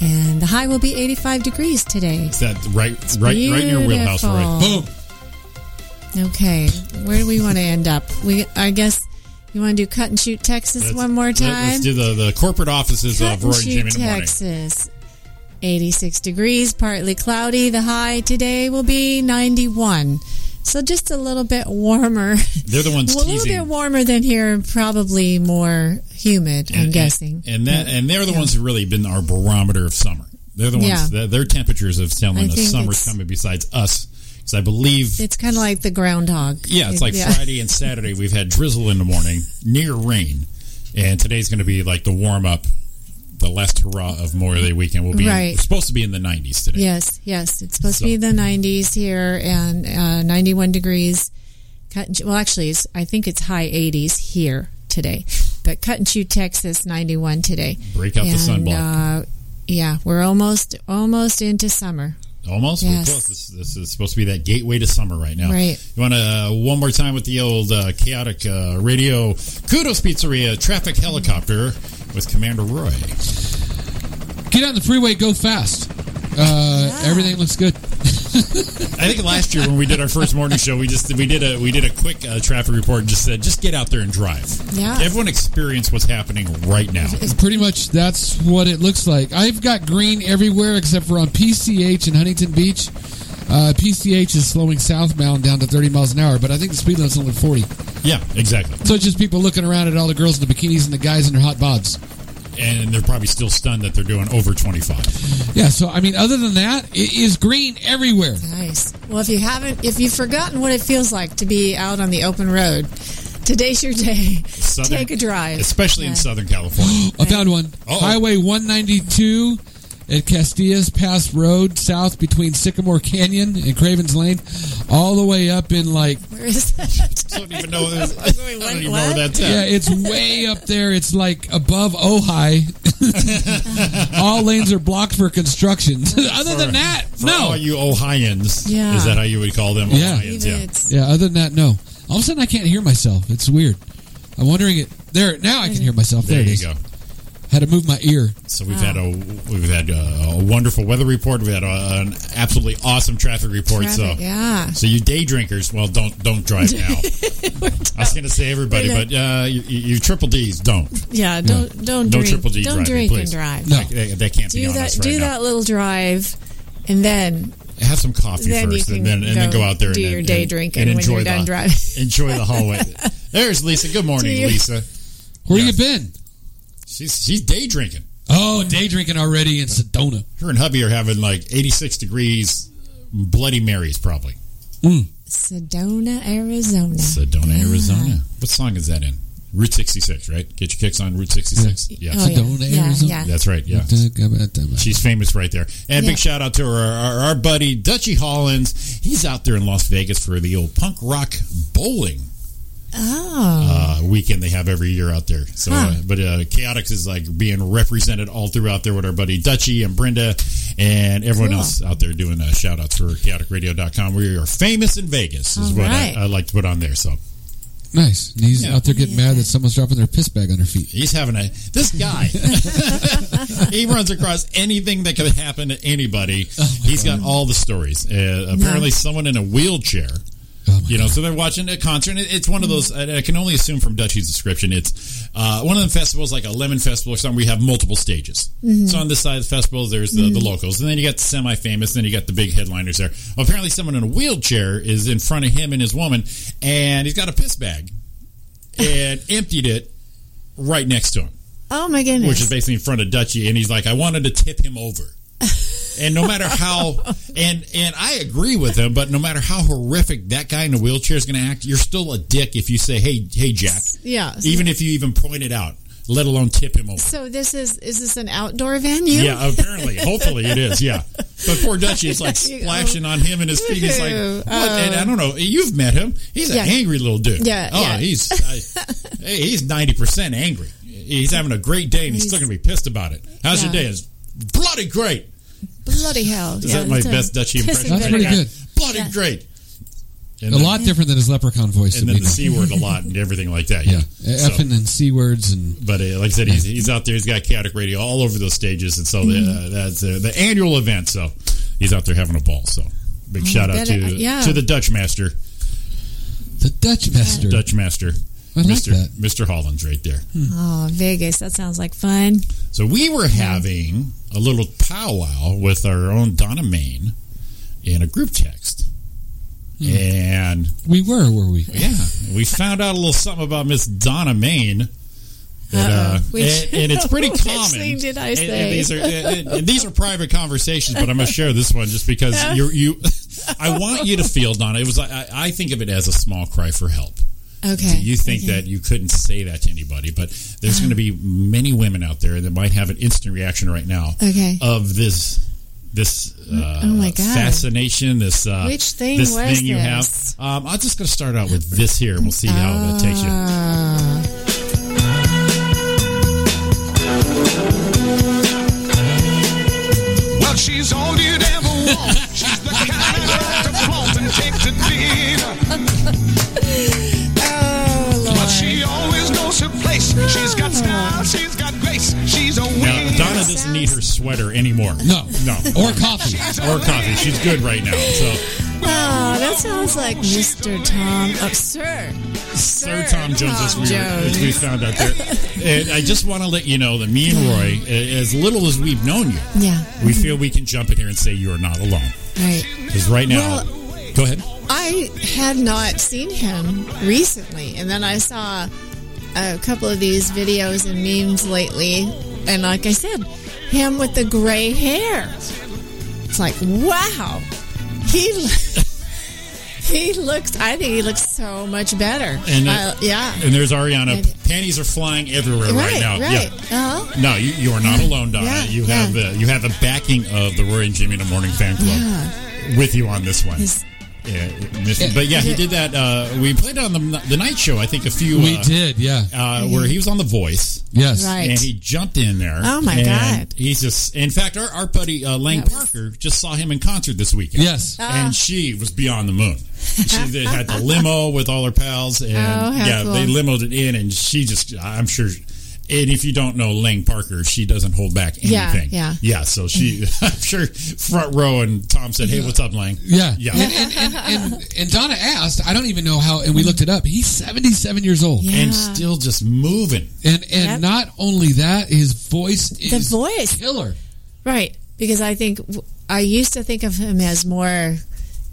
Speaker 9: and the high will be 85 degrees today.
Speaker 8: Is that right? Right, right in your wheelhouse, right?
Speaker 9: Beautiful.
Speaker 8: Boom.
Speaker 9: Okay, where do we want to end up? We, I guess, you want to do cut and shoot Texas one more
Speaker 8: Let-
Speaker 9: time.
Speaker 8: Let's do the, the corporate offices
Speaker 9: Cut
Speaker 8: of Roy
Speaker 9: and
Speaker 8: and Jimmy
Speaker 9: shoot
Speaker 8: in the morning.
Speaker 9: Texas. 86 degrees, partly cloudy. The high today will be 91. So just a little bit warmer.
Speaker 8: They're the ones
Speaker 9: Well, a little
Speaker 8: teasing.
Speaker 9: bit warmer than here, and probably more humid. I'm guessing.
Speaker 8: And that and they're the ones who really been our barometer of summer. They're the ones
Speaker 9: Yeah.
Speaker 8: that their temperatures of
Speaker 9: I
Speaker 8: telling us
Speaker 9: think
Speaker 8: summer's
Speaker 9: it's-
Speaker 8: coming besides us. Because I believe
Speaker 9: It's kind of like the groundhog.
Speaker 8: yeah, it's like Friday and Saturday we've had drizzle in the morning, near rain. And today's gonna be like the warm up, the last hurrah of Memorial Day weekend. We'll be
Speaker 9: Right.
Speaker 8: we're supposed to be in the nineties today.
Speaker 9: Yes, yes. It's supposed to be the 90s here and uh, 91 degrees. Cut and, well, actually, it's, I think it's high 80s here today. But Cut and Shoot, Texas, 91 today.
Speaker 8: Break out the sun
Speaker 9: And,
Speaker 8: block.
Speaker 9: Uh, yeah, we're almost almost into summer.
Speaker 8: Almost. We're
Speaker 9: Yes.
Speaker 8: close. This, this is supposed to be that gateway to summer right now.
Speaker 9: Right.
Speaker 8: You want to uh, one more time with the old uh, chaotic uh, radio kudos pizzeria traffic helicopter with Commander Roy.
Speaker 7: Get on the freeway, go fast. Uh, Everything looks good.
Speaker 8: I think last year when we did our first morning show, we just we did a we did a quick uh, traffic report and just said just get out there and drive.
Speaker 9: Yeah.
Speaker 8: Everyone experience what's happening right now.
Speaker 7: Pretty much that's what it looks like. I've got green everywhere except for on PCH in Huntington Beach. Uh, PCH is slowing southbound down to 30 miles an hour, but I think the speed limit's only 40.
Speaker 8: Yeah, exactly.
Speaker 7: So it's just people looking around at all the girls in the bikinis and the guys in their hot bobs.
Speaker 8: And they're probably still stunned that they're doing over twenty five.
Speaker 7: Yeah, so I mean, other than that, it is green everywhere.
Speaker 9: Nice. Well, if you haven't, if you've forgotten what it feels like to be out on the open road, today's your day.
Speaker 8: Southern-
Speaker 9: Take a drive.
Speaker 8: especially in Southern California.
Speaker 7: I found one.
Speaker 8: Uh-oh.
Speaker 7: Highway 192 at Castillas Pass Road, south between Sycamore Canyon and Cravens Lane, all the way up in like.
Speaker 9: Where is that?
Speaker 8: I don't even know. I don't even know where that's at.
Speaker 7: Yeah, it's way up there. It's like above Ojai. all lanes are blocked for construction. other than that,
Speaker 8: For
Speaker 7: no.
Speaker 8: all you Ohioans,
Speaker 7: Yeah.
Speaker 8: is that how you would call them?
Speaker 7: Yeah.
Speaker 8: Ohioans, yeah.
Speaker 7: Yeah, other than that, no. All of a sudden, I can't hear myself. It's weird. I'm wondering it. There, now I can hear myself. There,
Speaker 8: There
Speaker 7: it
Speaker 8: you
Speaker 7: is.
Speaker 8: go.
Speaker 7: Had to move my ear.
Speaker 8: So we've had a we've had a, a wonderful weather report. We had a, an absolutely awesome traffic report.
Speaker 9: Traffic,
Speaker 8: so
Speaker 9: yeah.
Speaker 8: So you day drinkers, well, don't don't drive now. I was going to say everybody,
Speaker 9: We're not-
Speaker 8: but uh, you, you you triple D's don't.
Speaker 9: Yeah, don't don't
Speaker 8: no
Speaker 9: drink.
Speaker 8: triple D
Speaker 9: don't
Speaker 8: driving,
Speaker 9: drink
Speaker 8: please.
Speaker 9: and drive.
Speaker 8: No, they, they can't be
Speaker 9: do
Speaker 8: on
Speaker 9: that.
Speaker 8: us right
Speaker 9: do
Speaker 8: now.
Speaker 9: that little drive, and then
Speaker 8: Have some coffee
Speaker 9: Then you
Speaker 8: first,
Speaker 9: can
Speaker 8: and then and then
Speaker 9: go
Speaker 8: go out there
Speaker 9: do
Speaker 8: and
Speaker 9: your
Speaker 8: and-
Speaker 9: day
Speaker 8: and-
Speaker 9: drinking
Speaker 8: and
Speaker 9: when
Speaker 8: enjoy
Speaker 9: you're
Speaker 8: the,
Speaker 9: done driving.
Speaker 8: Enjoy the hallway. There's Lisa. Good morning,
Speaker 9: Do you-
Speaker 8: Lisa.
Speaker 7: Where you been?
Speaker 8: She's she's day drinking.
Speaker 7: Oh, day drinking already in Sedona.
Speaker 8: Her and hubby are having like 86 degrees Bloody Marys, probably.
Speaker 9: Sedona, Arizona.
Speaker 8: Sedona, Arizona. What song is that in? Route 66, right? Get your kicks on Route 66. Yeah.
Speaker 9: Oh, yeah. Sedona, Yeah, Arizona. yeah.
Speaker 8: That's right, yeah. She's famous right there. And
Speaker 9: Yeah.
Speaker 8: big shout out to our, our, our buddy, Dutchy Hollins. He's out there in Las Vegas for the old punk rock bowling
Speaker 9: Oh,
Speaker 8: uh, weekend they have every year out there. So,
Speaker 9: Huh.
Speaker 8: uh, but uh, Chaotix is like being represented all throughout there with our buddy Dutchy and Brenda and everyone
Speaker 9: Cool.
Speaker 8: else out there doing uh, shout outs for chaoticradio.com. We are famous in Vegas, is
Speaker 9: All
Speaker 8: what
Speaker 9: right.
Speaker 8: I, I like to put on there. So,
Speaker 7: Nice. And he's
Speaker 8: Yeah.
Speaker 7: out there getting mad that someone's dropping their piss bag on their feet.
Speaker 8: he's having a this guy, he runs across anything that could happen to anybody. he's got all the stories. Uh, apparently, someone in a wheelchair. you know, so they're watching a concert. And it- it's one of those. I I can only assume from Dutchy's description, it's uh, one of them festivals, like a lemon festival or something. We have multiple stages. So on this side of the festival, there's the, the locals, and then you got the semi-famous, and then you got the big headliners there. Well, apparently, someone in a wheelchair is in front of him and his woman, and he's got a piss bag and emptied it right next to him
Speaker 9: oh my goodness!
Speaker 8: which is basically in front of Dutchy, and he's like, I wanted to tip him over. and no matter how, and and I agree with him, but no matter how horrific that guy in the wheelchair is going to act, you're still a dick if you say, "Hey, hey, Jack,"
Speaker 9: yeah.
Speaker 8: even if you even point it out, let alone tip him over.
Speaker 9: so this is is this an outdoor venue?
Speaker 8: Yeah, apparently, hopefully it is. Yeah, but poor Dutchy is like
Speaker 9: You-
Speaker 8: splashing on him and his feet. He's like,
Speaker 9: Ew, uh,
Speaker 8: what? and I don't know. You've met him. He's
Speaker 9: Yeah.
Speaker 8: an angry little dude.
Speaker 9: Yeah,
Speaker 8: Oh,
Speaker 9: yeah.
Speaker 8: he's I, hey, he's ninety percent angry. He's having a great day, and he's, still going to be pissed about it. How's your
Speaker 9: Yeah.
Speaker 8: day? It's bloody great.
Speaker 9: bloody hell!
Speaker 8: Is
Speaker 9: Yeah,
Speaker 8: that my
Speaker 9: it's a
Speaker 8: best Dutchy impression?
Speaker 9: pissing
Speaker 7: That's
Speaker 8: right
Speaker 7: pretty
Speaker 8: now?
Speaker 7: good.
Speaker 8: Bloody great. And
Speaker 7: a
Speaker 8: then-
Speaker 7: lot different than his leprechaun voice.
Speaker 8: And
Speaker 7: that
Speaker 8: then
Speaker 7: we know.
Speaker 8: the c word a lot and everything like that.
Speaker 7: Yeah.
Speaker 8: Yeah. So-
Speaker 7: Effing and C words and.
Speaker 8: but uh, like I said, he's, he's out there. He's got chaotic radio all over those stages, and so
Speaker 9: Mm-hmm.
Speaker 8: uh, that's uh, the annual event. So he's out there having a ball. So big
Speaker 9: Oh,
Speaker 8: shout
Speaker 9: I
Speaker 8: out
Speaker 9: bet
Speaker 8: to
Speaker 9: it- yeah.
Speaker 8: to the Dutch master,
Speaker 7: The Dutch master.
Speaker 8: Dutch master.
Speaker 7: like
Speaker 8: Mr.
Speaker 7: that.
Speaker 8: Mr. Holland's right there.
Speaker 9: Oh, Vegas. That sounds like fun.
Speaker 8: So we were having a little powwow with our own Donna Main in a group text.
Speaker 9: Hmm.
Speaker 8: And
Speaker 7: we were, were we?
Speaker 8: Yeah, we found out a little something about Miss Donna Main. That, uh,
Speaker 9: Which-
Speaker 8: and, and it's pretty
Speaker 9: which
Speaker 8: common.
Speaker 9: thing did I
Speaker 8: And- and
Speaker 9: say?
Speaker 8: these are and- and these are private conversations, but I'm going to share this one just because you you. I want you to feel, Donna. It was I, I think of it as a small cry for help.
Speaker 9: Okay.
Speaker 8: You think that you couldn't say that to anybody, but there's going to be many women out there that might have an instant reaction right now
Speaker 9: Okay.
Speaker 8: of this this uh,
Speaker 9: Oh, my God.
Speaker 8: fascination. This uh,
Speaker 9: Which thing
Speaker 8: this
Speaker 9: was
Speaker 8: thing you have.
Speaker 9: this?
Speaker 8: Um, I'm just going to start out with this here, and we'll see how that takes you.
Speaker 9: Oh.
Speaker 4: Well, she's all you'd ever want. She's the kind of girl to flaunt and take to dinner.
Speaker 9: Oh,
Speaker 4: But she always knows her place. She's got style, she's got grace, she's a
Speaker 8: Now,
Speaker 4: winner.
Speaker 8: Donna doesn't need her sweater anymore.
Speaker 7: No,
Speaker 8: no,
Speaker 7: or coffee,
Speaker 8: or coffee. She's good right now. So,
Speaker 9: Oh, that sounds like Mr. Tom. Oh, sir.
Speaker 8: Sir Tom Jones, as we, were- as we
Speaker 9: Jones.
Speaker 8: found out there, and I just want to let you know that me and Roy, a- as little as we've known you,
Speaker 9: Yeah.
Speaker 8: we feel we can jump in here and say you are not alone.
Speaker 9: Right.
Speaker 8: Because right now, go ahead.
Speaker 9: I had not seen him recently, and then I saw a couple of these videos and memes lately, and like I said, him with the gray hair. It's like, wow, he he looks. I think he looks so much better.
Speaker 8: And uh,
Speaker 9: I-
Speaker 8: that-
Speaker 9: yeah,
Speaker 8: And there's Ariana. Panties are flying everywhere right,
Speaker 9: right,
Speaker 8: now.
Speaker 9: right.
Speaker 8: Yeah.
Speaker 9: Uh-huh.
Speaker 8: No, you, you are not alone, Donna.
Speaker 9: Yeah,
Speaker 8: you
Speaker 9: yeah.
Speaker 8: have uh, you have the backing of the Roy and Jimmy in the Morning fan club with you on this one.
Speaker 9: His-
Speaker 8: yeah, Miss- but yeah, he did that. Uh, we played on the the night show. I think a few.
Speaker 7: We
Speaker 8: uh,
Speaker 7: did, yeah.
Speaker 8: Uh, where he was on the Voice.
Speaker 7: Yes.
Speaker 9: Right.
Speaker 8: And he jumped in there.
Speaker 9: Oh, my
Speaker 8: and
Speaker 9: God.
Speaker 8: He's just. In fact, our, our buddy uh, Lang
Speaker 9: That was-
Speaker 8: Parker just saw him in concert this weekend.
Speaker 7: Yes.
Speaker 9: Ah.
Speaker 8: and she was beyond the moon. She had the limo with all her pals, and
Speaker 9: Oh, how
Speaker 8: yeah,
Speaker 9: cool.
Speaker 8: they limoed it in, and she just. I'm sure. And if you don't know Lang Parker, she doesn't hold back
Speaker 9: Yeah,
Speaker 8: anything.
Speaker 9: yeah.
Speaker 8: so she, I'm sure, front row, and Tom said, "Hey, what's up, Lang?"
Speaker 7: Yeah.
Speaker 8: yeah.
Speaker 7: And, and, and, and, and Donna asked, I don't even know how, and we looked it up. He's 77 years old.
Speaker 9: Yeah.
Speaker 8: And still just moving.
Speaker 7: And and
Speaker 9: Yep.
Speaker 7: not only that, his voice is
Speaker 9: the voice.
Speaker 7: killer.
Speaker 9: Right, because I think I used to think of him as more,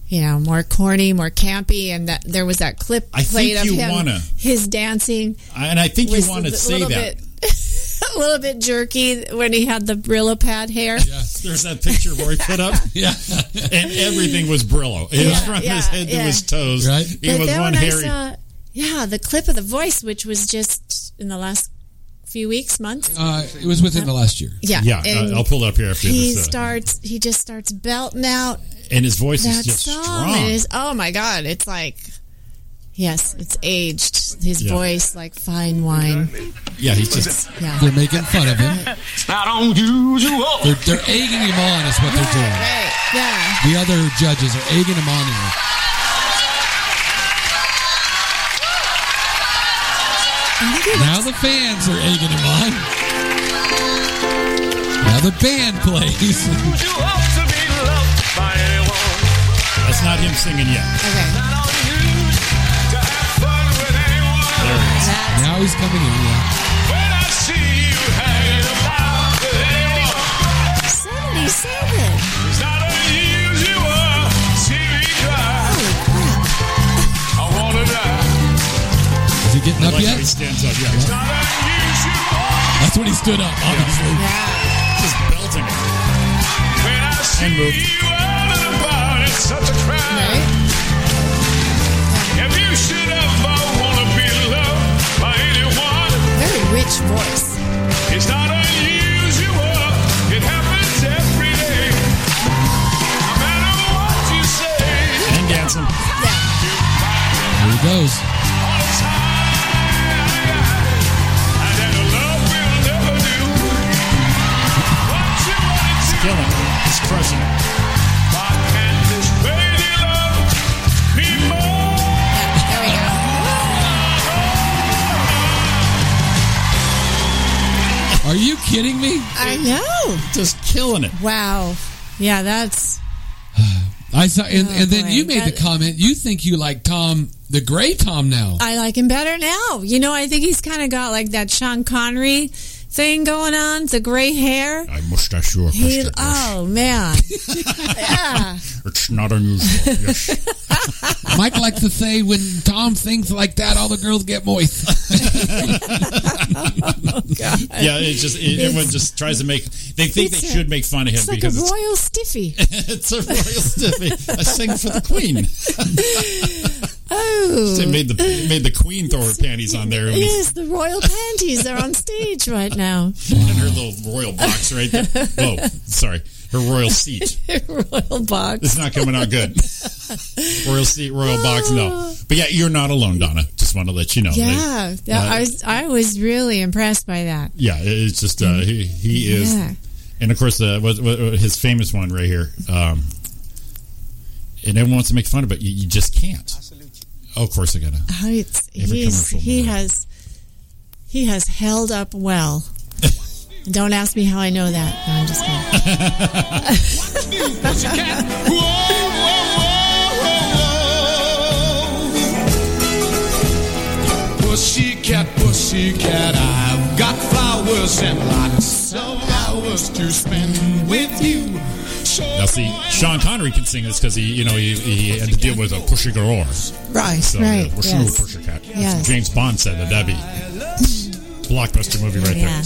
Speaker 9: you know, more corny, more campy, and that there was that clip
Speaker 8: I think
Speaker 9: played of
Speaker 8: you
Speaker 9: him,
Speaker 8: wanna-
Speaker 9: his dancing.
Speaker 8: And I think you
Speaker 9: was
Speaker 8: want to
Speaker 9: a
Speaker 8: say
Speaker 9: little
Speaker 8: that.
Speaker 9: bit, a little bit jerky when he had the Brillo pad hair.
Speaker 8: There's that picture Roy put up.
Speaker 7: Yeah.
Speaker 8: and everything was Brillo. It was
Speaker 9: Yeah,
Speaker 8: from
Speaker 9: yeah,
Speaker 8: his head to
Speaker 9: yeah.
Speaker 8: his toes.
Speaker 7: Right.
Speaker 8: He
Speaker 9: But
Speaker 8: was
Speaker 9: then
Speaker 8: one
Speaker 9: when
Speaker 8: hairy.
Speaker 9: I saw, yeah, the clip of the voice, which was just in the last few weeks, months.
Speaker 7: Uh, it was within the last year.
Speaker 9: yeah,
Speaker 8: yeah,
Speaker 9: and
Speaker 8: I- I'll pull it up here after
Speaker 9: He
Speaker 8: this. uh,
Speaker 9: starts. He just starts belting out
Speaker 8: and his voice
Speaker 9: that
Speaker 8: is just
Speaker 9: song
Speaker 8: strong.
Speaker 9: is oh my god it's like yes it's aged his
Speaker 8: Yeah.
Speaker 9: voice like fine wine
Speaker 8: yeah, he's just
Speaker 9: yeah
Speaker 7: They're making fun of him.
Speaker 4: It's not unusual.
Speaker 7: They're, they're egging him on, is what they're doing.
Speaker 9: right yeah
Speaker 7: The other judges are egging him on. Here.
Speaker 9: I think it-
Speaker 7: Now the fans are egging him on. Now the band plays.
Speaker 4: Would you hope to be loved by anyone?
Speaker 8: that's not him singing yet.
Speaker 9: okay
Speaker 4: Not unusual to have fun with anyone.
Speaker 9: that's
Speaker 7: Now he's coming in. Yeah.
Speaker 4: When I see you hanging about with anyone,
Speaker 9: 77
Speaker 4: it's not unusual. See me cry. I wanna die.
Speaker 7: Is he getting
Speaker 8: I
Speaker 7: up
Speaker 8: like how
Speaker 7: yet?
Speaker 8: he stands up. Yeah, he's
Speaker 4: Not unusual.
Speaker 7: That's when he stood up. Obviously.
Speaker 8: just belting it.
Speaker 4: When I see
Speaker 8: move.
Speaker 4: you out and about, it's such a crime.
Speaker 9: right
Speaker 4: If you should ever wanna be loved by anyone,
Speaker 9: very rich voice
Speaker 4: It's not unusual. It happens every day. No matter what you say,
Speaker 8: And dancing.
Speaker 9: yeah
Speaker 7: Here he goes.
Speaker 4: all the time. And that love will never do what you want it to.
Speaker 8: Killing it. He's crushing it.
Speaker 4: Why can't this lady love be more?
Speaker 9: there we go
Speaker 7: Are you kidding me?
Speaker 9: I know
Speaker 8: Just killing it.
Speaker 9: wow yeah that's
Speaker 7: I saw, and,
Speaker 9: Oh,
Speaker 7: and then
Speaker 9: boy.
Speaker 7: you made
Speaker 9: That-
Speaker 7: the comment. You think you like Tom, the gray Tom now.
Speaker 9: I like him better now. You know, I think he's kind of got like that Sean Connery thing going on, the gray hair.
Speaker 8: I mustache you.
Speaker 9: He, oh man, yeah.
Speaker 8: It's not unusual.
Speaker 7: Mike likes to say when Tom thinks like that, all the girls get moist.
Speaker 8: yeah, it's just it, everyone just tries to make. They think
Speaker 9: It's
Speaker 8: they
Speaker 9: a-
Speaker 8: should make fun of him
Speaker 9: It's like a
Speaker 8: because it's,
Speaker 9: royal stiffy.
Speaker 8: it's a royal stiffy. I sing for the queen.
Speaker 9: Oh,
Speaker 8: They made the made the queen throw her panties on there and,
Speaker 9: yes, the royal panties are on stage right now.
Speaker 8: and her little royal box right there. Whoa, sorry, her royal seat.
Speaker 9: royal box.
Speaker 8: It's not coming out good. royal seat, royal box. No, but yeah, you're not alone, Donna. Just want to let you know.
Speaker 9: yeah,
Speaker 8: They-
Speaker 9: that-
Speaker 8: uh,
Speaker 9: I was I was really impressed by that.
Speaker 8: yeah, it- it's just uh, he, he is,
Speaker 9: Yeah.
Speaker 8: and of course uh, what, what, what- his famous one right here. Um, and everyone wants to make fun of it. You, you just can't. Oh, of course I gotta.
Speaker 9: Oh, it's,
Speaker 8: Every
Speaker 9: he's,
Speaker 8: commercial
Speaker 9: he has he has held up well. Don't ask me how I know that. No, I'm just kidding.
Speaker 15: Pussycat, pussycat, I've got flowers and lots of hours to spend with you. So
Speaker 8: Now see, Sean Connery can sing this because he, you know, he, he had to deal with a pusher galore.
Speaker 9: Right,
Speaker 8: So,
Speaker 9: right,
Speaker 8: Yeah, pusher,
Speaker 9: yes.
Speaker 8: pusher cat.
Speaker 9: Yes.
Speaker 8: James Bond said that. That'd be blockbuster movie right
Speaker 9: yeah.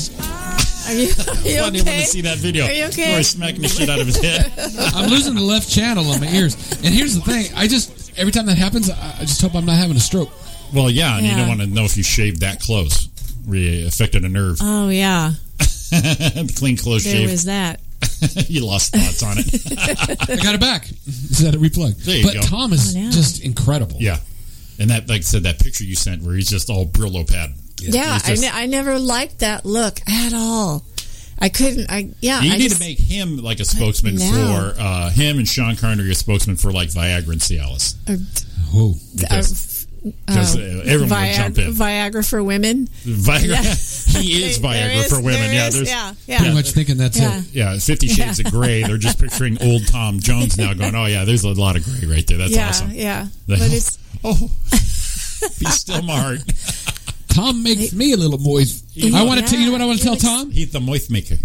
Speaker 9: Are you, are you
Speaker 8: there. Funny when
Speaker 9: okay?
Speaker 8: to see that video.
Speaker 9: Are you okay?
Speaker 8: Where he's smacking the shit out of his head.
Speaker 7: I'm losing the left channel on my ears. And here's the thing: I just every time that happens, I I just hope I'm not having a stroke.
Speaker 8: Well, yeah, and you
Speaker 9: Yeah.
Speaker 8: don't want to know if you shaved that close. Really affected a nerve.
Speaker 9: Oh yeah,
Speaker 8: Clean close
Speaker 9: Uh, there
Speaker 8: shave.
Speaker 9: was that.
Speaker 8: you lost thoughts on it.
Speaker 7: I got it back. Is that a replug?
Speaker 8: There you
Speaker 7: but
Speaker 8: go.
Speaker 7: Tom is
Speaker 9: I know.
Speaker 7: just incredible.
Speaker 8: yeah. And that, like I said, that picture you sent where he's just all Brillo pad.
Speaker 9: Yeah,
Speaker 8: He's just-
Speaker 9: I, ne- I never liked that look at all. I couldn't. I yeah.
Speaker 8: you
Speaker 9: I
Speaker 8: need
Speaker 9: just-
Speaker 8: to make him like a spokesman
Speaker 9: now.
Speaker 8: for uh, him and Sean Connery a spokesman for like Viagra and Cialis
Speaker 9: or,
Speaker 7: Oh,
Speaker 8: because because, uh, everyone would
Speaker 9: Oh. Viag-
Speaker 8: jump in.
Speaker 9: Viagra for women.
Speaker 8: Viagra. He is
Speaker 9: There
Speaker 8: Viagra
Speaker 9: is-
Speaker 8: for women.
Speaker 9: there
Speaker 8: Yeah,
Speaker 9: is-
Speaker 8: there's
Speaker 9: yeah, yeah.
Speaker 7: Pretty much thinking that's
Speaker 9: Yeah.
Speaker 7: it.
Speaker 8: yeah, Fifty Shades of Grey. They're just picturing old Tom Jones now, going, "Oh yeah, there's a lot of gray right there. That's
Speaker 9: yeah,
Speaker 8: awesome."
Speaker 9: yeah.
Speaker 8: The-
Speaker 9: But it's
Speaker 8: Oh, be still my heart.
Speaker 7: Tom makes me a little moist. I want to tell you know what I want to tell Tom.
Speaker 8: He's the moist maker.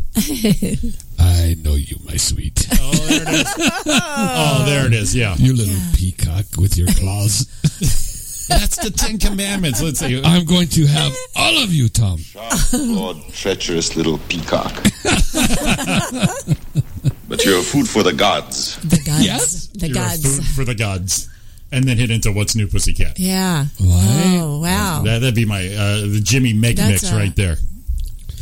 Speaker 7: I know you, my sweet.
Speaker 8: Oh, there it is. oh, there it is. Yeah,
Speaker 7: You little peacock with your claws.
Speaker 8: that's the Ten Commandments. Let's see.
Speaker 7: I'm going to have all of you, Tom.
Speaker 10: Lord, treacherous little peacock. but you're food for the gods.
Speaker 9: the gods.
Speaker 7: Yes?
Speaker 9: The
Speaker 8: You're a
Speaker 9: gods.
Speaker 8: food for the gods, and then hit into what's new, Pussycat.
Speaker 9: Yeah. Oh wow.
Speaker 8: That, that'd be my uh, the Jimmy Meg
Speaker 9: That's
Speaker 8: mix
Speaker 9: a-
Speaker 8: right there.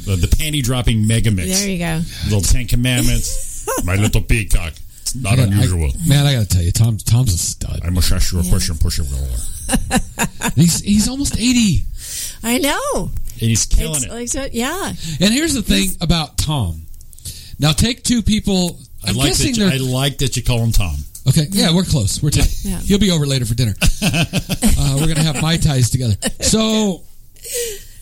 Speaker 8: The, the panty dropping mega mix.
Speaker 9: There you go.
Speaker 8: Little Ten Commandments. my little peacock. It's not
Speaker 7: I gotta- I-
Speaker 8: unusual.
Speaker 7: man, I got to tell you, Tom. Tom's a stud.
Speaker 8: I must ask you a question, push it roller.
Speaker 7: He's he's almost eighty.
Speaker 9: I know.
Speaker 8: And he's killing
Speaker 9: It's
Speaker 8: it.
Speaker 9: like so- yeah.
Speaker 7: And here's the thing about Tom. Now take two people.
Speaker 8: I
Speaker 7: I'm
Speaker 8: like,
Speaker 7: guessing
Speaker 8: that you,
Speaker 7: they're
Speaker 8: I like that you call him Tom.
Speaker 7: okay. Yeah, we're close. We're tight.
Speaker 9: Yeah.
Speaker 7: He'll be over later for dinner. uh, we're gonna have mai tais together. So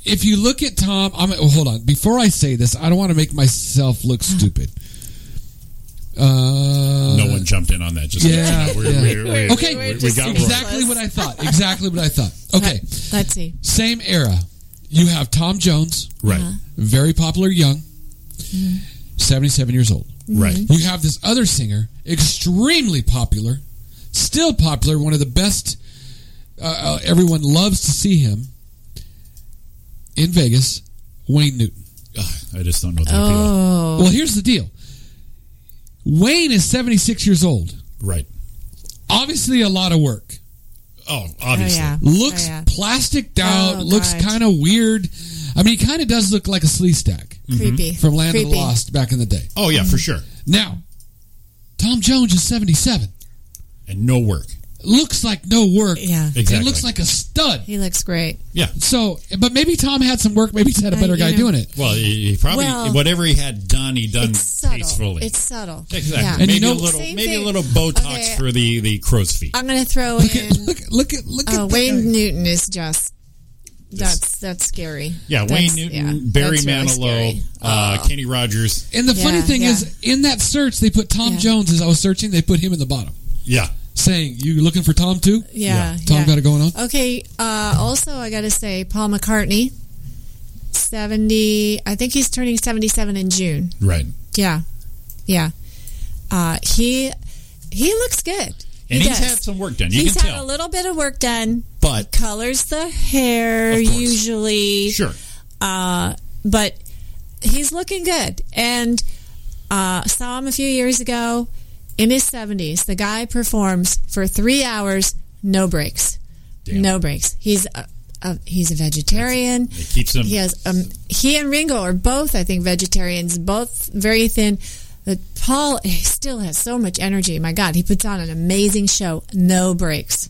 Speaker 7: if you look at Tom, I'm well, hold on. Before I say this, I don't want to make myself look stupid. Uh,
Speaker 8: no one jumped in on that. Just
Speaker 7: yeah,
Speaker 8: yeah, you know, we're,
Speaker 7: yeah.
Speaker 8: We're, we're,
Speaker 7: Okay,
Speaker 8: we, we
Speaker 9: just
Speaker 8: got
Speaker 9: thinking
Speaker 8: exactly.
Speaker 9: that.
Speaker 7: exactly what I thought. Exactly what I thought. Okay,
Speaker 9: Let- Let's see.
Speaker 7: same era. You have Tom Jones,
Speaker 8: right,
Speaker 9: Uh-huh.
Speaker 7: very popular, young, seventy-seven years old.
Speaker 8: right.
Speaker 7: You have this other singer, extremely popular, still popular, one of the best. Uh, uh, everyone loves to see him in Vegas, Wayne Newton.
Speaker 8: Ugh, Ah, I just don't know the appeal.
Speaker 9: Mm-hmm. Oh.
Speaker 7: Well, here's the deal Wayne is 76 years old.
Speaker 8: Right.
Speaker 7: Obviously, a lot of work.
Speaker 8: Oh,
Speaker 9: Oh,
Speaker 8: obviously.
Speaker 9: yeah.
Speaker 7: Looks
Speaker 9: Oh, yeah.
Speaker 7: plastic out,
Speaker 9: Oh,
Speaker 7: looks
Speaker 9: God.
Speaker 7: kind of weird. I mean, he kind of does look like a slee stack
Speaker 8: Mm-hmm.
Speaker 9: Creepy.
Speaker 7: from Land
Speaker 9: Creepy.
Speaker 7: of the Lost back in the day.
Speaker 8: Oh yeah,
Speaker 9: Mm-hmm.
Speaker 8: for sure.
Speaker 7: Now, Tom Jones is 77.
Speaker 8: And no work.
Speaker 7: Looks like no work.
Speaker 9: Yeah.
Speaker 8: Exactly.
Speaker 7: It looks like a stud.
Speaker 9: He looks great.
Speaker 8: yeah.
Speaker 7: So, but maybe Tom had some work. Maybe he's had a
Speaker 9: Uh,
Speaker 7: better
Speaker 9: you
Speaker 7: guy
Speaker 9: know.
Speaker 7: doing it.
Speaker 8: Well, he, he probably
Speaker 9: Well,
Speaker 8: whatever he had done, he done
Speaker 9: it's subtle.
Speaker 8: tastefully.
Speaker 9: It's subtle.
Speaker 8: Exactly.
Speaker 9: Yeah.
Speaker 7: And
Speaker 8: maybe
Speaker 7: you know-
Speaker 8: a little,
Speaker 9: Same
Speaker 8: maybe a
Speaker 9: thing.
Speaker 8: little Botox
Speaker 9: Okay. Uh,
Speaker 8: for the the crow's feet.
Speaker 9: I'm gonna throw
Speaker 7: Look
Speaker 9: in.
Speaker 7: at look at look at look
Speaker 9: oh,
Speaker 7: at
Speaker 9: Wayne
Speaker 7: that.
Speaker 9: Newton is just. That's that's scary.
Speaker 8: yeah,
Speaker 9: That's-
Speaker 8: Wayne Newton,
Speaker 9: yeah,
Speaker 8: Barry
Speaker 9: that's really
Speaker 8: Manilow,
Speaker 9: scary.
Speaker 8: uh,
Speaker 9: Oh.
Speaker 8: Kenny Rogers.
Speaker 7: And the funny
Speaker 9: Yeah,
Speaker 7: thing
Speaker 9: yeah.
Speaker 7: is, in that search, they put Tom
Speaker 9: Yeah.
Speaker 7: Jones. As I was searching, they put him in the bottom.
Speaker 8: Yeah.
Speaker 7: Saying, you looking for Tom too?
Speaker 9: Yeah,
Speaker 7: Tom
Speaker 9: Uh, yeah.
Speaker 7: got it going on?
Speaker 9: Okay. Uh, also, I got to say, Paul McCartney, seventy. I think he's turning seventy-seven in June.
Speaker 8: Right.
Speaker 9: Yeah, yeah. Uh, he he looks good.
Speaker 8: And
Speaker 9: he
Speaker 8: he's
Speaker 9: does.
Speaker 8: had some work done. You
Speaker 9: he's
Speaker 8: can
Speaker 9: had
Speaker 8: tell.
Speaker 9: a little bit of work done.
Speaker 8: But-
Speaker 9: He colors the hair usually.
Speaker 8: Sure.
Speaker 9: Uh, but he's looking good. And uh, saw him a few years ago in his seventies. The guy performs for three hours, no breaks, no breaks. He's a, a, he's a vegetarian.
Speaker 8: It keeps him.
Speaker 9: He has um, he and Ringo are both, I think, vegetarians. Both very thin. But Paul he still has so much energy. My God, he puts on an amazing show. No breaks,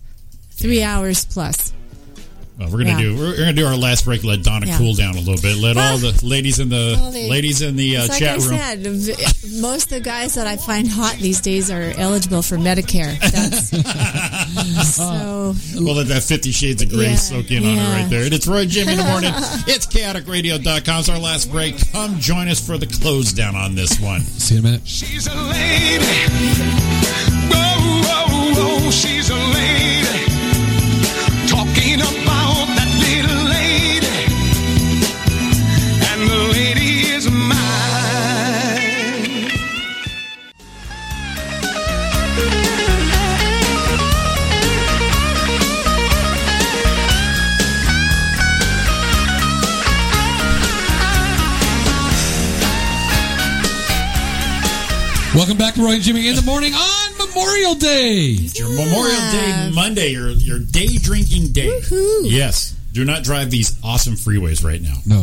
Speaker 9: three hours plus.
Speaker 8: Well, Uh, we're gonna
Speaker 9: Yeah.
Speaker 8: do we're, we're gonna do our last break. Let Donna
Speaker 9: Yeah.
Speaker 8: cool down a little bit. Let all the ladies in the
Speaker 9: Well, they-
Speaker 8: ladies in the uh,
Speaker 9: It's like
Speaker 8: chat
Speaker 9: I
Speaker 8: room.
Speaker 9: said, v- most of the guys that I find hot these days are eligible for Medicare. That's so.
Speaker 8: We'll let that Fifty Shades of Grey
Speaker 9: Yeah,
Speaker 8: soak in on her
Speaker 9: yeah.
Speaker 8: right there. And it's Roy and Jimmy in the morning. It's chaoticradio.com. It's our last break. Come join us for the close down on this one.
Speaker 7: See you in a minute.
Speaker 15: She's a lady. Whoa, whoa, whoa, she's a lady. Talking about that little lady. And the lady is mine.
Speaker 7: Welcome back to Roy and Jimmy in the morning on Memorial Day.
Speaker 8: It's your Memorial Day Monday, your your day drinking day. Yes. Do not drive these awesome freeways right now.
Speaker 7: No.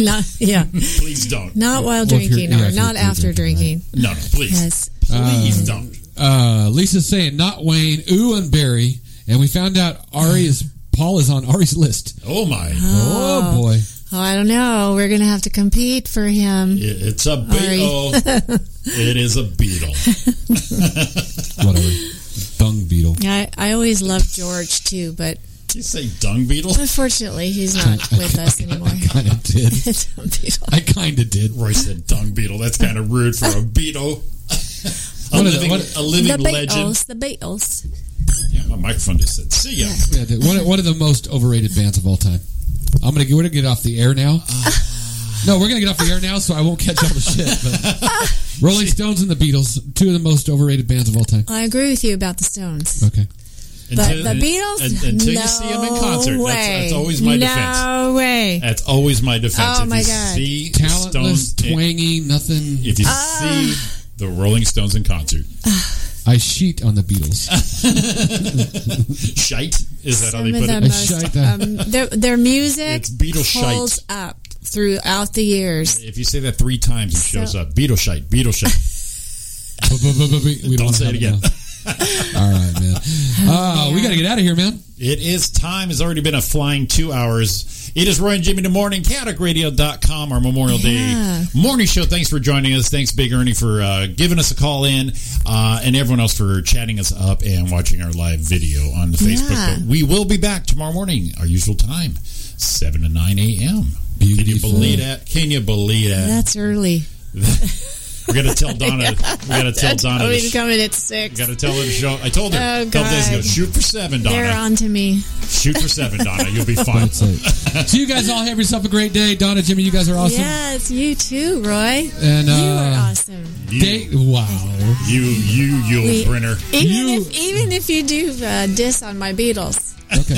Speaker 9: Not, yeah,
Speaker 8: Please don't.
Speaker 9: not
Speaker 7: Well,
Speaker 9: while
Speaker 7: if you're-
Speaker 9: drinking
Speaker 7: yeah,
Speaker 9: or
Speaker 7: if you're
Speaker 9: not after drinking.
Speaker 8: No, no, please.
Speaker 9: Yes.
Speaker 8: Please don't.
Speaker 7: Uh, Lisa's saying not Wayne, ooh and Barry, and we found out Ari is Paul is on Ari's list.
Speaker 8: Oh my.
Speaker 7: Oh, boy,
Speaker 9: Oh, I don't know. We're gonna have to compete for him.
Speaker 8: It- It's a
Speaker 9: Ari.
Speaker 8: beetle. it is a beetle.
Speaker 7: whatever. Dung beetle.
Speaker 9: I, I always loved George too, but
Speaker 8: Did you say dung beetle?
Speaker 9: unfortunately he's not with us anymore.
Speaker 7: Kind of did.
Speaker 9: It's unbeatable.
Speaker 7: I kind of did.
Speaker 8: Roy said dung beetle. That's kind of rude for a beetle. a,
Speaker 7: What are the-
Speaker 8: living,
Speaker 7: what-
Speaker 8: a living
Speaker 9: the
Speaker 8: legend.
Speaker 9: Beatles, the Beatles.
Speaker 8: Yeah, my microphone just said, see ya.
Speaker 7: Yeah, dude, one, of- one of the most overrated bands of all time. I'm gonna get, we're gonna get off the air now. no, we're gonna get off the air now, so I won't catch all the shit. But Rolling Stones and the Beatles, two of the most overrated bands of all time.
Speaker 9: I agree with you about the Stones.
Speaker 7: Okay,
Speaker 9: But the Beatles,
Speaker 8: un- Until you see them in
Speaker 9: no
Speaker 8: concert. That's,
Speaker 9: way.
Speaker 8: that's always my
Speaker 9: no
Speaker 8: defense.
Speaker 9: way.
Speaker 8: That's always my defense.
Speaker 9: Oh,
Speaker 8: if
Speaker 9: my
Speaker 8: you
Speaker 9: God.
Speaker 8: see
Speaker 7: talentless,
Speaker 8: Stones, if
Speaker 7: twangy, nothing.
Speaker 8: you
Speaker 9: Ah.
Speaker 8: see the Rolling Stones in concert,
Speaker 7: I sheet on the Beatles.
Speaker 8: shite is that how
Speaker 9: Some
Speaker 8: they
Speaker 9: of
Speaker 8: put
Speaker 9: the
Speaker 8: it?
Speaker 9: most, um, their, their music
Speaker 8: It's Beatle
Speaker 9: holds
Speaker 8: shite.
Speaker 9: up throughout the years.
Speaker 8: If you say that three times, he shows
Speaker 9: So-
Speaker 8: up. Beetle shite, beetle shite.
Speaker 7: we
Speaker 8: Don't
Speaker 7: wanna
Speaker 8: say it
Speaker 7: have
Speaker 8: again.
Speaker 7: now. All right, man. Uh, we got to get out of here, man.
Speaker 8: It is time. Has already been a flying two hours. It is Roy and Jimmy in the morning. CatocRadio.com, our Memorial
Speaker 9: Yeah.
Speaker 8: Day morning show. Thanks for joining us. Thanks, Big Ernie, for uh, giving us a call in, uh, and everyone else for chatting us up and watching our live video on the Facebook.
Speaker 9: Yeah.
Speaker 8: But we will be back tomorrow morning, our usual time, seven to nine a.m. Can you
Speaker 7: Beautiful.
Speaker 8: believe that? Can you believe that?
Speaker 9: That's early.
Speaker 8: We're gonna tell Donna. We're gonna tell Donna.
Speaker 9: Oh,
Speaker 8: to
Speaker 9: he's
Speaker 8: sh-
Speaker 9: coming at six.
Speaker 8: Got to tell her to show. I told her
Speaker 9: Oh,
Speaker 8: a couple days ago.
Speaker 9: God.
Speaker 8: Shoot for seven, Donna.
Speaker 9: They're on to me.
Speaker 8: Shoot for seven, Donna. You'll be fine.
Speaker 7: That's it. So you guys all have yourself a great day. Donna, Jimmy, you guys are awesome.
Speaker 9: Yes, you too, Roy.
Speaker 7: And,
Speaker 9: you are
Speaker 7: uh,
Speaker 9: awesome.
Speaker 8: You,
Speaker 7: Day- wow.
Speaker 8: you, you, Yul
Speaker 9: We-
Speaker 8: Brynner.
Speaker 9: Even
Speaker 7: you-
Speaker 9: if even if you do uh, diss on my Beatles,
Speaker 7: Okay.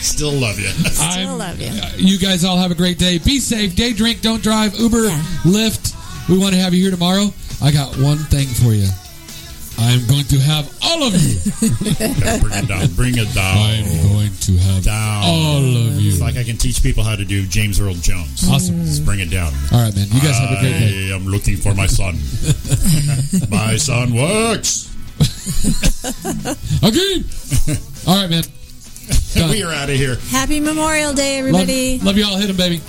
Speaker 8: Still love you.
Speaker 9: still
Speaker 7: I'm-
Speaker 9: love you.
Speaker 7: You guys all have a great day. Be safe. Day drink. Don't drive. Uber,
Speaker 9: Yeah.
Speaker 7: Lyft. We want to have you here tomorrow. I got one thing for you. I'm going to have all of you.
Speaker 8: Gotta bring it down. Bring it
Speaker 7: I'm
Speaker 8: down.
Speaker 7: going to have
Speaker 8: Down.
Speaker 7: all of you.
Speaker 8: It's like I can teach people how to do James Earl Jones.
Speaker 7: Awesome.
Speaker 8: Just bring it down.
Speaker 7: All right, man. You guys have a great day.
Speaker 8: I am looking for my son. my son works.
Speaker 7: Again. All right, man. Done.
Speaker 8: We are out of here.
Speaker 9: Happy Memorial Day, everybody.
Speaker 7: Love, love you all. Hit him, baby.